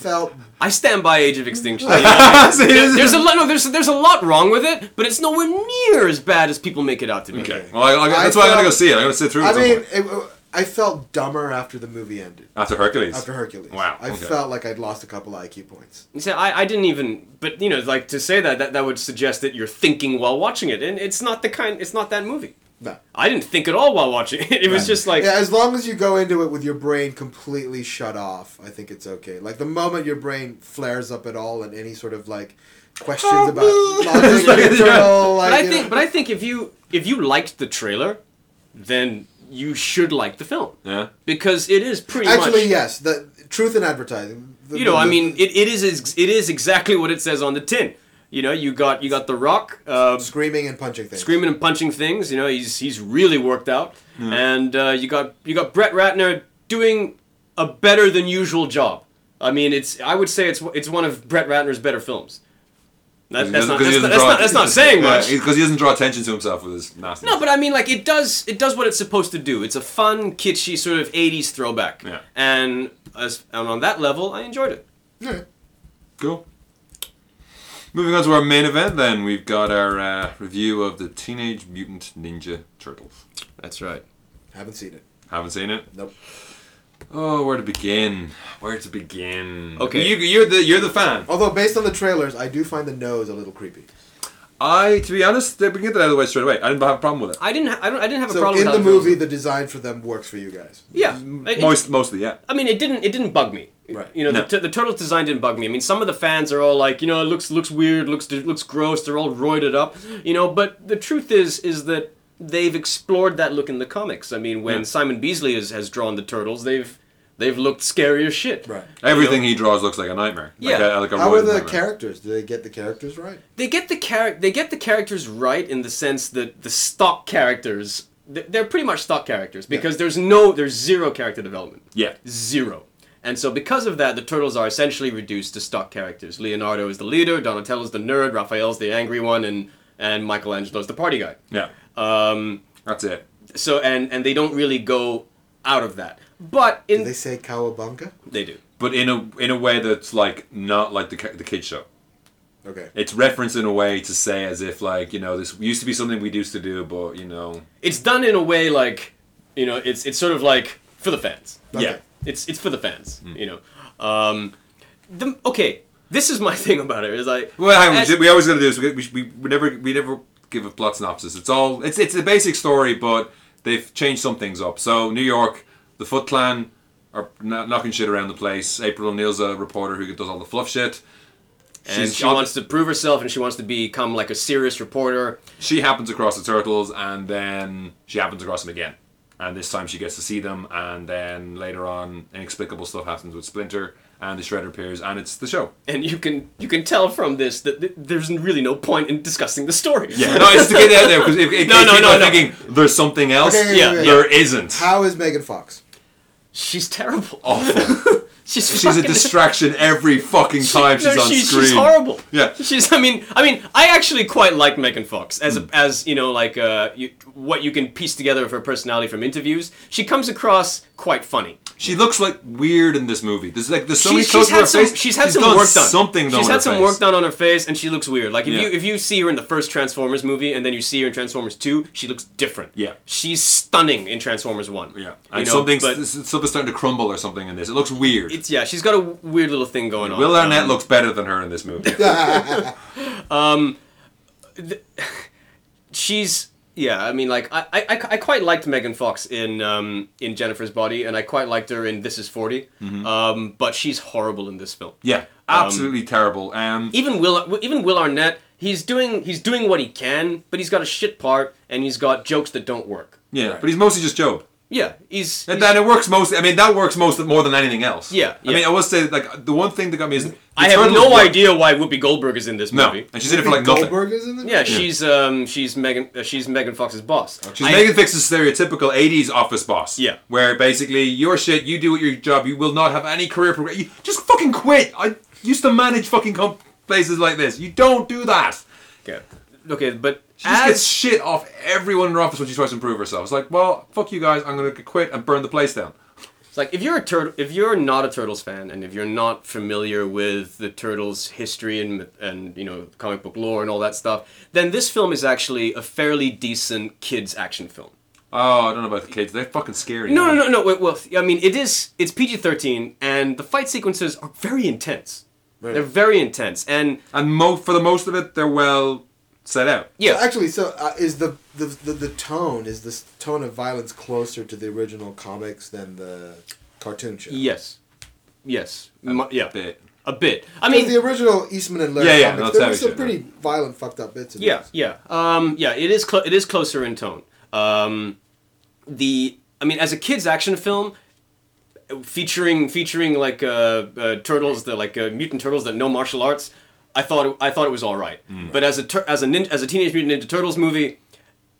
C: felt
D: I stand by Age of Extinction. you know.
B: See,
D: There-
B: this is-
D: there's a lot. No, there's there's a lot wrong with it, but it's nowhere near as bad as people make it out to be.
B: Okay. Well, I, I, that's
C: I
B: why I gotta go
C: felt-
B: see it. I gotta sit through it.
C: I
B: at some
C: mean,
B: point.
C: it, I felt dumber after the movie ended.
B: after Hercules.
C: After Hercules.
B: Wow,
C: I
B: okay.
C: felt like I'd lost a couple IQ points.
D: You say, I, I didn't even, but you know, like to say that, that that would suggest that you're thinking while watching it, and it's not the kind. It's not that movie.
C: No.
D: I didn't think at all while watching it. It was just like,
C: Yeah, as long as you go into it with your brain completely shut off, I think it's okay. Like the moment your brain flares up at all and any sort of like questions
B: Oh,
C: about
B: boo.
C: logic,
B: Like,
C: internal,
B: yeah.
D: but
C: like, uh,
D: I
C: you
D: think,
C: know.
D: but I think if you if you liked the trailer, then you should like the film
B: Yeah.
D: because it is pretty
C: actually
D: much.
C: yes, the truth in advertising. The-
D: You know,
C: the-
D: I mean, it, it is ex- it is exactly what it says on the tin. You know, you got you got the Rock. Uh,
C: screaming and punching things.
D: screaming and punching things. You know, he's he's really worked out, and uh, you got you got Brett Ratner doing a better than usual job. I mean, it's I would say it's it's one of Brett Ratner's better films. That, that's not
B: Because
D: that's,
B: he doesn't
D: not, that's
B: draw-
D: not that's not saying
B: Yeah,
D: much.
B: Because he doesn't draw attention to himself with his nastiness.
D: No, but I mean, like it does. It does what it's supposed to do. It's a fun, kitschy sort of '80s throwback.
B: Yeah.
D: And as and on that level, I enjoyed it.
C: Yeah.
B: Cool. Moving on to our main event, then we've got our uh, review of the Teenage Mutant Ninja Turtles.
D: That's right.
C: Haven't seen it.
B: Haven't seen it.
C: Nope.
B: Oh, where to begin? Where to begin?
D: Okay.
B: you, you're the you're the fan.
C: Although based on the trailers, I do find the nose a little creepy.
B: I, to be honest, they- we can get that out of the way straight away. I didn't have a problem with it.
D: I didn't. Ha- I don't. I didn't have a
C: So
D: problem
C: in
D: with
C: the
D: how film was-
C: movie, the design for them works for you guys.
D: Yeah. It- it-
B: Most, mostly, yeah.
D: I mean, it didn't. It didn't bug me.
C: Right.
D: You know,
B: No.
D: the, t- the turtles design didn't bug me. I mean, some of the fans are all like, you know, it looks looks weird, looks it looks gross. They're all roided up. You know, but the truth is, is that they've explored that look in the comics. I mean, when
B: Yeah.
D: Simon Beasley has, has drawn the turtles, they've they've looked scary as shit.
C: Right.
B: Everything he draws looks like a nightmare. Like
D: Yeah.
B: a- like a
C: How are
B: roided
C: the
B: nightmare.
C: characters? Do they get the characters right?
D: They get the char- They get the characters right in the sense that the stock characters. th- They're pretty much stock characters because there's no, there's zero character development.
B: Yeah.
D: Zero. And so, because of that, the turtles are essentially reduced to stock characters. Leonardo is the leader, Donatello's the nerd, Raphael's the angry one, and and Michelangelo's the party guy.
B: Yeah.
D: Um,
B: That's it.
D: so, and and they don't really go out of that. But in
C: Do they say cowabunga?
D: they do.
B: But in a in a way that's like not like the ki- the kid show.
C: Okay.
B: It's referenced in a way to say as if like you know this used to be something we used to do, but you know
D: It's done in a way like, you know, it's it's sort of like for the fans.
C: Okay.
B: yeah.
D: It's it's for the fans,
C: Hmm.
D: you know. Um, the, okay, this is my thing about it. Is like
B: Well, hang on,
D: as-
B: we, we always got to do this. We, we, we never we never give a plot synopsis. It's all it's it's a basic story, but they've changed some things up. So New York, the Foot Clan are kno- knocking shit around the place. April O'Neil's a reporter who does all the fluff shit.
D: and
B: She's-
D: she wants to prove herself, and she wants to become like a serious reporter.
B: she happens across the turtles and then she happens across them again and this time she gets to see them and then later on inexplicable stuff happens with splinter and the shredder appears and it's the show
D: and you can you can tell from this that th- there's really no point in discussing the story.
B: no it's to get it out there because if, if
D: No,
B: if
D: no,
B: people
D: no,
B: are
D: no.
B: thinking there's something else
C: Okay, yeah,
D: yeah, yeah.
B: there isn't
C: How is Megan Fox?
D: she's terrible.
B: awful
D: she's
B: she's a
D: fucking-
B: distraction every fucking time
D: She- no,
B: she's on
D: she's,
B: screen
D: she's horrible.
B: Yeah.
D: she's. I mean, I mean, I actually quite like Megan Fox as
B: Hmm.
D: a, as you know, like uh, you, what you can piece together of her personality from interviews. She comes across quite funny.
B: she looks like weird in this movie there's like there's so many
D: she's,
B: close
D: she's
B: to her
D: had some.
B: face
D: She's had some
B: done
D: work done.
B: something though
D: She's
B: in
D: had
B: her
D: some
B: face.
D: work done on her face, and she looks weird. Like if
B: Yeah.
D: you if you see her in the first Transformers movie, and then you see her in Transformers Two, she looks different.
B: Yeah.
D: she's stunning in Transformers One.
B: yeah
D: You
B: and
D: know,
B: something's
D: but-
B: stuff is starting to crumble or something in this it looks weird
D: It's yeah, she's got a w- weird little thing going on.
B: Will Arnett
D: Um,
B: looks better than her in this movie.
D: She's yeah. I mean, like I, I, I- I quite liked Megan Fox in um, in Jennifer's Body, and I quite liked her in This Is 40 Um, but she's horrible in this film.
B: yeah, absolutely terrible. Um,
D: Even Will even Will Arnett, he's doing he's doing what he can, but he's got a shit part, and he's got jokes that don't work.
B: yeah, but he's mostly just Job.
D: Yeah, he's,
B: And
D: he's-
B: then it works most. I mean, that works most more than anything else.
D: Yeah,
B: I mean,
D: yeah.
B: I will say like the one thing that got me is the
D: I have
B: Turtles
D: no
B: work-
D: idea why Whoopi Goldberg is in this
B: No,
D: movie.
B: and she's in it for like nothing.
C: Goldberg is in the
D: Yeah, she's um she's Megan uh, she's Megan Fox's boss.
B: She's
D: I-
B: Megan Fix's stereotypical '80s office boss.
D: Yeah.
B: where basically your shit, you do your job, you will not have any career progress. You just fucking quit. I used to manage fucking comp- places like this. You don't do that.
D: Okay. Okay, but
B: She just
D: as
B: gets shit off everyone in her office when she tries to improve herself. It's like, well, fuck you guys. I'm gonna quit and burn the place down.
D: It's like if you're a turtle, if you're not a Turtles fan, and if you're not familiar with the Turtles' history and and you know comic book lore and all that stuff, then this film is actually a fairly decent kids action film.
B: Oh, I don't know about the kids. They're fucking scary.
D: No,
B: man.
D: no, no, no. Wait, well, I mean, it is. It's PG-13, and the fight sequences are very intense. They're very intense, and
B: And mo- for the most of it, they're well set out.
D: yeah,
C: So actually, so uh, is the, the the the tone is this tone of violence closer to the original comics than the cartoon show?
D: yes, yes, Mu- yeah,
B: A bit.
D: a bit. I
C: Because
D: mean,
C: the original Eastman and Laird
B: Yeah, yeah, that's
C: comics, there
B: how
C: were
B: it
C: some
B: should,
C: pretty violent, fucked up bits. In
D: Yeah,
C: those.
D: yeah, um, yeah. It is clo- it is closer in tone. Um, the I mean, as a kids' action film, featuring featuring like uh, uh, turtles, the like uh, mutant turtles that know martial arts, I thought it, I thought it was all right. But as a tur- as a nin- as a teenage mutant ninja turtles movie,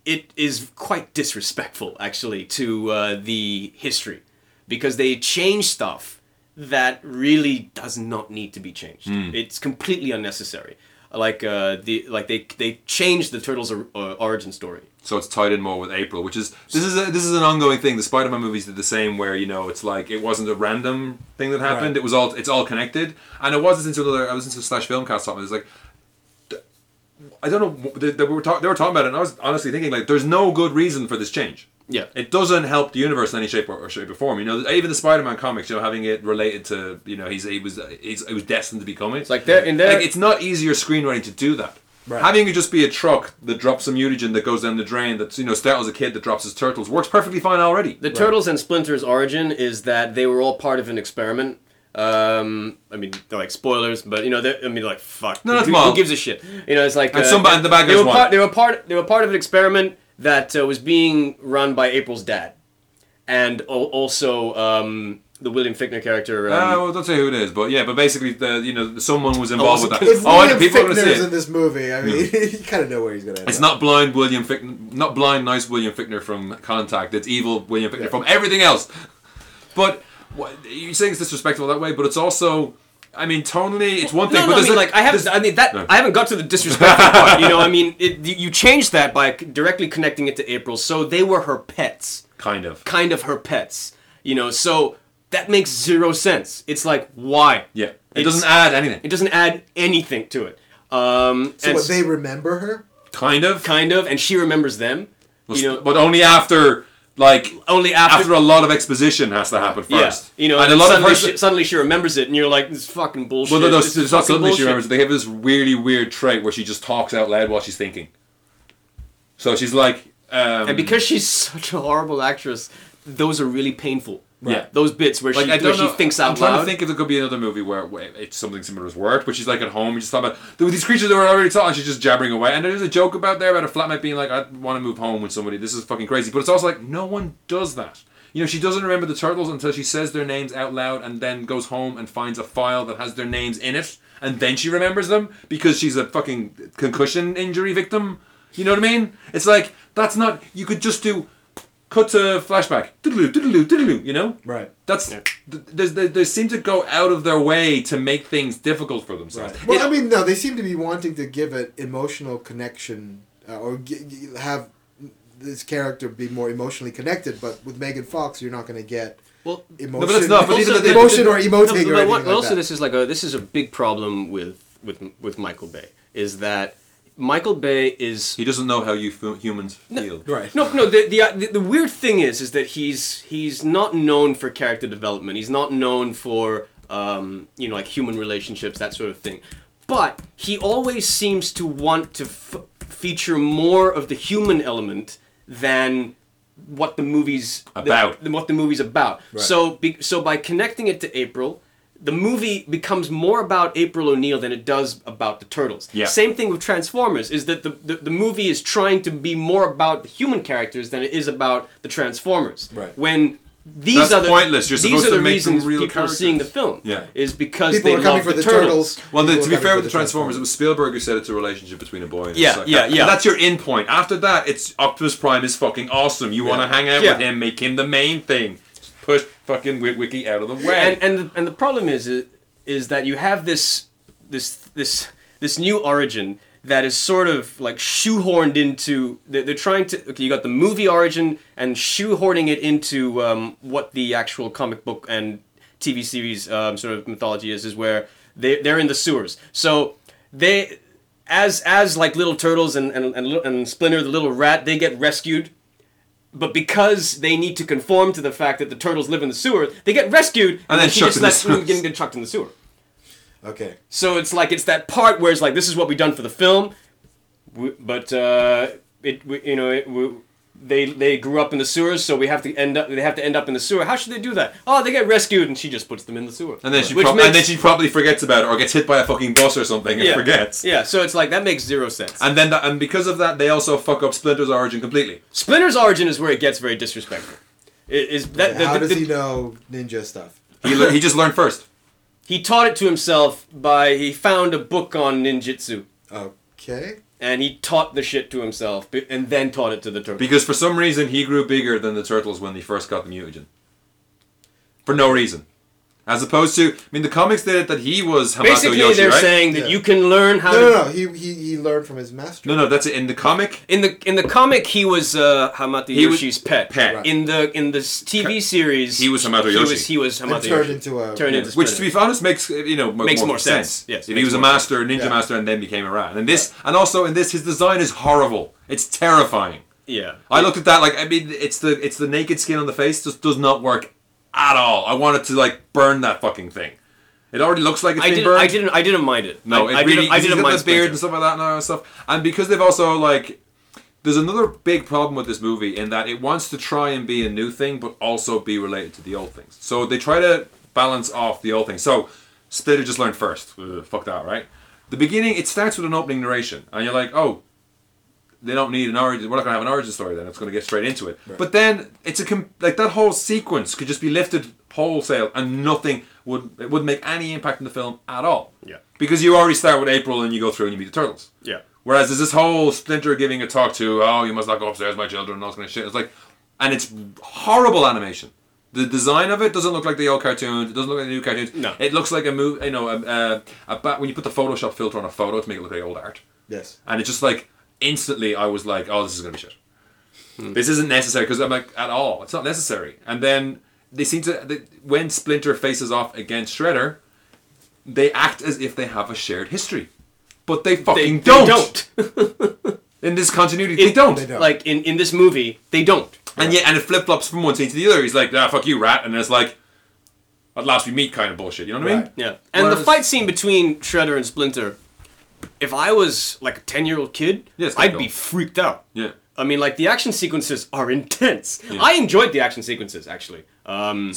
D: it is quite disrespectful actually to uh, the history because they change stuff that really does not need to be changed. It's completely unnecessary. Like uh, the like they they changed the turtles' or, uh, origin story.
B: So it's tied in more with April, which is this is a, this is an ongoing thing. The Spider-Man movies did the same, where you know it's like it wasn't a random thing that happened.
C: Right.
B: It was all it's all connected, and it was into another. I was into slash filmcast something. It's like I don't know. They, they were talk, they were talking about it, and I was honestly thinking like, there's no good reason for this change.
D: Yeah.
B: it doesn't help the universe in any shape or, or shape or form. You know, even the Spider-Man comics, you know, having it related to you know he's he was he's, he was destined to become it. It's
D: like they're- in their-
B: it's not easier screenwriting to do that.
C: Right.
B: Having it just be a truck that drops some mutagen that goes down the drain that you know startles a kid that drops his turtles works perfectly fine already.
D: The Turtles and Splinter's origin is that they were all part of an experiment. Um, I mean, they're like spoilers, but you know, they're, I mean, like fuck.
B: No, that's
D: who,
B: mild.
D: who gives a shit? You know, it's like uh,
B: And some bad- the bad
D: they
B: guys
D: were
B: won.
D: part. They were part. They were part of an experiment that uh, was being run by April's dad, and al- also um, the William Fickner character.
B: Uh,
D: Um,
B: well, don't say who it is, but yeah, but basically, the, you know, someone was involved with that.
C: If
B: Oh, I know
C: William
B: people are going to see
C: Fickner's
B: it.
C: in this movie, I mean, you kind of know where he's gonna end
B: It's
C: up.
B: not blind William Fickner, not blind nice William Fickner from Contact. It's evil William Fickner from everything else. But what, you're saying it's disrespectful that way, but it's also, I mean, tonally, it's one thing.
D: no,
B: Uh, but
D: no, I
B: there's
D: mean,
B: a-
D: like I haven't.
B: there's-
D: I mean, that
B: No.
D: I haven't got to the disrespectful part. You know, I mean, it, you changed that by directly connecting it to April, so they were her pets.
B: kind of.
D: kind of her pets, you know. So that makes zero sense. It's like why?
B: Yeah, it
D: It's-
B: doesn't add anything.
D: It doesn't add anything to it. Um,
C: So
D: and
C: what, they remember her.
B: kind of,
D: kind of, and she remembers them, you know.
B: but only after like
D: Only after,
B: after a lot of exposition has to happen
D: yeah,
B: first.
D: you know.
B: and
D: And
B: a lot of
D: suddenly,
B: person-
D: she, suddenly she remembers it, and you're like, this is fucking bullshit.
B: Well, no, no,
D: this
B: it's,
D: is
B: it's not
D: fucking
B: suddenly she
D: bullshit.
B: remembers. They have this really weird trait where she just talks out loud while she's thinking. So she's like, um,
D: And because she's such a horrible actress, those are really painful.
B: Yeah.
D: Those bits where
B: like
D: she
B: I
D: where
B: don't
D: she
B: know.
D: thinks
B: I'm
D: out
B: trying to
D: loud.
B: think if there could be another movie where, where it's something similar as worked, where she's like at home and she's talking about there were these creatures that were already taught, and she's just jabbering away. And there's a joke about there about a flatmate being like, I want to move home with somebody. This is fucking crazy. But it's also like no one does that. You know, she doesn't remember the turtles until she says their names out loud and then goes home and finds a file that has their names in it, and then she remembers them because she's a fucking concussion injury victim. You know what I mean? It's like that's not. You could just do cut to flashback. Doodaloo, doodaloo, doodaloo. You know?
C: Right.
B: That's th- there's, they, they seem to go out of their way to make things difficult for themselves.
C: Well,
B: It-
C: I mean, no, they seem to be wanting to give it emotional connection uh, or g- g- have this character be more emotionally connected. But with Megan Fox, you're not going to get
D: Well,
C: emotion.
B: but that's not- but
D: Also,
B: even the-
C: emotion or
D: No,
C: emoting or
D: but
C: anything
D: what-
C: like
D: also
C: that.
D: this is like a this is a big problem with with with Michael Bay is that Michael Bay is
B: he doesn't know how you f- humans feel.
C: right.
D: no no the, the uh, the the weird thing is is that he's he's not known for character development he's not known for um, you know like human relationships that sort of thing but he always seems to want to f- feature more of the human element than what the movie's
B: About.
D: than what the movie's about. So, be, so by connecting it to April, the movie becomes more about April O'Neil than it does about the turtles.
B: Yeah.
D: Same thing with Transformers is that the, the the movie is trying to be more about the human characters than it is about the Transformers.
C: Right.
D: When these
B: That's
D: are the,
B: pointless. You're
D: these
B: supposed
D: are the
B: to make them
D: reasons
B: real
D: people are seeing the
B: characters.
D: film.
B: Yeah.
D: is because
C: People
D: they
C: are coming
D: love
C: for
D: the
C: the turtles.
B: Well, the, to
C: People are
B: be
C: coming
B: fair
C: for
B: with the Transformers, it was Spielberg who said it's a relationship between a boy and
D: Yeah,
B: a
D: yeah, yeah.
B: That's your end point. After that, it's Optimus Prime is fucking awesome. You want to hang out
D: Yeah.
B: with him, make him the main thing. Just push fucking Wiki out of the way.
D: and and the, and the problem is is,
A: is that you have this this this this new origin that is sort of like shoehorned into they're, they're trying to okay you got the movie origin and shoehorning it into um, what the actual comic book and tv series um, sort of mythology is is where they, they're in the sewers so they as as like little turtles and and, and, Li- and splinter the little rat they get rescued but because they need to conform to the fact that the turtles live in the sewer, they get rescued and,
B: then
A: she
B: chucked
A: just
B: in the
A: lets them
B: sewers.
A: get, get chucked in the sewer.
C: Okay.
A: So it's like it's that part where it's like this is what we done for the film, we, but uh, it we, you know it, we, they they grew up in the sewers, so we have to end up they have to end up in the sewer. How should they do that? Oh, they get rescued, and she just puts them in the sewer.
B: And then she
A: Which
B: prob- and then
A: makes-
B: she probably forgets about it or gets hit by a fucking bus or something and
A: yeah,
B: forgets.
A: Yeah, so it's like that makes zero sense.
B: And then that, and because of that, they also fuck up Splinter's origin completely.
A: Splinter's origin is where it gets very disrespectful. It, is
B: uh,
A: that the-
C: How
A: the-
C: does
A: the-
C: he know ninja stuff?
B: He le- he just learned first.
A: He taught it to himself by he found a book on ninjutsu
C: Okay.
A: and he taught the shit to himself b- and then taught it to the turtle.
B: Because for some reason he grew bigger than the turtles when he first got the mutagen. For no reason. As opposed to, I mean, the comics did it that he was Hamato
A: Basically,
B: Yoshi,
A: they're
B: right?
A: saying that
C: Yeah.
A: you can learn how
C: No,
A: to.
C: no, no. He, he, he learned from his master.
B: no, no, that's it. In the comic,
A: In the in the comic, he was uh, Hamato
B: He was-
A: Yoshi's pet.
B: pet.
C: Right.
A: In the in the s- TV series,
B: He was Hamato
A: he
B: Yoshi.
A: Was, he was Hamato
C: And turned
A: Yoshi.
C: into a-
A: Turned
C: Yeah.
A: into
B: which to
A: Splinter.
B: be honest makes uh, you know
A: Makes more sense. Yes,
B: if he
A: makes
B: was a
A: more
B: master, a ninja
C: Yeah.
B: master, and then became a rat. And this, and also in this, his design is horrible. It's terrifying.
A: yeah.
B: I looked at that like I mean, it's the it's the naked skin on the face just does not work at all. I wanted to like burn that fucking thing. It already looks like it's
A: I
B: been
A: didn't.
B: burned.
A: I didn't. I didn't mind it.
B: No,
A: I,
B: it
A: I
B: really.
A: Didn't, I didn't mind
B: the beard
A: Splinter.
B: and stuff like that and all that stuff. And because they've also like, there's another big problem with this movie in that it wants to try and be a new thing, but also be related to the old things. So they try to balance off the old things. So Splitter just learned first. Ugh, fuck that, right? The beginning, it starts with an opening narration, and you're like, oh. They don't need an origin. We're not gonna have an origin story then. It's gonna get straight into it. But then it's a com- like that whole sequence could just be lifted wholesale, and nothing would it would make any impact in the film at all.
A: Yeah.
B: Because you already start with April and you go through and you meet the turtles.
A: Yeah.
B: Whereas there's this whole Splinter giving a talk to, oh, you must not go upstairs, my children, and all this kind of shit. It's like, and it's horrible animation. The design of it doesn't look like the old cartoons. It doesn't look like the new cartoons.
A: No.
B: It looks like a move, you know, a, a, a ba- when you put the Photoshop filter on a photo to make it look like old art.
C: Yes.
B: And it's just like instantly, I was like, "Oh, this is gonna be shit. This isn't necessary." Because I'm like, at all, it's not necessary. And then they seem to they, when Splinter faces off against Shredder, they act as if they have a shared history, but they
A: They,
B: fucking
A: they
B: don't.
A: don't.
B: In this continuity, they don't.
C: They don't.
A: Like in in this movie, they don't.
B: And yet, and it flip flops from one scene to the other. He's like, "Ah, fuck you, rat," and it's like, "At last we meet," kind of bullshit. You know what I mean?
C: Right.
A: Yeah. And the
B: Whereas-
A: fight scene between Shredder and Splinter, if I was like a 10 year old kid,
B: Yeah, it's
A: I'd
B: like
A: be
B: that.
A: freaked out.
B: Yeah.
A: I mean, like, the action sequences are intense. I enjoyed the action sequences, actually. Um,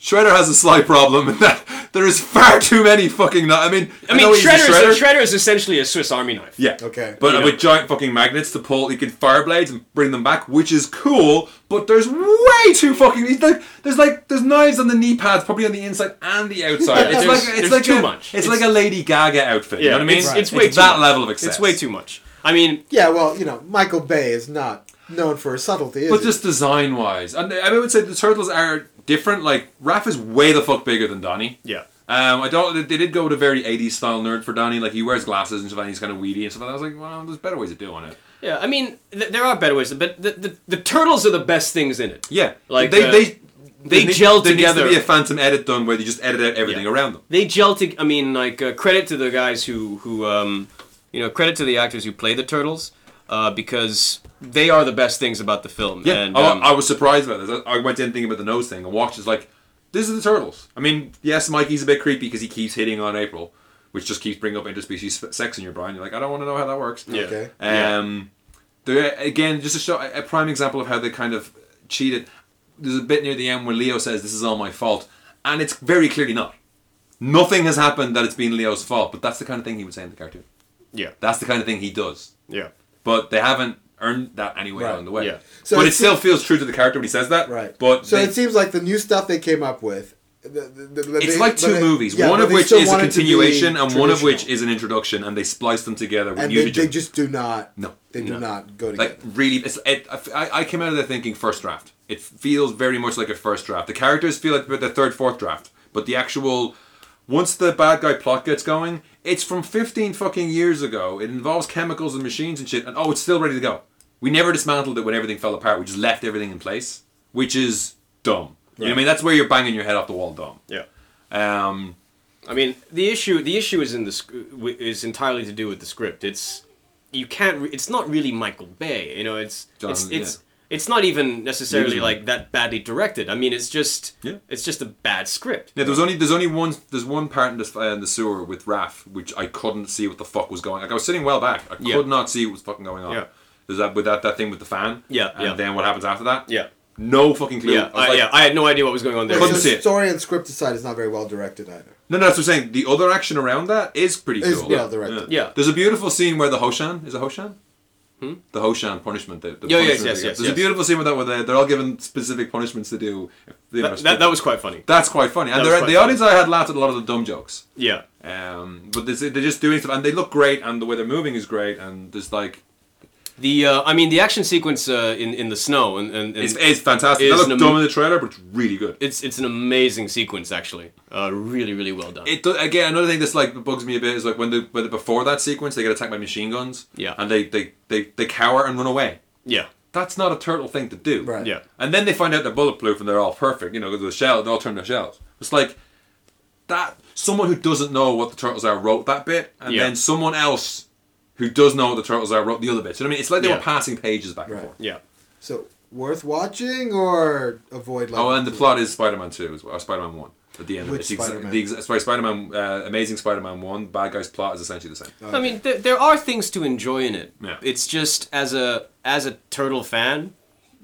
B: Shredder has a slight problem in that there is far too many fucking. I mean,
A: I mean,
B: know he's a
A: Shredder, Is, Shredder is essentially a Swiss Army knife.
B: Yeah.
C: Okay.
B: But uh,
A: Yeah.
B: with giant fucking magnets to pull, you can fire blades and bring them back, which is cool. But there's way too fucking. It's like, there's like there's knives on the knee pads, probably on the inside and the outside. It's
A: There's-
B: like it's
A: there's
B: like
A: too
B: a,
A: much.
B: It's,
A: It's-
B: like a Lady Gaga outfit. you know what I mean?
A: It's,
C: Right.
A: it's way too
B: that
A: much.
B: level of excess.
A: It's way too much. I mean,
C: Yeah, well, you know, Michael Bay is not known for his subtlety, is
B: But
C: he?
B: just design wise, and I would say the turtles are different. Like Raph is way the fuck bigger than Donnie.
A: yeah.
B: Um, I don't. They did go with a very '80s style nerd for Donnie. Like he wears glasses and stuff, and he's kind of weedy and stuff. And I was like, well, there's better ways of doing it.
A: Yeah, I mean, th- there are better ways, but the, the, the turtles are the best things in it.
B: Yeah,
A: Like,
B: they
A: uh,
B: they
A: they
B: need-
A: gel
B: there
A: together.
B: Needs to be a phantom edit done where they just edit out everything
A: Yeah.
B: around them.
A: They gel to. I mean, like uh, credit to the guys who who um, you know credit to the actors who play the turtles uh, because they are the best things about the film.
B: Yeah, Oh, uh,
A: and,
B: I,
A: um,
B: I was surprised about this. I, I went in thinking about the nose thing and watched. It's like this is the turtles. I mean, yes, Mikey's a bit creepy because he keeps hitting on April, which just keeps bringing up interspecies sp- sex in your brain. You're like, I don't want to know how that works.
A: yeah.
C: Okay.
B: Um, there again, just to show a a prime example of how they kind of cheated. There's a bit near the end where Leo says, "This is all my fault," and it's very clearly not. Nothing has happened that it's been Leo's fault, but that's the kind of thing he would say in the cartoon.
A: yeah,
B: That's the kind of thing he does.
A: yeah,
B: But they haven't earned that anyway
C: Right.
B: along the way.
A: Yeah.
C: So
B: but
C: it
B: it still feels true to the character when he says that.
C: Right.
B: But
C: so
B: they-
C: it seems like the new stuff they came up with. The, the, the,
B: it's
C: they-
B: like two
C: they-
B: movies.
C: yeah,
B: one
C: but
B: of
C: they
B: which
C: still
B: is a
C: want it to be
B: continuation, and one of which
C: traditional.
B: is an introduction, and they splice them together with
C: And
B: new
C: they, they just do not.
B: No.
C: They do
A: No.
C: not go together.
B: like really. It's, it, I, I came out of there thinking first draft. It feels very much like a first draft. The characters feel like they're the third, fourth draft, but the actual once the bad guy plot gets going, it's from 15 fucking years ago. It involves chemicals and machines and shit, and oh, it's still ready to go. We never dismantled it when everything fell apart. We just left everything in place, which is dumb. You know what I mean? That's where you're banging your head off the wall, dumb.
D: Yeah.
B: Um,
D: I mean, the issue the issue is in the sc- w- is entirely to do with the script. It's you can't. Re- it's not really Michael Bay. You know, it's
B: John,
D: it's
B: yeah.
D: it's it's not even necessarily
B: Usually.
D: like that badly directed. I mean, it's just
B: Yeah.
D: it's just a bad script.
B: Yeah, there was only there's only one there's one part in the uh, in the sewer with Raph which I couldn't see what the fuck was going. Like I was sitting well back, I
D: Yeah.
B: could not see what was fucking going on.
D: Yeah.
B: There's that with that, that thing with the fan.
D: Yeah,
B: And
D: yeah.
B: then what happens after that?
D: Yeah.
B: No fucking clue.
D: Yeah,
B: I
D: I,
B: was like,
D: yeah, I had no idea what was going on there.
C: So
B: Couldn't
C: the
B: see it.
C: story and scripted side is not very well directed either.
B: No, no, that's what I'm saying. The other action around that is pretty
C: Is
B: cool.
C: well directed.
D: Yeah.
B: There's a beautiful scene where the Hoshan is a Hoshan. Hmm? The Hoshan punishment. The, the
D: Yeah, yes,
B: punishment
D: yes,
B: they get.
D: yes,
B: There's
D: yes.
B: a beautiful scene with that where they, they're all given specific punishments to do. if they
D: that,
B: don't
D: that, that was quite funny.
B: that's quite funny. And
D: that was
B: they're-
D: quite
B: the
D: funny.
B: audience I had laughed at a lot of the dumb jokes.
D: Yeah,
B: Um, but this, they're just doing stuff, and they look great, and the way they're moving is great, and there's like
D: the uh, I mean, the action sequence uh, in in the snow and and, and
B: it's, it's fantastic. They
D: It's
B: look
D: an am-
B: dumb in the trailer, but it's really good.
D: it's it's an amazing sequence actually. Uh, really, really well done.
B: It does, again another thing that's like bugs me a bit is like when the when the, before that sequence they get attacked by machine guns,
D: Yeah.
B: and they they, they they cower and run away.
D: yeah,
B: That's not a turtle thing to do,
C: Right.
D: yeah.
B: And then they find out they're bulletproof and they're all perfect. You know, the shell they all turn their shells. It's like that. Someone who doesn't know what the turtles are wrote that bit, and
D: Yeah.
B: then someone else who does know what the turtles are wrote the other bits. You know what I mean? It's like they
D: Yeah.
B: were passing pages back
C: Right.
B: and forth.
D: Yeah.
C: So worth watching or avoid? Like,
B: Oh, and the plot is Spider-Man Two as well, or Spider-Man One at the end. of it.
C: Which
B: It's the
C: Spider-Man?
B: exa- The exa- sorry, Spider-Man, uh, Amazing Spider-Man One. Bad guys plot is essentially the same.
C: Oh.
D: I mean, there, there are things to enjoy in it.
B: Yeah.
D: It's just as a as a turtle fan,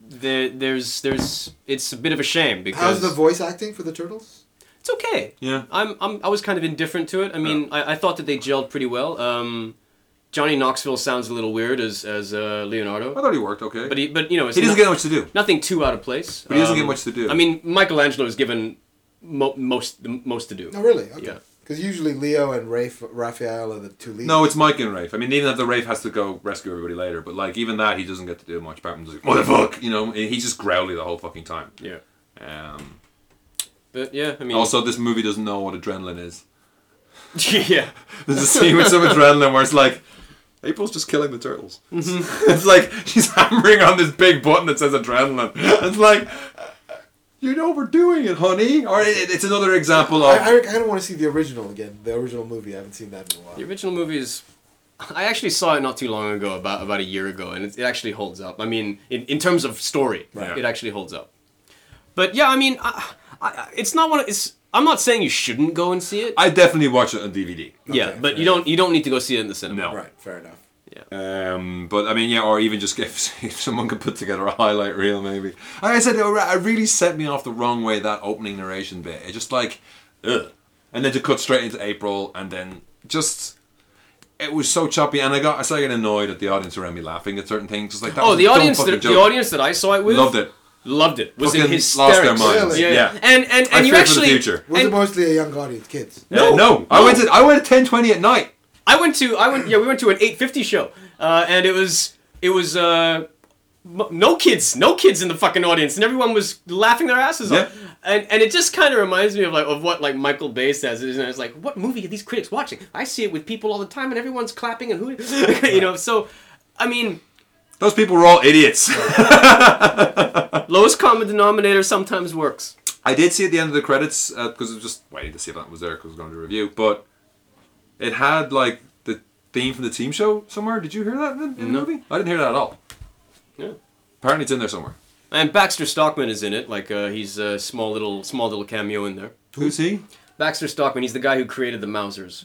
D: there there's there's it's a bit of a shame because
C: How's the voice acting for the turtles?
D: it's okay.
B: Yeah.
D: I'm, I'm I was kind of indifferent to it. I mean, I, I thought that they gelled pretty well. Um, Johnny Knoxville sounds a little weird as as uh,
B: I
D: Leonardo,
B: thought he worked okay,
D: but he but you know it's
B: he doesn't
D: not-
B: get much to do.
D: nothing too out of place. Um,
B: But he doesn't get much to do.
D: I mean, Michelangelo is given mo- most the most to do.
C: No, Oh, really. Okay.
D: Yeah.
C: Because usually Leo and Rafe, Raphael are the two leads.
B: No, it's Mike and Rafe. I mean, even if the Rafe has to go rescue everybody later, but like even that, he doesn't get to do much. Apart from just like, motherfuck, you know, he's just growly the whole fucking time.
D: Yeah.
B: Um,
D: But yeah, I mean,
B: also, this movie doesn't know what adrenaline is.
D: yeah,
B: There's a scene with some adrenaline where it's like, April's just killing the turtles. it's like she's hammering on this big button that says adrenaline. It's like, you're overdoing it, honey. Or it, it's another example of.
C: I, I kind of want to see the original again. The original movie. I haven't seen that in a while.
D: the original movie is. I actually saw it not too long ago, about about a year ago, and it, it actually holds up. I mean, in, in terms of story,
B: Right.
D: it actually holds up. But yeah, I mean, I, I- I, it's not one. of- It's I'm not saying you shouldn't go and see it.
B: I definitely watch it on DVD.
D: yeah,
C: okay,
D: but
C: fair
D: you don't you don't need to go see it in the cinema.
B: No.
C: Right. Fair enough.
B: Um, but I mean, yeah, or even just if, if someone could put together a highlight reel, maybe. Like I said, it re- it really set me off the wrong way that opening narration bit. It just like, ugh. and then to cut straight into April, and then just it was so choppy, and I got I started getting annoyed at the audience around me laughing at certain things. It's like that
D: Oh,
B: was a
D: the
B: dumb
D: audience
B: fucking
D: that, the
B: joke.
D: audience that I saw it with
B: loved it.
D: Loved it. Was in
B: Fucking
D: hysterics.
B: lost their minds.
C: Really?
B: Yeah.
D: And and and
B: I
D: you
B: fear for the
D: actually
B: future.
C: Was
D: and-
C: it mostly a young audience, kids?
D: No,
B: No, no, I
D: no.
B: went to I went at ten twenty at night.
D: I went to I went yeah we went to an 850 show uh, and it was it was uh, m- no kids no kids in the fucking audience and everyone was laughing their asses
B: Yeah.
D: off and and it just kind of reminds me of like of what like Michael Bay says and it's like what movie are these critics watching I see it with people all the time and everyone's clapping and who you know so I mean
B: Those people were all idiots.
D: lowest common denominator sometimes works
B: I did see at the end of the credits because I was just waiting to see if that was there because I was going to review. But it had like the theme from the team show somewhere. Did you hear that in, in
D: No.
B: the movie? I didn't hear that at all.
D: yeah.
B: Apparently, it's in there somewhere.
D: And Baxter Stockman is in it, like uh, he's a small little small little cameo in there.
B: Who's he?
D: Baxter Stockman, he's the guy who created the Mausers.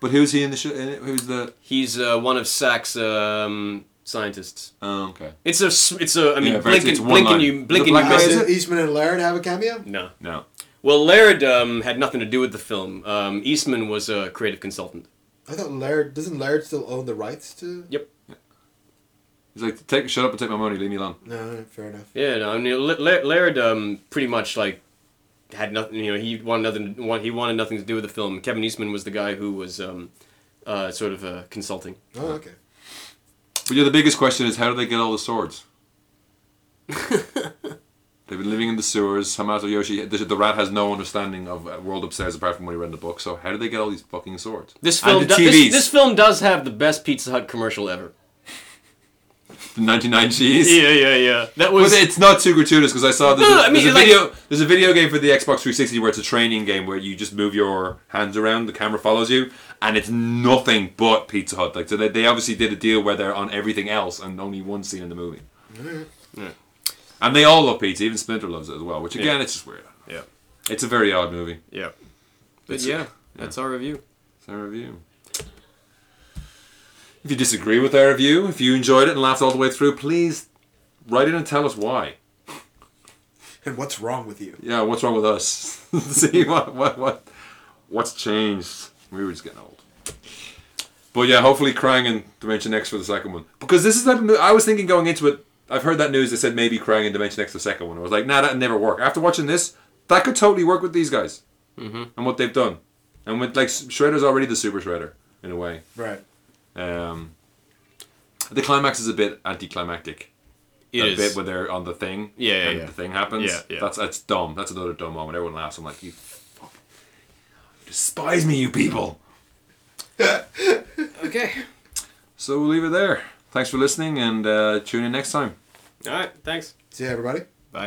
B: But who's he in the show? In it? Who's the?
D: He's uh, one of SAC's um, scientists.
B: Oh, okay.
D: It's a, s- it's a. I mean,
B: Yeah, very-
D: blink, and,
B: it's one
D: blink and
B: line.
D: you, blink
B: The
D: and you
B: black
C: Uh,
B: guy
D: miss
B: is
D: it.
C: did Eastman and Laird have a cameo?
D: No.
B: No.
D: Well, Laird um, had nothing to do with the film. Um, Eastman was a creative consultant.
C: I thought Laird doesn't Laird still own the rights to?
D: Yep.
B: He's like, take shut up and take my money. Leave me alone.
C: No, no, fair enough.
D: Yeah. No, I mean, La- La- Laird um, pretty much like had nothing. You know, he wanted nothing. want- He wanted nothing to do with the film. Kevin Eastman was the guy who was um, uh, sort of uh, consulting.
C: Oh, okay.
B: But yeah, the biggest question is how do they get all the swords? They've been living in the sewers. Hamato Yoshi, the, the rat has no understanding of uh, world upstairs apart from what he read in the book. So how do they get all these fucking swords?
A: This film,
B: and the
A: do,
B: TVs.
A: this, this film does have the best Pizza Hut commercial ever.
B: the 1990s.
A: yeah, yeah. That
B: But
A: was
B: it's not too gratuitous because I saw there's,
A: No,
B: a,
A: no, I mean,
B: there's a
A: like-
B: video there's a video game for the Xbox 360 where it's a training game where you just move your hands around the camera follows you and it's nothing but Pizza Hut like so they, they obviously did a deal where they're on everything else and only one scene in the movie and they all love pizza even Splinter loves it as well which again it's just weird
A: yeah,
B: it's a very odd movie
A: yeah. But
B: It's-
A: yeah, that's our review.
B: it's our review if you disagree with our review if you enjoyed it and laughed all the way through please write in and tell us why
D: And what's wrong with you?
B: Yeah, what's wrong with us? See what what what what's changed? We were just getting old. But yeah, hopefully Krang and Dimension X for the second one because this is the type of mo- I was thinking going into it. I've heard that news. They said maybe Krang and Dimension X the second one. I was like, nah, that'd never work. After watching this, that could totally work with these guys and what they've done. And with like Shredder's already the Super Shredder in a way.
D: Right.
B: Um, the climax is a bit anticlimactic
A: It
B: that
A: is.
B: bit where they're on the thing.
A: Yeah, yeah,
B: and
A: yeah.
B: The thing happens.
A: Yeah, yeah.
B: That's that's dumb. That's another dumb moment. Everyone laughs. I'm like, you, fuck. You despise me, you people.
A: okay.
B: So we'll leave it there. Thanks for listening, and uh, tune in next time.
A: All right. Thanks.
D: See you, everybody.